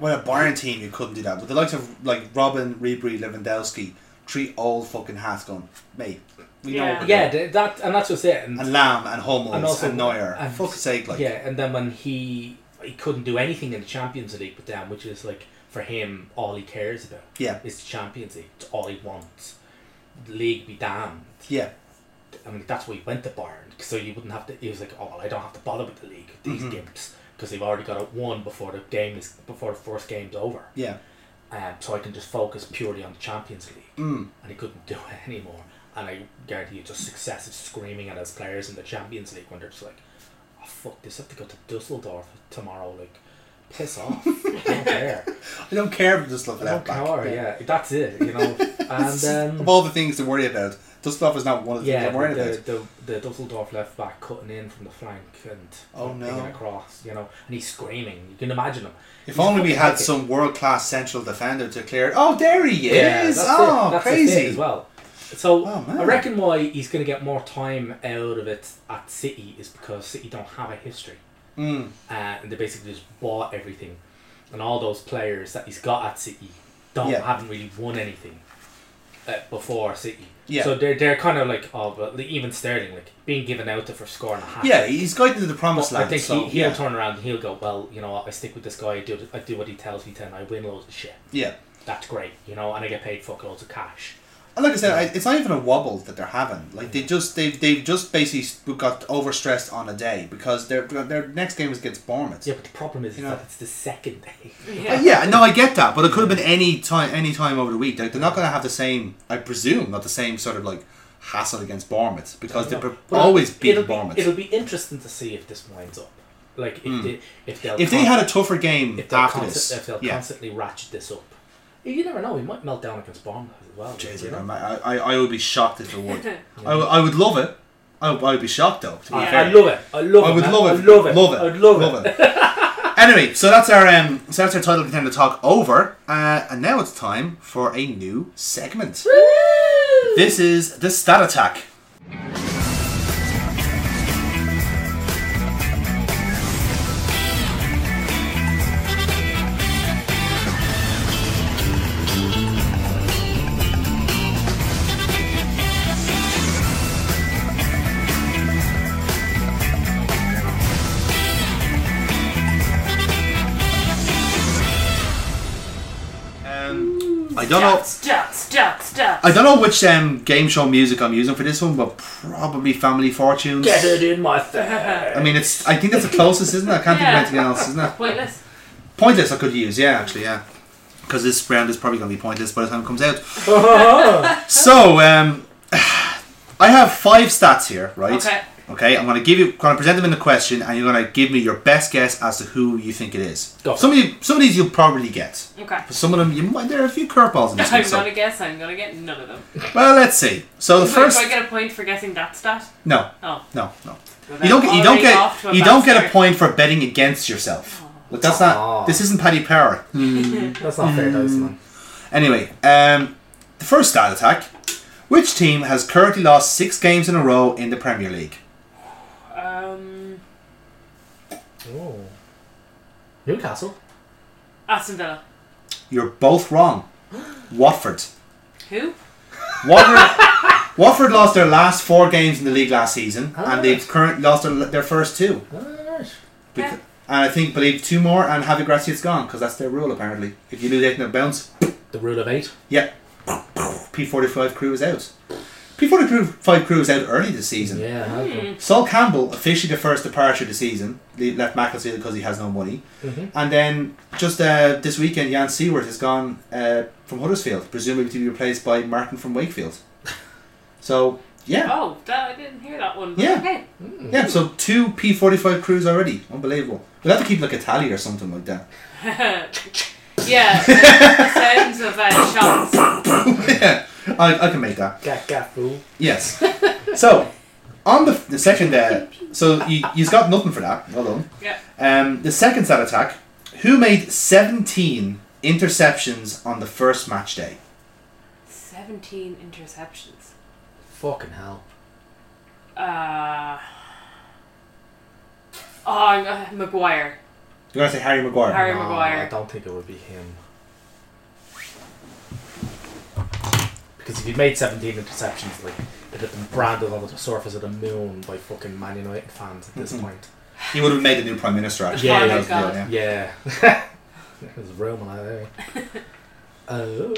S3: Well, a Bayern team, you couldn't do that. But the likes of like Robin, Ribery, Lewandowski, three old fucking hats gone, mate. We know.
S4: Yeah.
S3: what we're
S5: yeah,
S3: doing.
S5: th- that and that's just it. And,
S3: And Lamb and Hummels and,
S5: and also
S3: Neuer.
S5: and-
S3: Fuck's sake, like.
S5: yeah, and then when he he couldn't do anything in the Champions League with them, which is like for him all he cares about.
S3: Yeah.
S5: is the Champions League. It's all he wants. The league be damned.
S3: Yeah.
S5: I mean, that's why he went to Bayern, so you wouldn't have to. He was like, "Oh, well, I don't have to bother with the league with these
S3: Mm-hmm.
S5: gimps because they've already got it won before the game is before the first game's over.
S3: Yeah.
S5: Um, so I can just focus purely on the Champions League." Mm. And he couldn't do it anymore. And I guarantee you, just successive screaming at his players in the Champions League when they're just like, "Oh fuck, this I have to go to Dusseldorf tomorrow." Like, piss off. I don't care.
S3: I don't care if this love
S5: I don't
S3: left back.
S5: care. Yeah, that's it. You know. And um,
S3: of all the things to worry about, Dustloff is not one of the
S5: yeah,
S3: things I'm worried
S5: the,
S3: about.
S5: the, the Dusseldorf left back cutting in from the flank and
S3: Oh,
S5: pinging
S3: no.
S5: across, you know, and he's screaming. You can imagine him.
S3: If only we had
S5: Okay.
S3: some world class central defender to clear. it. Oh, there he is!
S5: that's
S3: oh,
S5: it. That's the thing
S3: crazy!
S5: as well. So
S3: Oh, man.
S5: I reckon why he's going to get more time out of it at City is because City don't have a history,
S3: Mm.
S5: uh, and they basically just bought everything, and all those players that he's got at City don't
S3: Yeah.
S5: haven't really won anything uh, before City.
S3: Yeah.
S5: So they're they're kind of like oh, but like, even Sterling like being given out to for scoring a hat.
S3: Yeah, he's going to the promised
S5: I
S3: land.
S5: think
S3: so,
S5: he, he'll
S3: yeah.
S5: turn around and he'll go, well, you know, what, I stick with this guy. I do, I do what he tells me to, and I win loads of shit
S3: yeah.
S5: that's great, you know, and I get paid fuck loads of cash.
S3: And like I said, I, it's not even a wobble that they're having. Like they just they've they've just basically got overstressed on a day because their their next game is against Bournemouth.
S5: Yeah, but the problem is, is
S3: You know.
S5: that it's the second day.
S3: Uh, Yeah, no, I get that, but it could have been any time, any time over the week. Like, they're not going to have the same, I presume, not the same sort of like hassle against Bournemouth because they
S5: You know,
S3: pre-
S5: but
S3: always
S5: it'll-
S3: beat
S5: it'll
S3: Bournemouth.
S5: Be, it'll be interesting to see if this winds up. Like if they if they
S3: Hmm. if they had a tougher game
S5: if they'll,
S3: after
S5: consti-
S3: this,
S5: if they'll
S3: yeah.
S5: constantly ratchet this up, you never know. He might melt down against Bournemouth as well.
S3: Jeez,
S5: you know?
S3: I, I, I would be shocked if it would. I, would- I would love it. I, would- I would be shocked though. To be
S5: I,
S3: fair.
S5: I love it. I love it.
S3: I would
S5: man.
S3: love it.
S5: I love it.
S3: Love it.
S5: I would love, it.
S3: anyway, so that's our um, so that's our title contender talk over, uh, and now it's time for a new segment. This is the stat attack. Um, I don't know.
S4: Stats, stats, stats, stats.
S3: I don't know which um, game show music I'm using for this one, but probably Family Fortunes.
S5: Get it in my face.
S3: I mean, it's. I think that's the closest, isn't it? I can't
S4: Yeah.
S3: think of anything else, isn't it?
S4: Pointless.
S3: Pointless, I could use. Yeah, actually, yeah. Because this round is probably going to be pointless by the time it comes out. so, um, I have five stats here, right?
S4: Okay.
S3: Okay, I'm going to give you, going to present them in the question, and you're going to give me your best guess as to who you think it is.
S5: Go for
S3: Some of you, some of these you'll probably get.
S4: Okay.
S3: But some of them, you might. There are a few curveballs in this one.
S4: I'm
S3: So,
S4: gonna guess. I'm gonna get none of them.
S3: well, let's see. So the
S4: Do I-
S3: first,
S4: Do I get a point for guessing that stat?
S3: no,
S4: Oh.
S3: no, no.
S4: Well,
S3: You don't get. You don't
S4: already off to Oh.
S3: get. You don't get a
S4: bad
S3: point for betting against yourself. Look, that's not.
S5: Aw.
S3: This isn't Paddy Power.
S5: That's not fair, dice
S3: Hmm.
S5: man.
S3: Anyway, um, the first stat attack. Which team has currently lost six games in a row in the Premier League?
S4: start. Um,
S5: Oh. Newcastle.
S4: Aston Villa.
S3: You're both wrong. Watford.
S4: Who?
S3: Watford, Watford lost their last four games in the league last season, and they've currently lost their, their first two.
S5: Alright.
S3: Bec-
S4: Yeah.
S3: And I think, believe two more, and Javi Gracia's gone because that's their rule apparently. If you lose eight in a bounce,
S5: The rule of eight.
S3: yeah, P45 crew is out. P45 crew is out early this season.
S5: Yeah. okay.
S3: Sol Campbell officially the first departure of the season. They left Macclesfield because he has no money, and then just uh, this weekend, Jan Seward has gone uh, from Huddersfield, presumably to be replaced by Martin from Wakefield. So yeah,
S4: Oh, that, I didn't hear that one.
S3: Yeah.
S4: Okay.
S3: yeah. So two P forty five crews already, unbelievable. We'll have to keep like a tally or something like that.
S4: Yeah. the- the sounds of uh, shots.
S3: yeah, I, I can make that.
S5: Gat gat fool.
S3: Yes. so on the, the second, uh, so you you've got nothing for that. Well done.
S4: Yeah.
S3: Um, the second stat attack. Who made 17 interceptions on the first match day?
S4: Seventeen interceptions.
S5: Fucking hell.
S4: Uh. Oh, I'm, uh, Maguire.
S3: You're going to say Harry Maguire.
S4: Harry
S5: No,
S4: Maguire.
S5: I don't think it would be him. Because if he'd made 17 interceptions, like, it'd have been branded on the surface of the moon by fucking Man United fans at this
S3: Mm-hmm.
S5: point.
S3: He would have made the new Prime Minister, actually.
S5: Yeah,
S3: That
S5: yeah,
S3: was the deal,
S4: Oh God.
S3: yeah.
S5: Yeah. There's room on that, Oh.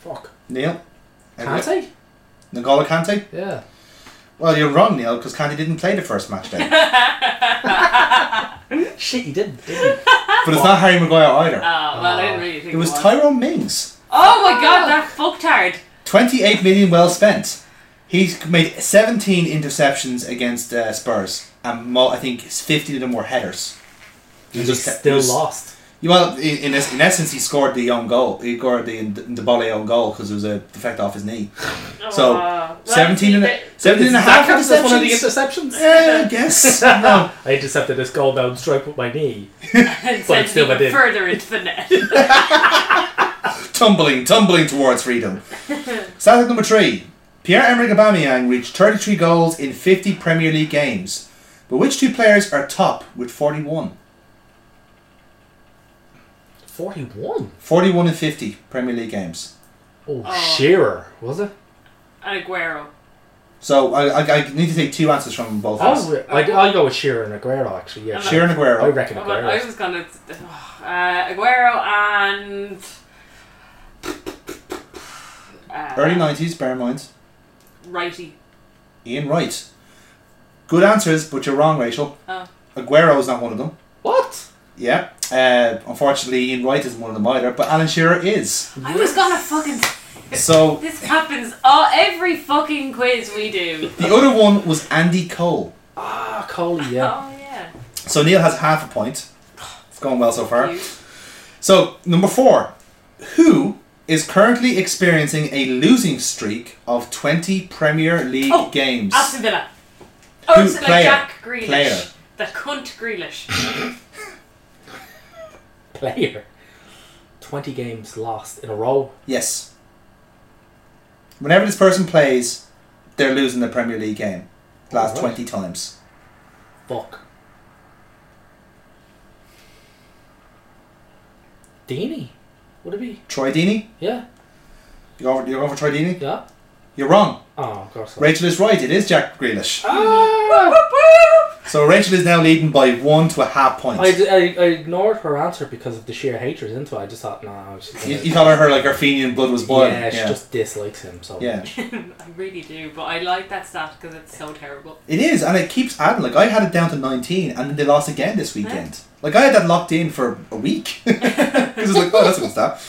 S5: Fuck.
S3: Neil? Everybody-
S5: Kante?
S3: N'Golo Kante?
S5: Yeah.
S3: Well, you're wrong, Neil, because Kante didn't play the first match day.
S5: Shit, he didn't, didn't he?
S3: but it's not Harry Maguire either.
S4: Oh, well, I didn't really think
S3: It was
S4: time.
S3: Tyrone Mings.
S4: Oh my god, that fucktard.
S3: 28 million well spent. He made 17 interceptions against uh, Spurs, and mo- I think 50 of them were headers. He
S5: He's
S3: just-
S5: still
S3: he was-
S5: lost.
S3: Well, in, in, es- in essence, he scored the own goal. He scored the the volley own goal because it was a defect off his knee. So,
S4: Oh, well,
S3: 17 and a,
S4: see, they-
S3: 17 and a
S5: Does
S3: half
S5: that count as one of the
S3: interceptions.
S5: interceptions?
S3: Yeah, I guess. No.
S5: I intercepted this goal down strike with my knee.
S4: and
S5: Well,
S4: sent
S5: still I
S4: even
S5: did.
S4: further into the net.
S3: tumbling, tumbling towards freedom. Static number three. Pierre-Emerick Aubameyang reached 33 goals in 50 Premier League games. But which two players are top with 41?
S5: 41?
S3: 41 and 50 Premier League games.
S5: Oh,
S4: Oh.
S5: Shearer, was it?
S4: and Aguero.
S3: So I, I, I need to take two answers from both of us.
S5: Oh, I, I'll go with Shearer and Aguero, actually, yeah.
S4: And
S5: Shearer,
S3: Sheeran
S5: I
S3: Aguero.
S5: reckon
S4: Oh, well, I
S5: Aguero.
S4: was gonna uh, Aguero and uh,
S3: Early 90s, bear in mind.
S4: righty.
S3: Ian Wright. Good answers, but you're wrong, Rachel.
S4: Oh.
S3: Aguero is not one of them.
S5: What?
S3: Yeah. Uh, unfortunately, Ian Wright isn't one of them either, but Alan Shearer is.
S4: I was gonna fucking.
S3: So
S4: This happens all every fucking quiz we do.
S3: the other one was Andy Cole.
S5: Ah, Coley, yeah.
S4: Oh yeah.
S3: So Neil has half a point. It's going well so far.
S4: You.
S3: So number four, who is currently experiencing a losing streak of twenty Premier League
S4: Oh,
S3: games?
S4: Aston Villa. Oh,
S3: Who-
S4: it's like
S3: player?
S4: Jack Grealish.
S3: Player.
S4: The cunt Grealish.
S5: Player. 20 games lost in a row.
S3: Yes. Whenever this person plays, they're losing the Premier League game. the Last
S5: Alright.
S3: twenty times.
S5: Fuck. Dini? Would it be?
S3: Troy Deeney,
S5: Yeah.
S3: you over? You over Troy Deeney?
S5: Yeah.
S3: You're wrong.
S5: Oh, of course. not.
S3: Rachel is right. It is Jack Grealish.
S5: Ah!
S3: So Rachel is now leading by one to a half point.
S5: I, I, I ignored her answer because of the sheer hatred into it. I just thought, nah, she's gonna-
S3: you, you thought her like her Fenian blood was boiling.
S5: yeah, she just dislikes him. So
S3: yeah.
S4: I really do, but I like that stat because it's so terrible.
S3: It is, and it keeps adding. Like I had it down to nineteen, and then they lost again this weekend. Like I had that locked in for a week because it's like, oh, that's a good start.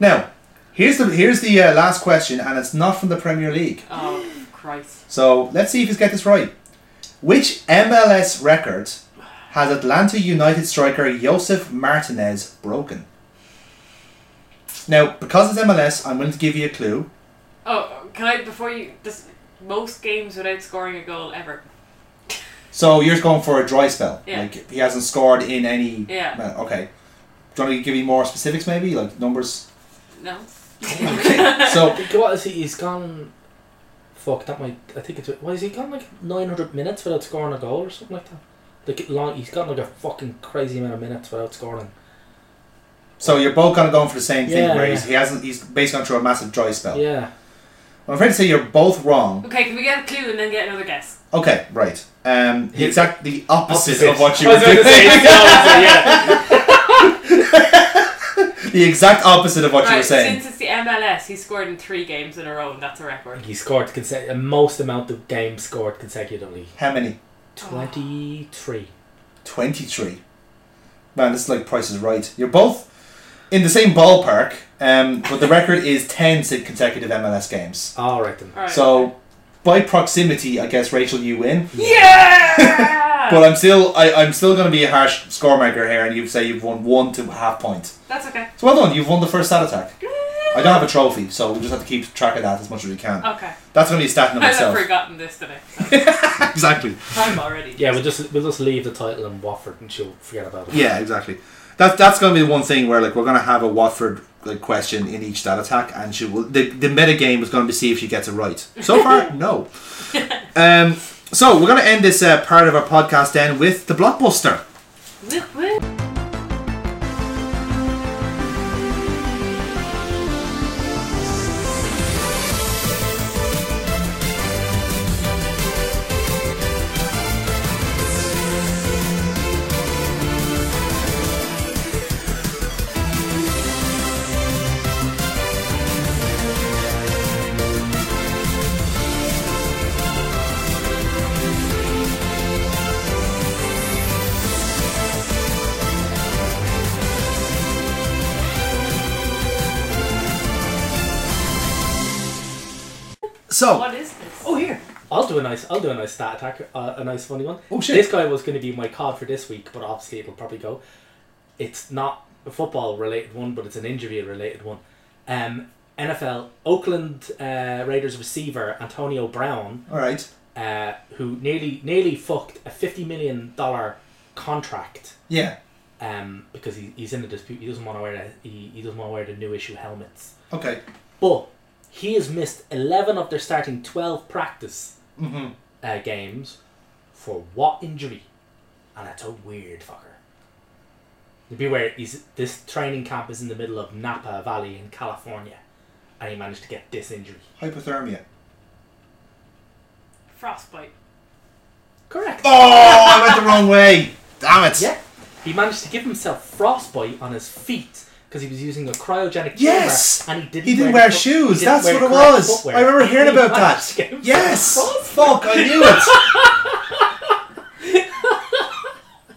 S3: Now, here's the here's the uh, last question, and it's not from the Premier League.
S4: Oh Christ.
S3: So let's see if he's get this right. Which MLS record has Atlanta United striker Josef Martinez broken? Now, because it's MLS, I'm willing to give you a clue.
S4: Oh, can I before you? This most games without scoring a goal ever.
S3: So you're going for a dry spell.
S4: Yeah.
S3: Like he hasn't scored in any.
S4: Yeah.
S3: Well, Okay. Do you want to give me more specifics, maybe like numbers?
S4: No.
S3: Okay. so
S5: Like, what is he? He's gone. Fuck that might. I think it's. Why is he gone like nine hundred minutes without scoring a goal or something like that? Like long. He's gone like a fucking crazy amount of minutes without scoring.
S3: so you're both kind of going for the same thing,
S5: Yeah,
S3: where
S5: yeah.
S3: he's, he hasn't. He's basically gone through a massive dry spell.
S5: Yeah.
S3: I'm afraid to say you're both wrong.
S4: Okay, can we get a clue and then get another guess?
S3: Okay, right. Um, the
S5: Yeah.
S3: exact the opposite, of what you were
S5: I was
S3: doing.
S5: gonna say, it's the opposite, yeah.
S3: the exact opposite of what you were
S4: right,
S3: saying.
S4: since it's the MLS, he scored in three games in a row, and that's a record.
S5: He scored conse- most amount of games scored consecutively.
S3: How many?
S5: Twenty three.
S3: Twenty-three. Man, this is like Price is Right. You're both in the same ballpark, um, but the record is ten consecutive MLS games.
S5: All right then.
S4: All right.
S3: So by proximity, I guess Rachel, you win.
S4: Yeah.
S3: But I'm still, I, I'm still going to be a harsh scoremaker here, and you say you've won one to a half point.
S4: that's okay.
S3: So well done, you've won the first stat attack. I don't have a trophy, so we just have to keep track of that as much as we can.
S4: Okay.
S3: That's going to be a stat in
S4: Oh. I have
S3: itself.
S4: forgotten this today.
S3: exactly.
S4: I'm already.
S5: Yeah, we'll just we'll just leave the title in Watford and she'll forget about it.
S3: Yeah, exactly. That that's going to be the one thing where like we're going to have a Watford like question in each stat attack, and she will the the meta game is going to be see if she gets it right. So far, no. Um, so we're going to end this uh, part of our podcast then with the blockbuster.
S4: Whoop, whoop.
S3: So
S4: What is this?
S5: Oh here. I'll do a nice. I'll do a nice stat attack. Uh, a nice funny one.
S3: Oh, shit.
S5: This guy was going to be my card for this week, but obviously it'll probably go. It's not a football related one, but it's an injury related one. Um, NFL Oakland uh, Raiders receiver Antonio Brown
S3: All right.
S5: uh, who nearly nearly fucked a fifty million dollar contract
S3: Yeah.
S5: um, because he, he's in a dispute. He doesn't want to wear the, he, he doesn't want to wear the new issue helmets.
S3: Okay.
S5: But he has missed eleven of their starting twelve practice
S3: Mm-hmm.
S5: uh, games for what injury? And that's a weird fucker. Beware, he's, this training camp is in the middle of Napa Valley in California, and he managed to get this injury.
S3: Hypothermia.
S4: Frostbite.
S5: Correct.
S3: Oh, I went the wrong way. Damn it.
S5: Yeah. He managed to give himself frostbite on his feet because he was using a cryogenic chamber
S3: Yes!
S5: and he didn't
S3: He didn't
S5: wear,
S3: wear,
S5: the foot- he
S3: shoes.
S5: didn't
S3: That's
S5: wear
S3: what it
S5: correct
S3: was.
S5: footwear.
S3: I remember hearing
S5: He
S3: about
S5: managed to get
S3: that.
S5: himself
S3: Yes.
S5: frostbite.
S3: Fuck, I knew it.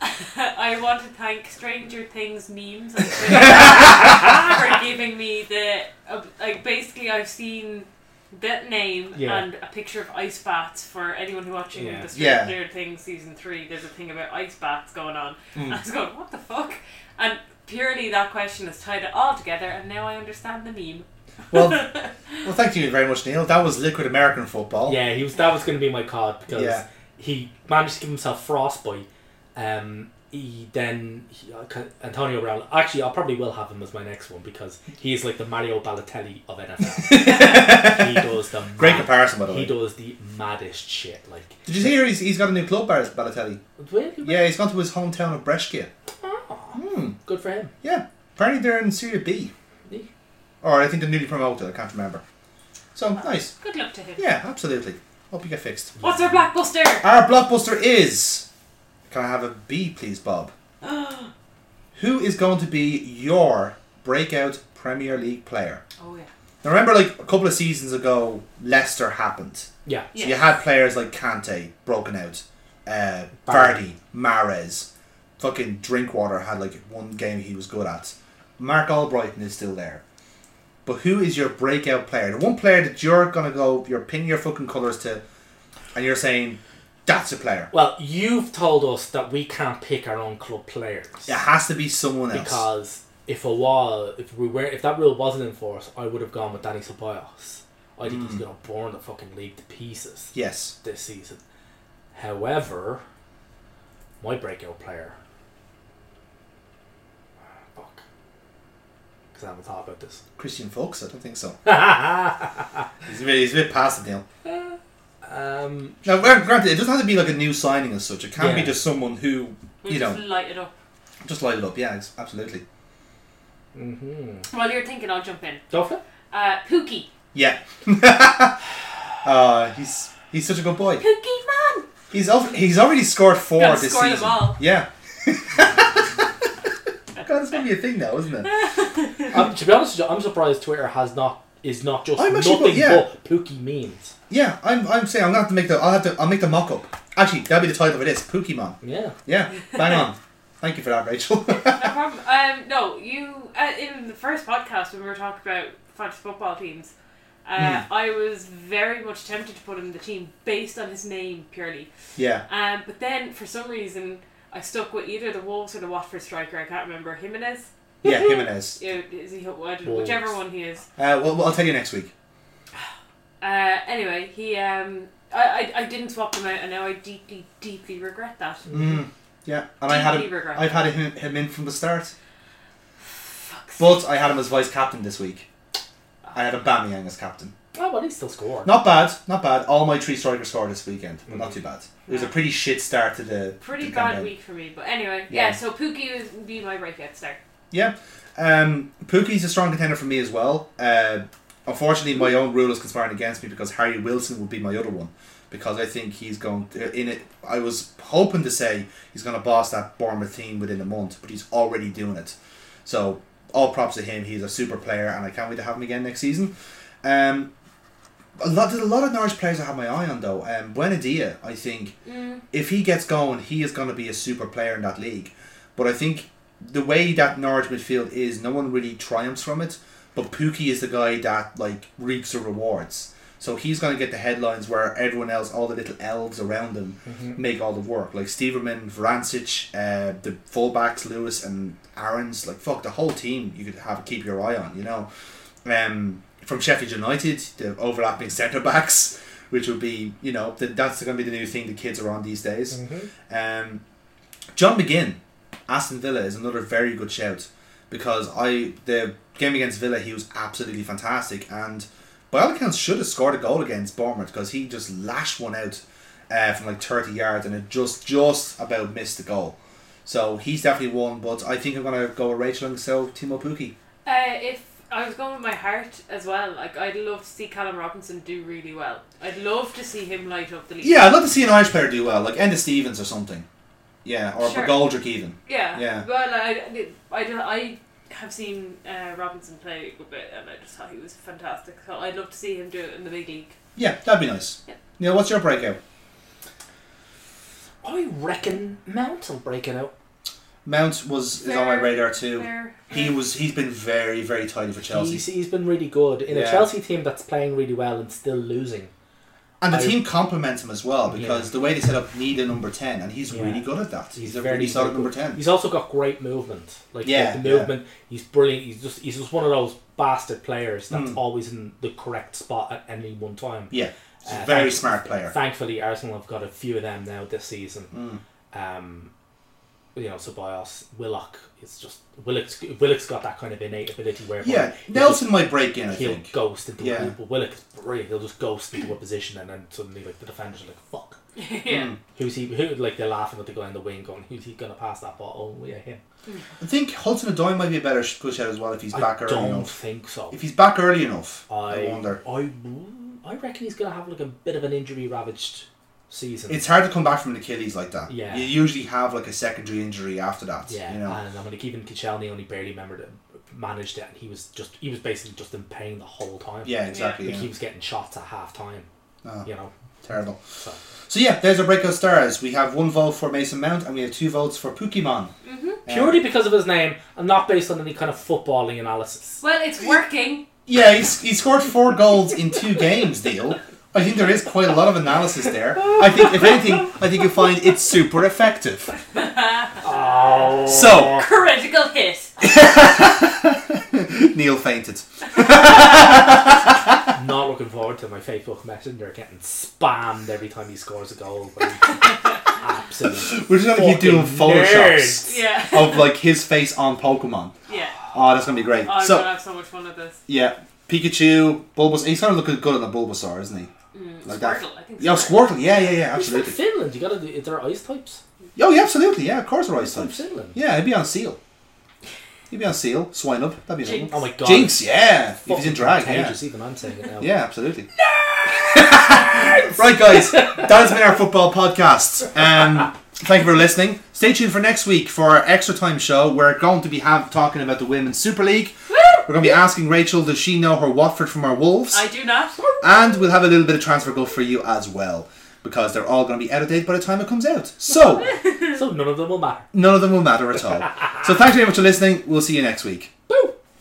S4: I want to thank Stranger Things memes on Twitter for giving me the uh, like. Basically, I've seen that name
S5: Yeah.
S4: and a picture of ice bats for anyone who's watching
S5: Yeah.
S4: the
S3: Yeah.
S4: Stranger Things season three. There's a thing about ice bats going on.
S3: Hmm.
S4: And I was going, what the fuck? And purely that question has tied it all together, and now I understand the meme.
S3: well, well, thank you very much, Neil. That was liquid American football.
S5: Yeah, he was. That was going to be my card because
S3: Yeah.
S5: he managed to give himself frostbite. Um, he then he, uh, ca- Antonio Brown. Actually, I probably will have him as my next one because he is like the Mario Balotelli of NFL. he does the
S3: Great
S5: mad-
S3: comparison, by the
S5: He
S3: way.
S5: does the maddest shit. Like,
S3: Did you hear he's, he's got a new club, Bar- Balotelli?
S5: really?
S3: Yeah, he's gone to his hometown of Brescia.
S5: Good for him.
S3: Yeah, apparently they're in Serie B. Or I think they're newly promoted, I can't remember. So, nice.
S4: Good luck to him.
S3: Yeah, absolutely. Hope you get fixed.
S4: What's our blockbuster?
S3: Our blockbuster is. Can I have a B, please, Bob? Who is going to be your breakout Premier League player?
S4: Oh yeah.
S3: Now, remember, like a couple of seasons ago, Leicester happened.
S5: Yeah.
S4: Yeah.
S3: So you had players like Kante broken out, uh, Vardy,
S5: Vardy.
S3: Mares, fucking Drinkwater had like one game he was good at. Mark Albrighton is still there. But who is your breakout player? The one player that you're gonna go, you're pinning your fucking colours to, and you're saying, that's a player.
S5: Well, you've told us that we can't pick our own club players
S3: It has to be someone else.
S5: because if a wall, if we were, if that rule wasn't enforced, I would have gone with Danny Ceballos. I think
S3: Mm.
S5: he's gonna burn the fucking league to pieces
S3: yes.
S5: this season. However, my breakout player, fuck, because I haven't thought about this.
S3: Christian Fuchs, I don't think so. he's, a bit, he's a bit past it now.
S5: Um,
S3: Now, gra- granted, it doesn't have to be like a new signing as such. It can be
S5: Yeah.
S3: just someone who,
S4: We'll
S3: you know,
S4: just light it up.
S3: just light it up. Yeah, ex- absolutely.
S4: While you're thinking, I'll jump in.
S5: Duffy?
S4: Uh, Pookie.
S3: Yeah. uh, he's he's such a good boy.
S4: Pookie man.
S3: He's al- he's already scored 4
S4: Gotta
S3: this
S4: score them
S3: season.
S4: all.
S3: Yeah. God, it's gonna be a thing now, isn't it?
S5: Um, to be honest, with you, I'm surprised Twitter has not is not just
S3: I'm actually-
S5: nothing
S3: yeah.
S5: but Pookie memes.
S3: Yeah, I'm, I'm saying I'm gonna have to make the I'll have to I'll make the mock up. Actually, that'll be the title of it is Pokemon.
S5: Yeah.
S3: Yeah, bang on. Thank you for that, Rachel.
S4: No problem. Um, no, you uh, in the first podcast when we were talking about fantasy football teams, uh, I was very much tempted to put him in the team based on his name purely.
S3: yeah.
S4: Um, but then for some reason I stuck with either the Wolves or the Watford striker. I can't remember Jimenez.
S3: Yeah, Jimenez.
S4: Yeah, Is he I don't know, whichever
S5: Wolves.
S4: one he is?
S3: Uh, well, well, I'll tell you next week.
S4: Uh, anyway, he um, I, I I didn't swap him out, and now I deeply deeply regret that.
S3: Yeah, and I had
S4: Deeply
S3: him,
S4: regret.
S3: I've had him, him in from the start. But I had him as vice captain this week. I had a Bamiyang as captain.
S5: Oh, but he still scored.
S3: Not bad, not bad. All my three strikers scored this weekend, but not too bad. It was a pretty shit start to the
S4: Pretty
S3: to the
S4: bad
S3: campaign.
S4: week for me, but anyway,
S3: Yeah.
S4: yeah. so Pookie would be my breakout star.
S3: Yeah, um, Pookie's a strong contender for me as well. Uh, unfortunately, my own rule is conspiring against me because Harry Wilson would be my other one because I think he's going to, in it. I was hoping to say he's going to boss that Bournemouth team within a month, but he's already doing it. So all props to him. He's a super player, and I can't wait to have him again next season. Um, a lot, there's a lot of Norwich players I have my eye on though. Um, Buenadia, I think, if he gets going, he is going to be a super player in that league. But I think the way that Norwich midfield is, no one really triumphs from it. But Pookie is the guy that like reaps the rewards. So he's going to get the headlines where everyone else, all the little elves around him, make all the work. Like Steverman, Vrancic, uh, the fullbacks, Lewis and Aaron's. Like fuck, the whole team you could have keep your eye on. You know, um, from Sheffield United, the overlapping centre backs, which would be you know the, that's going to be the new thing the kids are on these days. Um, John McGinn, Aston Villa is another very good shout because I the game against Villa he was absolutely fantastic and by all accounts should have scored a goal against Bournemouth because he just lashed one out uh, from like thirty yards and it just just about missed the goal. So he's definitely one, but I think I'm gonna go with Rachel and sell Timo Pukki.
S4: Uh, if I was going with my heart as well, like I'd love to see Callum Robinson do really well. I'd love to see him light up the league.
S3: Yeah, I'd love to see an Irish player do well, like Enda Stevens or something. Yeah, or
S4: Sure.
S3: Goldrick even.
S4: Yeah.
S3: Yeah.
S4: Well, I, I, I have seen uh, Robinson play a good bit, and I just thought he was fantastic. So I'd love to see him do it in the big league.
S3: Yeah, that'd be nice.
S4: Yeah.
S3: Neil, what's your breakout?
S5: I reckon Mount will break it out.
S3: Mount was is on my
S4: Fair,
S3: radar too.
S4: fair,
S3: He
S4: fair.
S3: was he's been very very tidy for Chelsea.
S5: He's, he's been really good in
S3: Yeah.
S5: a Chelsea team that's playing really well and still losing.
S3: And the
S5: I-
S3: team compliments him as well because
S5: Yeah.
S3: the way they set up need a number ten, and he's really
S5: Yeah.
S3: good at that. He's, a
S5: very
S3: really solid
S5: good.
S3: number ten.
S5: He's also got great movement. Like
S3: Yeah,
S5: the
S3: yeah.
S5: movement, he's brilliant. He's just he's just one of those bastard players that's always in the correct spot at any one time.
S3: Hmm. yeah, he's
S5: Uh,
S3: a very
S5: thank-
S3: smart player. Hmm.
S5: Thankfully, Arsenal have got a few of them now this season. Um, you know, Ceballos, Willock. It's just Willock's, Willock's got that kind of innate ability where
S3: yeah, Nelson might break in. I
S5: he'll
S3: think.
S5: ghost into
S3: Yeah.
S5: a, but Willock is brilliant. He'll just ghost into a position and then suddenly like the defenders are like fuck.
S4: yeah.
S3: Hmm.
S5: Who's he? Who like they're laughing at the guy in the wing, going, "Who's he gonna pass that ball?" Oh yeah, him.
S3: I think Hudson Odoi might be a better sh- good shot as well if he's back
S5: I
S3: early
S5: don't
S3: enough.
S5: think so.
S3: If he's back early enough, I,
S5: I
S3: wonder.
S5: I I reckon he's gonna have like a bit of an injury ravaged season.
S3: It's hard to come back from an Achilles like that.
S5: Yeah.
S3: you usually have like a secondary injury after that.
S5: yeah,
S3: you know.
S5: and I'm gonna keep in Kichelny only barely remembered it, managed it, and he was just he was basically just in pain the whole time.
S3: yeah, exactly.
S5: like
S3: Yeah. Oh.
S5: he was getting shots at half time. You know,
S3: Terrible.
S5: so
S3: So yeah, there's our breakout stars. We have one vote for Mason Mount and we have two votes for Pokemon. Uh,
S5: purely because of his name, and not based on any kind of footballing analysis.
S4: Well, it's working.
S3: Yeah, he's, he scored four goals in two games, Deal. I think there is quite a lot of analysis there. I think, if anything, I think you'll find it's super effective.
S5: Oh.
S3: So,
S4: Critical hit.
S3: Neil fainted.
S5: I'm not looking forward to my Facebook Messenger getting spammed every time he scores a goal. by Absolute.
S3: We're just gonna keep doing
S5: fucking
S3: photoshops
S5: nerds.
S4: Yeah.
S3: of like his face on Pokemon.
S4: Yeah.
S3: Oh, that's gonna be great.
S4: Oh, I'm
S3: so,
S4: gonna have so much fun with this.
S3: yeah, Pikachu, Bulbasaur. He's gonna look good on a Bulbasaur, isn't he? like
S4: Mm, Squirtle, I think
S3: yeah,
S4: Squirtle.
S3: Squirtle. Yeah, yeah, yeah,
S5: It's like
S3: absolutely.
S5: Finland. You gotta. do- Is there ice types?
S3: Oh, yeah, absolutely. Yeah, of course, they're ice types.
S5: Finland.
S3: Yeah, he'd be on seal. He'd be on seal. Swine up. That'd be
S4: Jinx.
S3: Jinx.
S5: Oh my god.
S3: Jinx, yeah. If he's
S5: Fucking
S3: in drag, yeah.
S5: contagious, Even I'm saying it now.
S3: Yeah, absolutely. right, guys, that has been our football podcast. Um, thank you for listening. Stay tuned for next week for our extra time show. We're going to be have, talking about the Women's Super League. We're going to be asking Rachel, does she know her Watford from our Wolves?
S4: I do not.
S3: And we'll have a little bit of transfer go for you as well. Because they're all going to be out of date by the time it comes out. So,
S5: So none of them will matter.
S3: none of them will matter at all. So, thanks very much for listening. We'll see you next week.